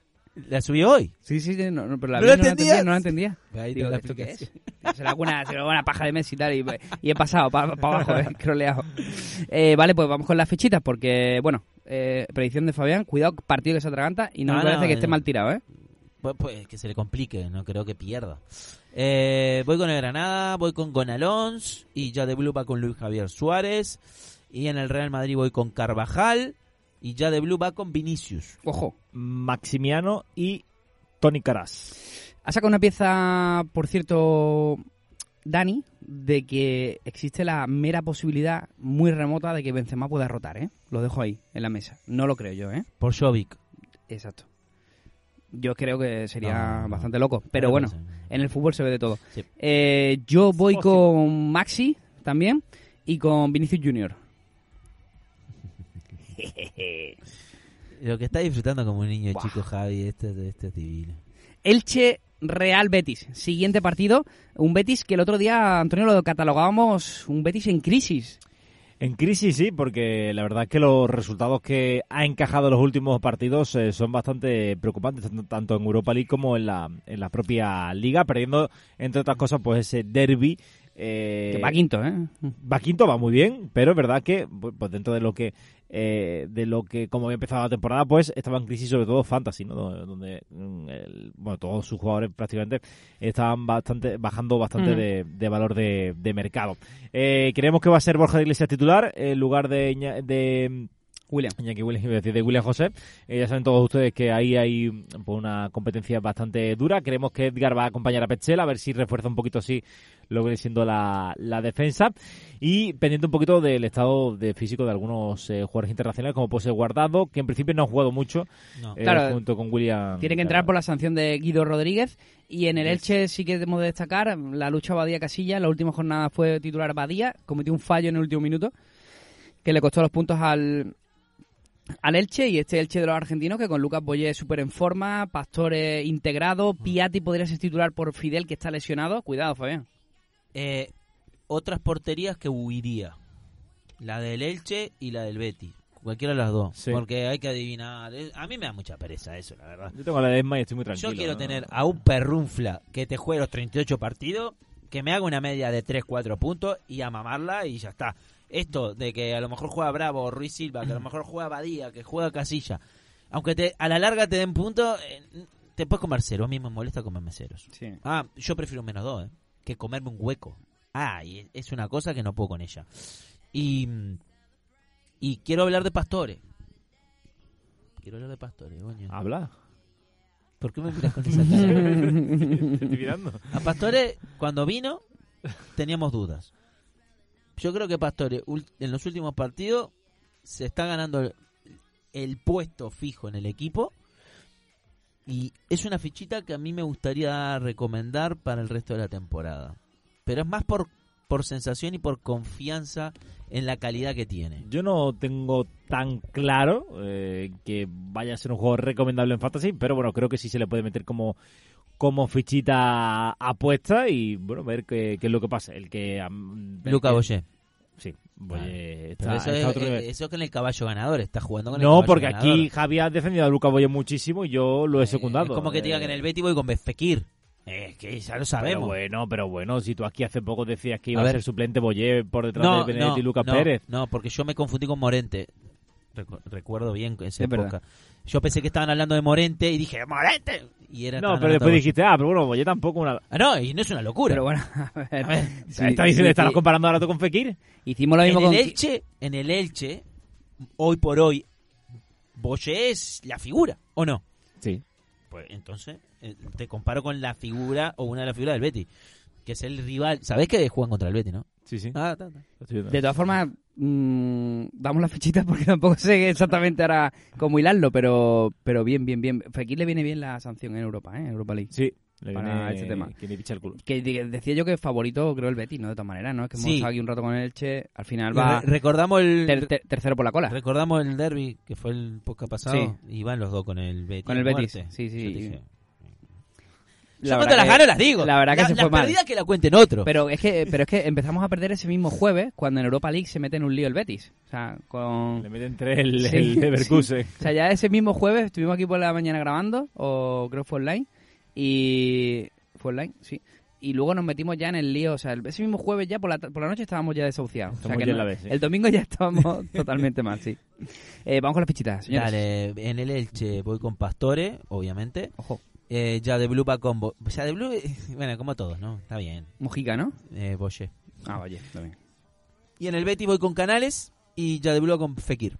Speaker 4: La subí hoy.
Speaker 3: Sí, sí, sí, no, no, pero la
Speaker 4: ¿No
Speaker 3: vi
Speaker 4: la
Speaker 3: y no la entendía,
Speaker 4: entendías?
Speaker 3: no la entendía.
Speaker 4: Ahí
Speaker 3: Digo,
Speaker 4: te la
Speaker 3: ¿esto qué
Speaker 4: explicación.
Speaker 3: es? Digo, Será alguna, será alguna paja de Messi y tal, y, y he pasado para abajo, he croleado. Eh, vale, pues vamos con las fichitas, porque, bueno, eh, predicción de Fabián, cuidado, partido que se atraganta, y no
Speaker 4: Ah,
Speaker 3: me parece
Speaker 4: no,
Speaker 3: que esté
Speaker 4: no.
Speaker 3: mal tirado, ¿eh?
Speaker 4: Pues, pues, que se le complique, no creo que pierda. Eh, voy con el Granada, voy con Gonalons y ya de Blue va con Luis Javier Suárez. Y en el Real Madrid voy con Carvajal y ya de Blue va con Vinicius.
Speaker 3: Ojo.
Speaker 1: Maximiano y Tony Caras.
Speaker 3: Ha sacado una pieza, por cierto, Dani, de que existe la mera posibilidad muy remota de que Benzema pueda rotar, ¿eh? Lo dejo ahí, en la mesa. No lo creo yo, ¿eh?
Speaker 4: Por Jovic.
Speaker 3: Exacto. Yo creo que sería
Speaker 4: No, no.
Speaker 3: bastante loco, pero bueno, en el fútbol se ve de todo.
Speaker 4: Sí.
Speaker 3: Eh, yo voy
Speaker 1: Ojo.
Speaker 3: con Maxi también y con Vinicius Junior.
Speaker 4: Lo que está disfrutando como un niño,
Speaker 3: Buah.
Speaker 4: chico Javi, este, este es divino.
Speaker 3: Elche Real Betis, siguiente partido, un Betis que el otro día, Antonio, lo catalogábamos un Betis en crisis.
Speaker 1: En crisis sí, porque la verdad es que los resultados que ha encajado en los últimos partidos eh, son bastante preocupantes, tanto- tanto en Europa League como en la, en la propia liga, perdiendo, entre otras cosas, pues ese derby.
Speaker 3: que va quinto, ¿eh?
Speaker 1: va quinto, va muy bien, pero es verdad que bu- pues dentro de lo que eh, de lo que como había empezado la temporada, pues estaba en crisis sobre todo fantasy, ¿no? Do- Donde mm, el- bueno, todos sus jugadores prácticamente estaban bastante bajando bastante
Speaker 3: Ujú.
Speaker 1: de, de valor de, de mercado. Eh, creemos que va a ser Borja Iglesias titular en lugar de Iña- de mm,
Speaker 3: William.
Speaker 1: Iñaki Williams, iba a decir, de William José. Eh, ya saben todos ustedes que ahí hay mm, pues, una competencia bastante dura. Creemos que Edgar va a acompañar a Petzela, a ver si refuerza un poquito así lo que viene siendo la, la defensa. Y pendiente un poquito del estado de físico de algunos eh, jugadores internacionales, como puede ser Guardado, que en principio no ha jugado mucho,
Speaker 4: No.
Speaker 1: eh,
Speaker 3: Claro,
Speaker 1: junto con William.
Speaker 3: Tiene que entrar por la sanción de Guido Rodríguez. Y en el Elche sí que debemos destacar la lucha Badía-Casilla. En la última jornada fue titular Badía. Cometió un fallo en el último minuto que le costó los puntos al, al Elche. Y este Elche de los argentinos que con Lucas Boyé súper en forma, Pastore integrado,
Speaker 4: Mm.
Speaker 3: Piatti podría ser titular por Fidel que está lesionado. Cuidado, Fabián.
Speaker 4: Eh, otras porterías que huiría. La del Elche y la del Betty. Cualquiera de las dos.
Speaker 1: Sí.
Speaker 4: Porque hay que adivinar. Eh, A mí me da mucha pereza eso, la verdad.
Speaker 1: Yo tengo la de Esma y estoy muy tranquilo.
Speaker 4: Yo quiero
Speaker 1: ¿no?
Speaker 4: tener a un perrunfla que te juegue los 38 partidos, que me haga una media de 3-4 puntos y a mamarla y ya está. Esto de que a lo mejor juega Bravo o Ruiz Silva, que a lo mejor juega Badía, que juega Casilla. Aunque te, a la larga te den puntos, eh, te puedes comer cero. A mí me molesta comerme ceros.
Speaker 3: Sí.
Speaker 4: Ah, yo prefiero un menos dos, ¿eh? Que comerme un hueco. Ah, y es- es una cosa que no puedo con ella. Y, mm, y quiero hablar de Pastore. Quiero hablar de Pastore, coño.
Speaker 1: [LAUGHS] Habla.
Speaker 4: ¿Por qué me miras con
Speaker 1: [LAUGHS]
Speaker 4: esa cara?
Speaker 1: Te estoy mirando.
Speaker 4: A Pastore, cuando vino, teníamos dudas. Yo creo que Pastore, ul- en los últimos partidos, se está ganando el, el puesto fijo en el equipo. Y es una fichita que a mí me gustaría recomendar para el resto de la temporada. Pero es más por, por sensación y por confianza en la calidad que tiene.
Speaker 1: Yo no tengo tan claro eh, que vaya a ser un juego recomendable en Fantasy, pero bueno, creo que sí se le puede meter como, como fichita apuesta y bueno, ver qué, qué es lo que pasa. El que. am, el
Speaker 4: Luca
Speaker 1: que-
Speaker 4: Boyé.
Speaker 1: Sí, Boye
Speaker 4: Pero
Speaker 1: está,
Speaker 4: eso,
Speaker 1: está a
Speaker 4: es,
Speaker 1: otro nivel.
Speaker 4: eh, eso es con el caballo ganador, está jugando con el
Speaker 1: No,
Speaker 4: caballo
Speaker 1: porque
Speaker 4: ganador.
Speaker 1: aquí Javi ha defendido a Luca Boye muchísimo y yo lo he secundado.
Speaker 4: Eh,
Speaker 1: Eh,
Speaker 4: Es como que te diga que en el Betty voy con Befekir. Es que ya lo
Speaker 1: Pero
Speaker 4: sabemos.
Speaker 1: bueno, pero bueno, si tú aquí hace poco decías que
Speaker 4: A
Speaker 1: iba a,
Speaker 4: ver.
Speaker 1: ser suplente Boye por detrás de Benedetti y Lucas
Speaker 4: no,
Speaker 1: Pérez.
Speaker 4: No, porque yo me confundí con Morente. Recu- Recuerdo bien esa
Speaker 3: Es verdad.
Speaker 4: época. Yo pensé que estaban hablando de Morente y dije, ¡Morente! Y era estaban
Speaker 1: No, pero
Speaker 4: hablando
Speaker 1: después
Speaker 4: de-
Speaker 1: dijiste, ah, pero bueno, Boye tampoco una...
Speaker 4: Ah, no, y no es una locura.
Speaker 3: Pero bueno, [LAUGHS] a ver.
Speaker 4: A ver,
Speaker 3: sí,
Speaker 1: ¿Estás diciendo,
Speaker 3: sí,
Speaker 1: estarás
Speaker 3: sí.
Speaker 1: comparando ahora tú con Fekir?
Speaker 3: Hicimos lo mismo
Speaker 4: en
Speaker 3: con...
Speaker 4: el Elche, en el Elche, hoy por hoy, Boye es la figura, ¿o no?
Speaker 1: Sí.
Speaker 4: Pues entonces, eh, te comparo con la figura o una de las figuras del Betty, que es el rival. ¿Sabés que juegan contra el Betty, no?
Speaker 1: Sí, sí.
Speaker 4: Ah, ta, ta.
Speaker 1: Lo estoy viendo.
Speaker 3: De todas formas, mm, damos las fichitas porque [LAUGHS] tampoco sé exactamente ahora cómo hilarlo, pero, pero bien, bien, bien. Fekir le viene bien la sanción en Europa, ¿eh? en Europa League.
Speaker 1: Sí, le
Speaker 3: Para
Speaker 1: viene
Speaker 3: este tema.
Speaker 1: Que ni picha el culo.
Speaker 3: Que de- decía yo que favorito creo el Betis, ¿no? De todas maneras, ¿no? Es que hemos
Speaker 4: Sí.
Speaker 3: estado aquí un rato con el Elche, al final
Speaker 4: Re-
Speaker 3: va
Speaker 4: recordamos el
Speaker 3: ter- ter- tercero por la cola.
Speaker 4: recordamos el derby que fue el podcast pasado
Speaker 3: Sí.
Speaker 4: y van los dos con el Betis.
Speaker 3: Con el
Speaker 4: a
Speaker 3: Betis,
Speaker 4: muerte.
Speaker 3: sí, sí.
Speaker 4: Yo, te dije.
Speaker 3: La
Speaker 4: Yo
Speaker 3: verdad
Speaker 4: cuando las
Speaker 3: que-
Speaker 4: gano las digo.
Speaker 3: la verdad que se fue
Speaker 4: las
Speaker 3: mal.
Speaker 4: perdidas que la cuenten otro.
Speaker 3: Pero es que pero es que empezamos a perder ese mismo jueves cuando en Europa League se mete en un lío el Betis. O sea, con
Speaker 1: [LAUGHS] Le meten tres el,
Speaker 3: Sí,
Speaker 1: el [LAUGHS] Leverkusen.
Speaker 3: O sea, ya ese mismo jueves estuvimos aquí por la mañana grabando, o creo que fue online, y... Fue online, sí. Y luego nos metimos ya en el lío, o sea, el- ese mismo jueves ya por la, ta- por la noche estábamos ya desahuciados. O sea,
Speaker 1: Estamos
Speaker 3: que
Speaker 1: ya en
Speaker 3: no-
Speaker 1: la B, sí.
Speaker 3: El domingo ya estábamos [LAUGHS] totalmente mal, sí. Eh, vamos con las fichitas, señores.
Speaker 4: Dale, en el Elche voy con Pastore, obviamente.
Speaker 3: Ojo,
Speaker 4: Eh, ya de Blue va con Bo- Ya de Blue, [LAUGHS] bueno, como todos, ¿no? Está bien.
Speaker 3: Mojica, ¿no?
Speaker 4: Eh, Boye.
Speaker 3: Ah, oye, también.
Speaker 4: Y en el Betis voy con Canales y ya de Blue va con Fekir.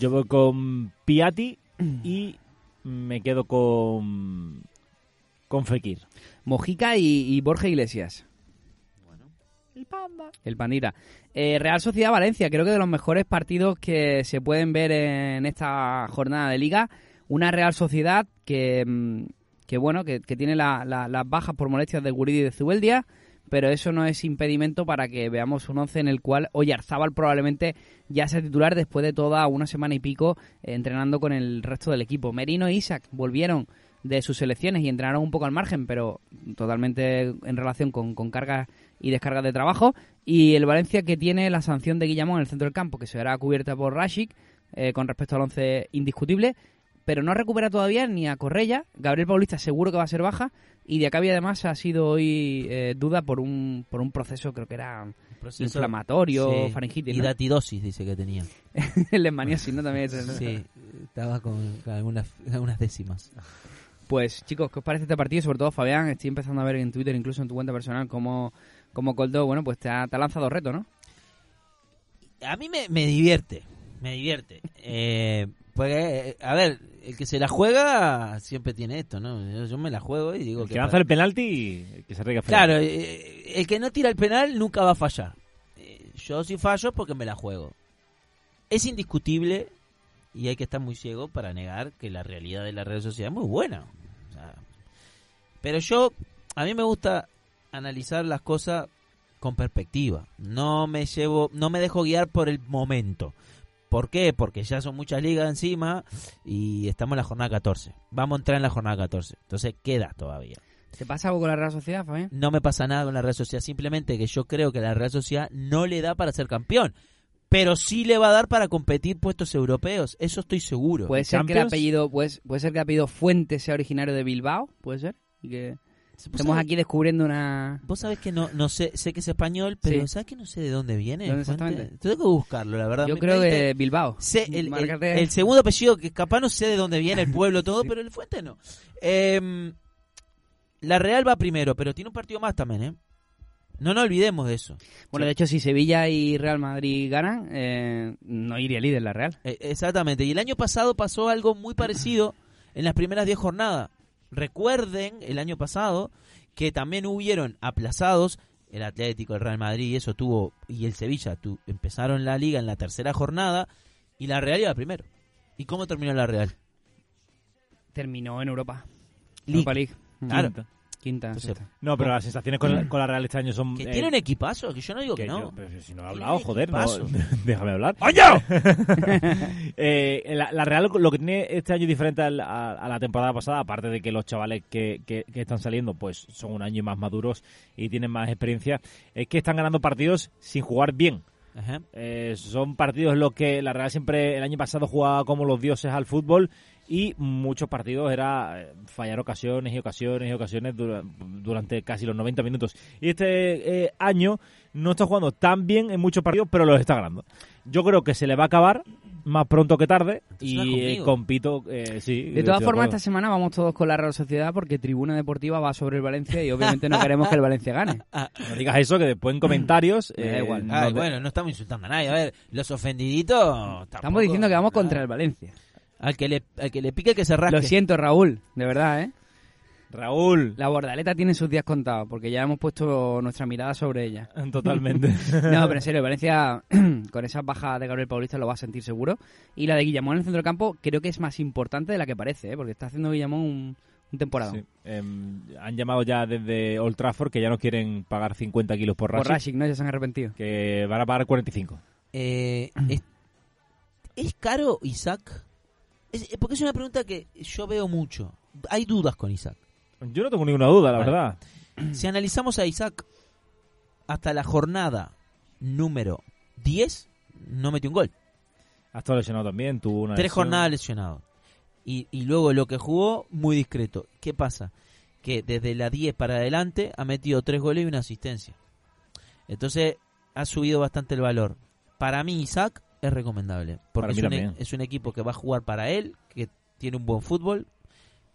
Speaker 1: Yo voy con Piatti y me quedo con. con Fekir.
Speaker 3: Mojica y, y Borja Iglesias.
Speaker 1: El panda.
Speaker 3: El pandita. Eh, Real Sociedad Valencia, creo que de los mejores partidos que se pueden ver en esta jornada de liga. Una Real Sociedad que, mm, que bueno, que, que tiene la- la- las bajas por molestias de Guridi y de Zubeldia, pero eso no es impedimento para que veamos un once en el cual Oyarzábal probablemente ya sea titular después de toda una semana y pico eh, entrenando con el resto del equipo. Merino e Isaac volvieron de sus selecciones y entrenaron un poco al margen, pero totalmente en relación con, con cargas y descargas de trabajo. Y el Valencia que tiene la sanción de Guillamón en el centro del campo, que será cubierta por Rashik, eh, con respecto al once indiscutible, pero no recupera todavía ni a Correia. Gabriel Paulista seguro que va a ser baja. Y de Diacabi además ha sido hoy eh, duda por un, por un proceso, creo que era inflamatorio,
Speaker 4: Sí.
Speaker 3: faringitis, [LAUGHS]
Speaker 4: Y
Speaker 3: ¿no?
Speaker 4: datidosis dice que tenía.
Speaker 3: Leishmaniasis, ¿no? También es- [LAUGHS]
Speaker 4: Sí, estaba con, con algunas, algunas décimas.
Speaker 3: Pues chicos, ¿qué os parece este partido? Sobre todo Fabián, estoy empezando a ver en Twitter, incluso en tu cuenta personal, cómo, cómo Coldo, bueno, pues te ha, te ha lanzado reto, ¿no?
Speaker 4: a mí me, me divierte. Me divierte. Eh, pues, eh, a ver, el que se la juega siempre tiene esto, ¿no? Yo, yo me la juego y digo
Speaker 1: El
Speaker 4: que...
Speaker 1: que lanza el penalti, el que se riega fuera.
Speaker 4: Claro, eh, el que no tira el penal nunca va a fallar. Eh, Yo sí fallo porque me la juego. Es indiscutible y hay que estar muy ciego para negar que la realidad de la red social es muy buena. O sea, pero yo, a mí me gusta analizar las cosas con perspectiva. No me llevo, no me dejo guiar por el momento. ¿Por qué? Porque ya son muchas ligas encima y estamos en la jornada 14. Vamos a entrar en la jornada 14. Entonces queda todavía.
Speaker 3: ¿Te pasa algo con la Real Sociedad, Fabián?
Speaker 4: No me pasa nada con la Real Sociedad, simplemente que yo creo que la Real Sociedad no le da para ser campeón, pero sí le va a dar para competir puestos europeos, eso estoy seguro.
Speaker 3: Puede ser que el
Speaker 1: Champions?
Speaker 3: apellido, puede, puede ser que el apellido Fuentes sea originario de Bilbao, puede ser. Y que
Speaker 4: ¿Vos,
Speaker 3: estemos
Speaker 4: sabés,
Speaker 3: aquí descubriendo una.
Speaker 4: vos sabés que no, no sé, sé que es español, pero
Speaker 3: Sí.
Speaker 4: ¿sabés que no sé de dónde viene?
Speaker 3: ¿Dónde
Speaker 4: Fuente?
Speaker 3: exactamente?
Speaker 4: Tengo que buscarlo, la verdad.
Speaker 3: Yo
Speaker 4: Me
Speaker 3: creo
Speaker 4: caíste-
Speaker 3: que Bilbao.
Speaker 4: Sé el, el-
Speaker 3: Márcate.
Speaker 4: el segundo apellido, que capaz no sé de dónde viene el
Speaker 3: [LAUGHS]
Speaker 4: pueblo, todo,
Speaker 3: Sí.
Speaker 4: pero el fuente no. Em, la Real va primero, pero tiene un partido más también, ¿eh? No nos olvidemos de eso.
Speaker 3: Bueno, de hecho, si Sevilla y Real Madrid ganan, eh, no iría líder la Real.
Speaker 4: Eh, Exactamente. Y el año pasado pasó algo muy parecido en las primeras 10 jornadas. Recuerden el año pasado que también hubieron aplazados el Atlético, el Real Madrid y eso tuvo y el Sevilla tu- empezaron la liga en la tercera jornada y la Real iba primero. ¿Y cómo terminó la Real?
Speaker 3: Ah, Terminó en Europa.
Speaker 4: League.
Speaker 3: Europa League.
Speaker 4: Claro.
Speaker 1: Quinta.
Speaker 3: Quinta.
Speaker 4: Entonces, pues,
Speaker 3: sexta.
Speaker 1: No, pero las sensaciones con la, con la Real este año son.
Speaker 4: Mm. Que
Speaker 1: eh,
Speaker 4: tiene un equipazo, que yo no digo que,
Speaker 1: que
Speaker 4: no.
Speaker 1: yo- pero si no
Speaker 4: Tiene
Speaker 1: he hablado, joder, no-
Speaker 4: equipazo.
Speaker 1: [LAUGHS] déjame hablar. [LAUGHS] Eh, la, la Real lo que tiene este año diferente al- a, a la temporada pasada, aparte de que los chavales que, que- que están saliendo pues son un año más maduros y tienen más experiencia, es que están ganando partidos sin jugar bien.
Speaker 4: Ajá.
Speaker 1: Eh, son partidos en los que la Real siempre el año pasado jugaba como los dioses al fútbol y muchos partidos era eh, fallar ocasiones y ocasiones y ocasiones dura- durante casi los 90 minutos. Y este eh, año no está jugando tan bien en muchos partidos, pero los está ganando. Yo creo que se le va a acabar más pronto que tarde
Speaker 4: Entonces vas
Speaker 1: y eh,
Speaker 4: conmigo.
Speaker 1: compito, eh, sí.
Speaker 3: De
Speaker 1: estoy
Speaker 3: todas formas,
Speaker 1: acuerdo.
Speaker 3: esta semana vamos todos con la Real Sociedad porque Tribuna Deportiva va sobre el Valencia y obviamente no queremos que el Valencia
Speaker 4: [LAUGHS]
Speaker 3: gane.
Speaker 1: No digas eso, que después en comentarios... eh,
Speaker 3: Me da igual.
Speaker 1: nos
Speaker 4: Ay,
Speaker 1: de-
Speaker 4: bueno, no estamos insultando a nadie. A ver, los ofendiditos. tampoco-
Speaker 3: Estamos diciendo que vamos contra el Valencia.
Speaker 4: Al que le, al que le pique que se rasque.
Speaker 3: Lo siento, Raúl, de verdad, ¿eh?
Speaker 1: [LAUGHS] Raúl,
Speaker 3: La bordaleta tiene sus días contados porque ya hemos puesto nuestra mirada sobre ella.
Speaker 4: [LAUGHS]
Speaker 1: totalmente.
Speaker 3: No, pero en serio, Valencia [CLEARS THROAT] con esas bajas de Gabriel Paulista lo va a sentir seguro. Y la de Guillamón en el centro del campo creo que es más importante de la que parece, ¿eh? porque está haciendo Guillamón un, un temporada.
Speaker 1: Sí. Em, han llamado ya desde Old Trafford que ya no quieren pagar 50 kilos por
Speaker 3: Por
Speaker 1: Rashid,
Speaker 3: Rashik, ¿no? Ya se han arrepentido.
Speaker 1: que van a pagar 45.
Speaker 4: Eh, es, ¿es caro Isaac? Es- eh, porque es una pregunta que yo veo mucho. Hay dudas con Isaac.
Speaker 1: Yo no tengo ninguna duda, la
Speaker 4: Vale.
Speaker 1: verdad.
Speaker 4: Si analizamos a Isaac hasta la jornada número 10, no metió un gol.
Speaker 1: Ha estado lesionado también, tuvo una
Speaker 4: Tres
Speaker 1: lesión.
Speaker 4: jornadas lesionado. Y, y luego lo que jugó, muy discreto. ¿Qué pasa? Que desde la 10 para adelante ha metido tres goles y una asistencia. Entonces ha subido bastante el valor. Para mí Isaac es recomendable.
Speaker 1: Para
Speaker 4: Porque es
Speaker 1: mí
Speaker 4: un, e-
Speaker 1: también.
Speaker 4: es un equipo que va a jugar para él, que tiene un buen fútbol,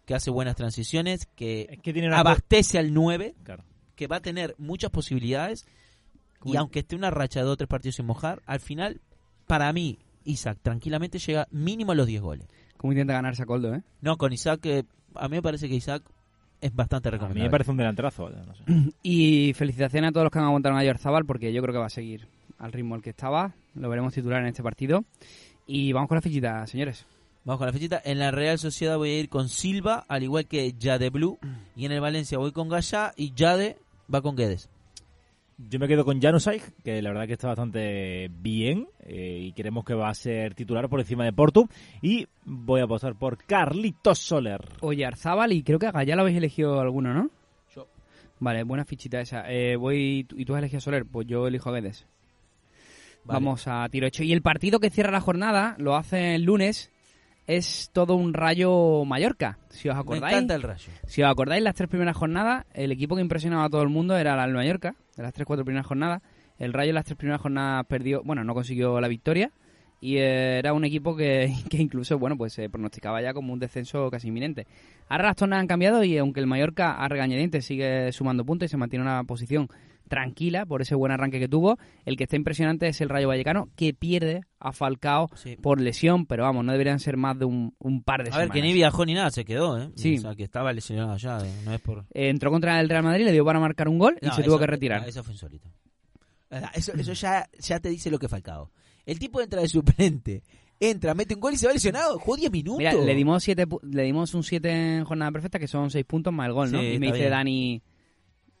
Speaker 4: que hace buenas transiciones, que
Speaker 1: Es que
Speaker 4: Ah,
Speaker 1: tiene una...
Speaker 4: abastece al 9,
Speaker 1: Claro.
Speaker 4: que va a tener muchas posibilidades. Y
Speaker 1: Uy.
Speaker 4: aunque esté una racha de dos o tres partidos sin mojar, al final, para mí, Isaac tranquilamente llega mínimo a los 10 goles.
Speaker 3: Como intenta ganarse a Coldo, ¿eh?
Speaker 4: No, con Isaac, eh, a mí me parece que Isaac es bastante
Speaker 1: A mí me
Speaker 4: recomendable.
Speaker 1: parece un delantrazo. no sé.
Speaker 3: Y felicitaciones a todos los que han aguantado a Zabal porque yo creo que va a seguir al ritmo al que estaba. Lo veremos titular en este partido. Y vamos con la fichita, señores.
Speaker 4: Vamos con la fichita. En la Real Sociedad voy a ir con Silva, al igual que Jade
Speaker 1: [CLEARS THROAT]
Speaker 4: Blue. Y en el Valencia voy con Gaya y Jade va con Guedes.
Speaker 1: Yo me quedo con Januzaj, que la verdad que está bastante bien eh, y creemos que va a ser titular por encima de Portu. Y voy a apostar por Carlitos Soler.
Speaker 3: Oye, Arzabal y creo que a Gallá lo habéis elegido alguno, ¿no?
Speaker 4: Yo.
Speaker 3: Vale, buena fichita esa. Eh, voy, ¿Y tú has elegido a Soler? Pues yo elijo a Guedes.
Speaker 4: Vale.
Speaker 3: Vamos a tiro hecho. Y el partido que cierra la jornada, lo hace el lunes, es todo un rayo Mallorca, si os
Speaker 4: Me
Speaker 3: acordáis.
Speaker 4: encanta el rayo.
Speaker 3: Si os acordáis, las tres primeras jornadas, el equipo que impresionaba a todo el mundo era el Mallorca, de las tres, cuatro primeras jornadas. El Rayo en las tres primeras jornadas perdió, bueno, no consiguió la victoria. Y eh, era un equipo que, [LAUGHS] que incluso, bueno, pues se pronosticaba ya como un descenso casi inminente. Ahora las tornas han cambiado y aunque el Mallorca a regañadientes sigue sumando puntos y se mantiene en una posición tranquila por ese buen arranque que tuvo. El que está impresionante es el Rayo Vallecano, que pierde a Falcao
Speaker 4: Sí.
Speaker 3: por lesión, pero vamos, no deberían ser más de un, un par de
Speaker 4: A ver,
Speaker 3: semanas.
Speaker 4: que ni viajó ni nada, se quedó, ¿eh?
Speaker 3: Sí.
Speaker 4: O sea, que estaba lesionado allá, eh, no es por...
Speaker 3: Eh, Entró contra el Real Madrid, le dio para marcar un gol y
Speaker 4: No,
Speaker 3: se
Speaker 4: eso-
Speaker 3: tuvo que retirar.
Speaker 4: no, Eso fue insólito. O sea, Eso, eso ya, ya te dice lo que faltaba. El tipo entra de suplente, entra, mete un gol y se va lesionado. Jugó 10 minutos.
Speaker 3: Mira, le dimos, siete, pu- le dimos un 7 en jornada perfecta, que son 6 puntos más el gol, ¿no?
Speaker 4: Sí,
Speaker 3: y me
Speaker 4: está
Speaker 3: dice
Speaker 4: bien.
Speaker 3: Dani,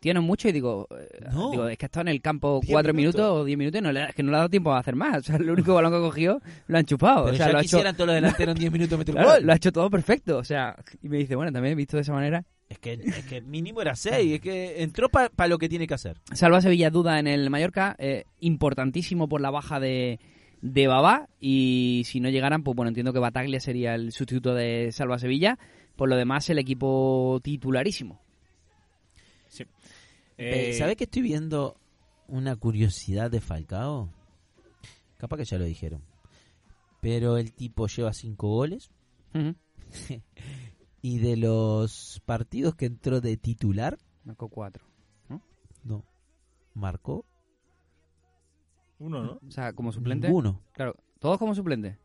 Speaker 3: tienes mucho, y digo, eh,
Speaker 4: No.
Speaker 3: digo, es que ha estado en el campo
Speaker 4: Diez
Speaker 3: 4 minutos.
Speaker 4: minutos
Speaker 3: o 10 minutos y no le, es que no le ha dado tiempo a hacer más. [LAUGHS] O sea, el único balón que ha cogido lo ha enchufado.
Speaker 4: Pero
Speaker 3: o sea,
Speaker 4: ya
Speaker 3: lo ha hecho,
Speaker 4: quisieran todos los
Speaker 3: [LAUGHS]
Speaker 4: delanteros en 10 minutos meter un
Speaker 3: claro,
Speaker 4: gol.
Speaker 3: lo ha hecho todo perfecto. O sea, y me dice, bueno, también visto de esa manera.
Speaker 4: Es, que, es que mínimo era 6, es que entró para lo que tiene que hacer.
Speaker 3: Salva Sevilla duda en el Mallorca, eh, importantísimo por la baja de, de Babá. Y si no llegaran, pues bueno, entiendo que Bataglia sería el sustituto de Salva Sevilla. Por lo demás, el equipo titularísimo.
Speaker 4: Eh, ¿Sabés que estoy viendo una curiosidad de Falcao? Capaz que ya lo dijeron. Pero el tipo lleva 5 goles
Speaker 3: Ujú.
Speaker 4: y de los partidos que entró de titular,
Speaker 3: Marcó cuatro.
Speaker 4: no, marcó
Speaker 1: Uno, ¿no?
Speaker 3: O sea, como suplente.
Speaker 4: Ninguno.
Speaker 3: Claro, todos como suplente.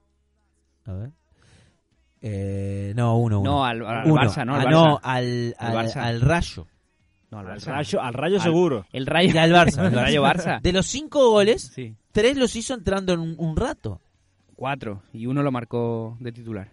Speaker 4: A ver. Eh, no, uno, uno.
Speaker 3: No, al, al
Speaker 4: Uno.
Speaker 3: Barça, no, al
Speaker 4: Ah,
Speaker 3: Barça.
Speaker 4: no, al,
Speaker 3: Al
Speaker 4: al-
Speaker 3: Barça.
Speaker 4: al Rayo.
Speaker 3: No, al
Speaker 1: Al
Speaker 3: Barça.
Speaker 1: rayo, al rayo
Speaker 3: Al-
Speaker 1: seguro.
Speaker 3: El Rayo,
Speaker 4: Ya al Barça. al
Speaker 3: [LAUGHS] el Rayo
Speaker 4: Barça.
Speaker 3: Barça.
Speaker 4: [LAUGHS] De los cinco goles,
Speaker 3: Sí,
Speaker 4: tres los hizo entrando en un, un rato.
Speaker 3: cuatro. Y uno lo marcó de titular.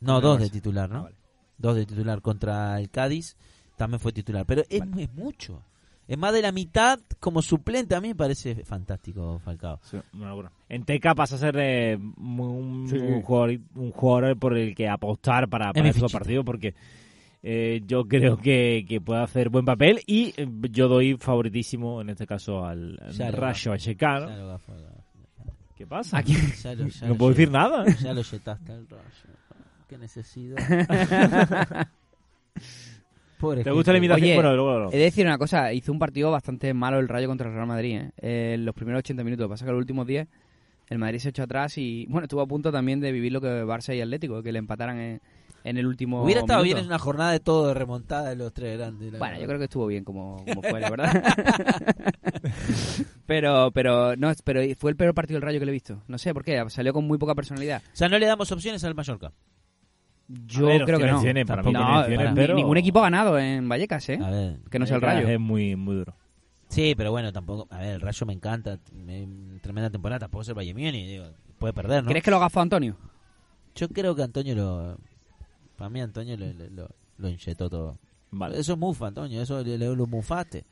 Speaker 4: No,
Speaker 3: Al
Speaker 4: dos
Speaker 3: Barça.
Speaker 4: de titular, ¿no?
Speaker 3: Ah, vale.
Speaker 4: Dos de titular contra el Cádiz. También fue titular. Pero es, es mucho. Es más de la mitad como suplente. A mí me parece fantástico, Falcao.
Speaker 1: Una locura. En Teca pasa a ser eh, mu- un,
Speaker 3: Sí.
Speaker 1: un jugador, un jugador por el que apostar para, para
Speaker 4: mi
Speaker 1: estos
Speaker 4: fichita.
Speaker 1: partidos porque eh, yo creo que, que puede hacer buen papel y eh, yo doy favoritísimo en este caso al al
Speaker 4: Ya lo
Speaker 1: Rayo Vallecano.
Speaker 4: Ya lo gafó,
Speaker 1: ¿Qué pasa?
Speaker 3: Aquí.
Speaker 4: ya lo- ya
Speaker 1: no
Speaker 4: lo
Speaker 1: puedo decir
Speaker 4: llevo.
Speaker 1: nada.
Speaker 4: Ya lo yetaste al Rayo. Qué necesidad.
Speaker 3: [LAUGHS]
Speaker 4: Pobre
Speaker 1: ¿Te
Speaker 4: gente.
Speaker 1: gusta la imitación?
Speaker 3: Oye,
Speaker 1: bueno, luego lo-
Speaker 3: He de decir una cosa, hizo un partido bastante malo el Rayo contra el Real Madrid, ¿eh? Eh, los primeros 80 minutos, pasa que los últimos 10 el Madrid se echó atrás y bueno, estuvo a punto también de vivir lo que Barça y Atlético, que le empataran en, en el último
Speaker 4: Hubiera estado
Speaker 3: minuto.
Speaker 4: bien en una jornada de todo de remontada de los tres grandes. la
Speaker 3: Bueno,
Speaker 4: verdad.
Speaker 3: yo creo que estuvo bien como, como fue, la verdad. [LAUGHS] pero, pero, no, pero fue el peor partido del Rayo que le he visto. No sé por qué, salió con muy poca personalidad.
Speaker 4: O sea, no le damos opciones al Mallorca.
Speaker 3: Yo
Speaker 1: ver,
Speaker 3: creo que
Speaker 1: tiene
Speaker 3: no.
Speaker 1: opciones, para mí
Speaker 3: No,
Speaker 1: tiene opciones,
Speaker 3: ni-
Speaker 1: pero-
Speaker 3: Ningún equipo ha ganado en Vallecas, ¿eh?
Speaker 4: A ver.
Speaker 3: Que no sea el
Speaker 1: Teca
Speaker 3: Rayo.
Speaker 4: eh,
Speaker 1: Es muy, muy duro.
Speaker 4: Sí, pero bueno, tampoco. A ver, el Rayo me encanta. me- tremenda temporada. Tampoco es el Bayern Múnich. Digo, puede perder, ¿no?
Speaker 3: ¿Crees que lo agafó
Speaker 4: [LAUGHS]
Speaker 3: Antonio?
Speaker 4: Yo creo que Antonio lo. Para mí, Antonio lo, lo- lo- lo inyectó todo.
Speaker 1: Vale.
Speaker 4: Eso es mufa, Antonio. Eso le, le- lo mufaste.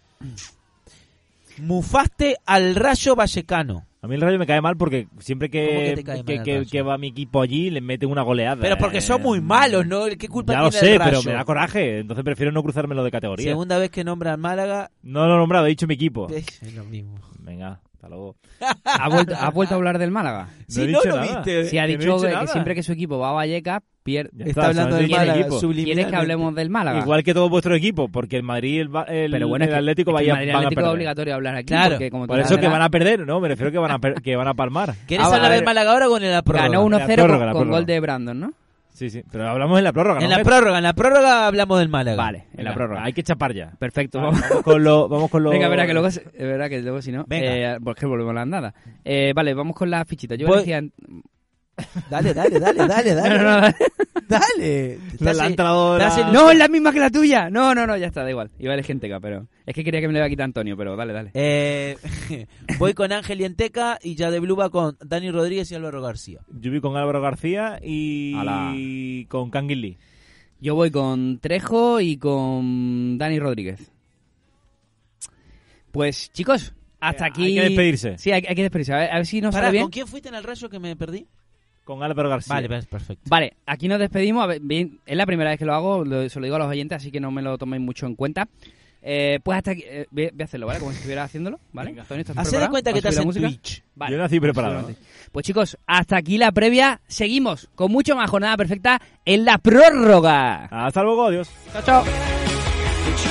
Speaker 4: Mufaste al Rayo Vallecano.
Speaker 1: A mí el Rayo me cae mal porque siempre
Speaker 4: ¿Cómo que
Speaker 1: que,
Speaker 4: te cae mal
Speaker 1: que-
Speaker 4: el
Speaker 1: que-
Speaker 4: Rayo?
Speaker 1: que va mi equipo allí le meten una goleada. Eh,
Speaker 4: Pero porque son muy malos, ¿no? ¿Qué culpa
Speaker 1: Ya lo
Speaker 4: tiene
Speaker 1: sé,
Speaker 4: el Rayo?
Speaker 1: pero me da coraje. Entonces prefiero no cruzármelo de categoría.
Speaker 4: Segunda vez que nombra al Málaga.
Speaker 1: No lo he nombrado, he dicho mi equipo.
Speaker 4: Es lo mismo.
Speaker 1: Venga, hasta luego.
Speaker 3: ¿Ha vuelto, ha vuelto a hablar del Málaga?
Speaker 4: Si
Speaker 1: he
Speaker 4: no
Speaker 1: dicho
Speaker 4: lo
Speaker 1: nada.
Speaker 4: viste.
Speaker 3: Sí, ha
Speaker 1: Eh, que no he
Speaker 3: dicho
Speaker 1: dicho
Speaker 3: que, que
Speaker 1: nada.
Speaker 3: siempre que su equipo va a Vallecas, pierde.
Speaker 1: Ya
Speaker 4: Está hablando del
Speaker 1: solamente dije mi
Speaker 4: Málaga.
Speaker 1: equipo.
Speaker 3: ¿Quieres que hablemos del Málaga?
Speaker 1: Igual que todo vuestro equipo, porque el Madrid, el, Ba- el-
Speaker 3: Ah. pero bueno, es
Speaker 1: el
Speaker 3: que-
Speaker 1: Atlético
Speaker 3: es que
Speaker 1: vaya-
Speaker 3: el Madrid y
Speaker 1: van a
Speaker 3: Atlético es
Speaker 1: perder.
Speaker 3: obligatorio hablar aquí.
Speaker 4: Claro,
Speaker 3: porque como tú
Speaker 1: Por eso que
Speaker 3: sabrás,
Speaker 1: van a perder, ¿no? Me refiero que van a, per- que van a palmar.
Speaker 4: ¿Quieres ¿Quieres
Speaker 3: Ah,
Speaker 4: hablar
Speaker 3: vale.
Speaker 4: del Málaga ahora o en la prórroga?
Speaker 3: ganó
Speaker 1: La
Speaker 3: 1-0
Speaker 1: prórroga,
Speaker 3: con-
Speaker 1: la
Speaker 3: con
Speaker 1: prórroga.
Speaker 3: gol de Brandon, ¿no?
Speaker 1: Sí, sí. Pero hablamos en la prórroga, ¿no?
Speaker 4: En la
Speaker 1: Venga,
Speaker 4: prórroga, en la prórroga hablamos del Málaga.
Speaker 3: Vale, en la
Speaker 1: venga,
Speaker 3: prórroga.
Speaker 1: Hay que chapar ya.
Speaker 3: Perfecto.
Speaker 1: Vale,
Speaker 3: vamos.
Speaker 1: Vamos con lo... Vamos con
Speaker 3: [LAUGHS]
Speaker 1: lo...
Speaker 3: Venga, verá que luego, se- es verdad que luego si no,
Speaker 4: Venga.
Speaker 3: eh, porque volvemos a la nada. Eh, vale, vamos con las fichitas. Yo
Speaker 4: Voy-
Speaker 3: decía,
Speaker 4: [LAUGHS]
Speaker 1: [LAUGHS]
Speaker 4: Dale, dale, dale, dale, dale.
Speaker 3: No, [LAUGHS] no, no.
Speaker 4: [LAUGHS] Dale.
Speaker 1: La, la entradora-
Speaker 4: estás en-
Speaker 3: no, es la misma que la tuya. No, no, no, ya está, da igual. Iba a elegir Enteca, pero es que quería que me le iba a quitar Antonio, pero dale, dale.
Speaker 4: Eh, [LAUGHS] voy con Ángel y Enteca y ya de Blue va con Dani Rodríguez y Álvaro García.
Speaker 1: Yo vi con Álvaro García y
Speaker 3: Ala.
Speaker 1: con Kangin Lee.
Speaker 3: Yo voy con Trejo y con Dani Rodríguez. Pues chicos, hasta
Speaker 1: Eh, hay
Speaker 3: aquí.
Speaker 1: que despedirse.
Speaker 3: Sí, hay, hay que despedirse. A ver, a ver si nos
Speaker 4: Pará,
Speaker 3: sale bien.
Speaker 4: ¿con quién fuiste en el rayo que me perdí?
Speaker 1: Con Álvaro García.
Speaker 4: Vale, per- perfecto.
Speaker 3: Vale, aquí nos despedimos. A ver, bien, es la primera vez que lo hago, lo- se lo digo a los oyentes, así que no me lo toméis mucho en cuenta. Eh, pues hasta aquí. eh, voy, voy a hacerlo, ¿vale? Como si estuviera haciéndolo, ¿vale?
Speaker 1: Venga.
Speaker 3: Antonio, ¿estás
Speaker 4: Haced de
Speaker 3: preparado?
Speaker 4: Ah, cuenta que
Speaker 3: ¿Vas a
Speaker 4: estás
Speaker 3: subir la
Speaker 4: en
Speaker 3: música?
Speaker 4: Twitch.
Speaker 3: Vale.
Speaker 1: Yo nací preparado.
Speaker 3: Absolutamente. Pues chicos, hasta aquí la previa. Seguimos con mucho más jornada perfecta en la prórroga.
Speaker 1: Ah. Hasta luego, adiós.
Speaker 3: Chao, chao.
Speaker 2: But you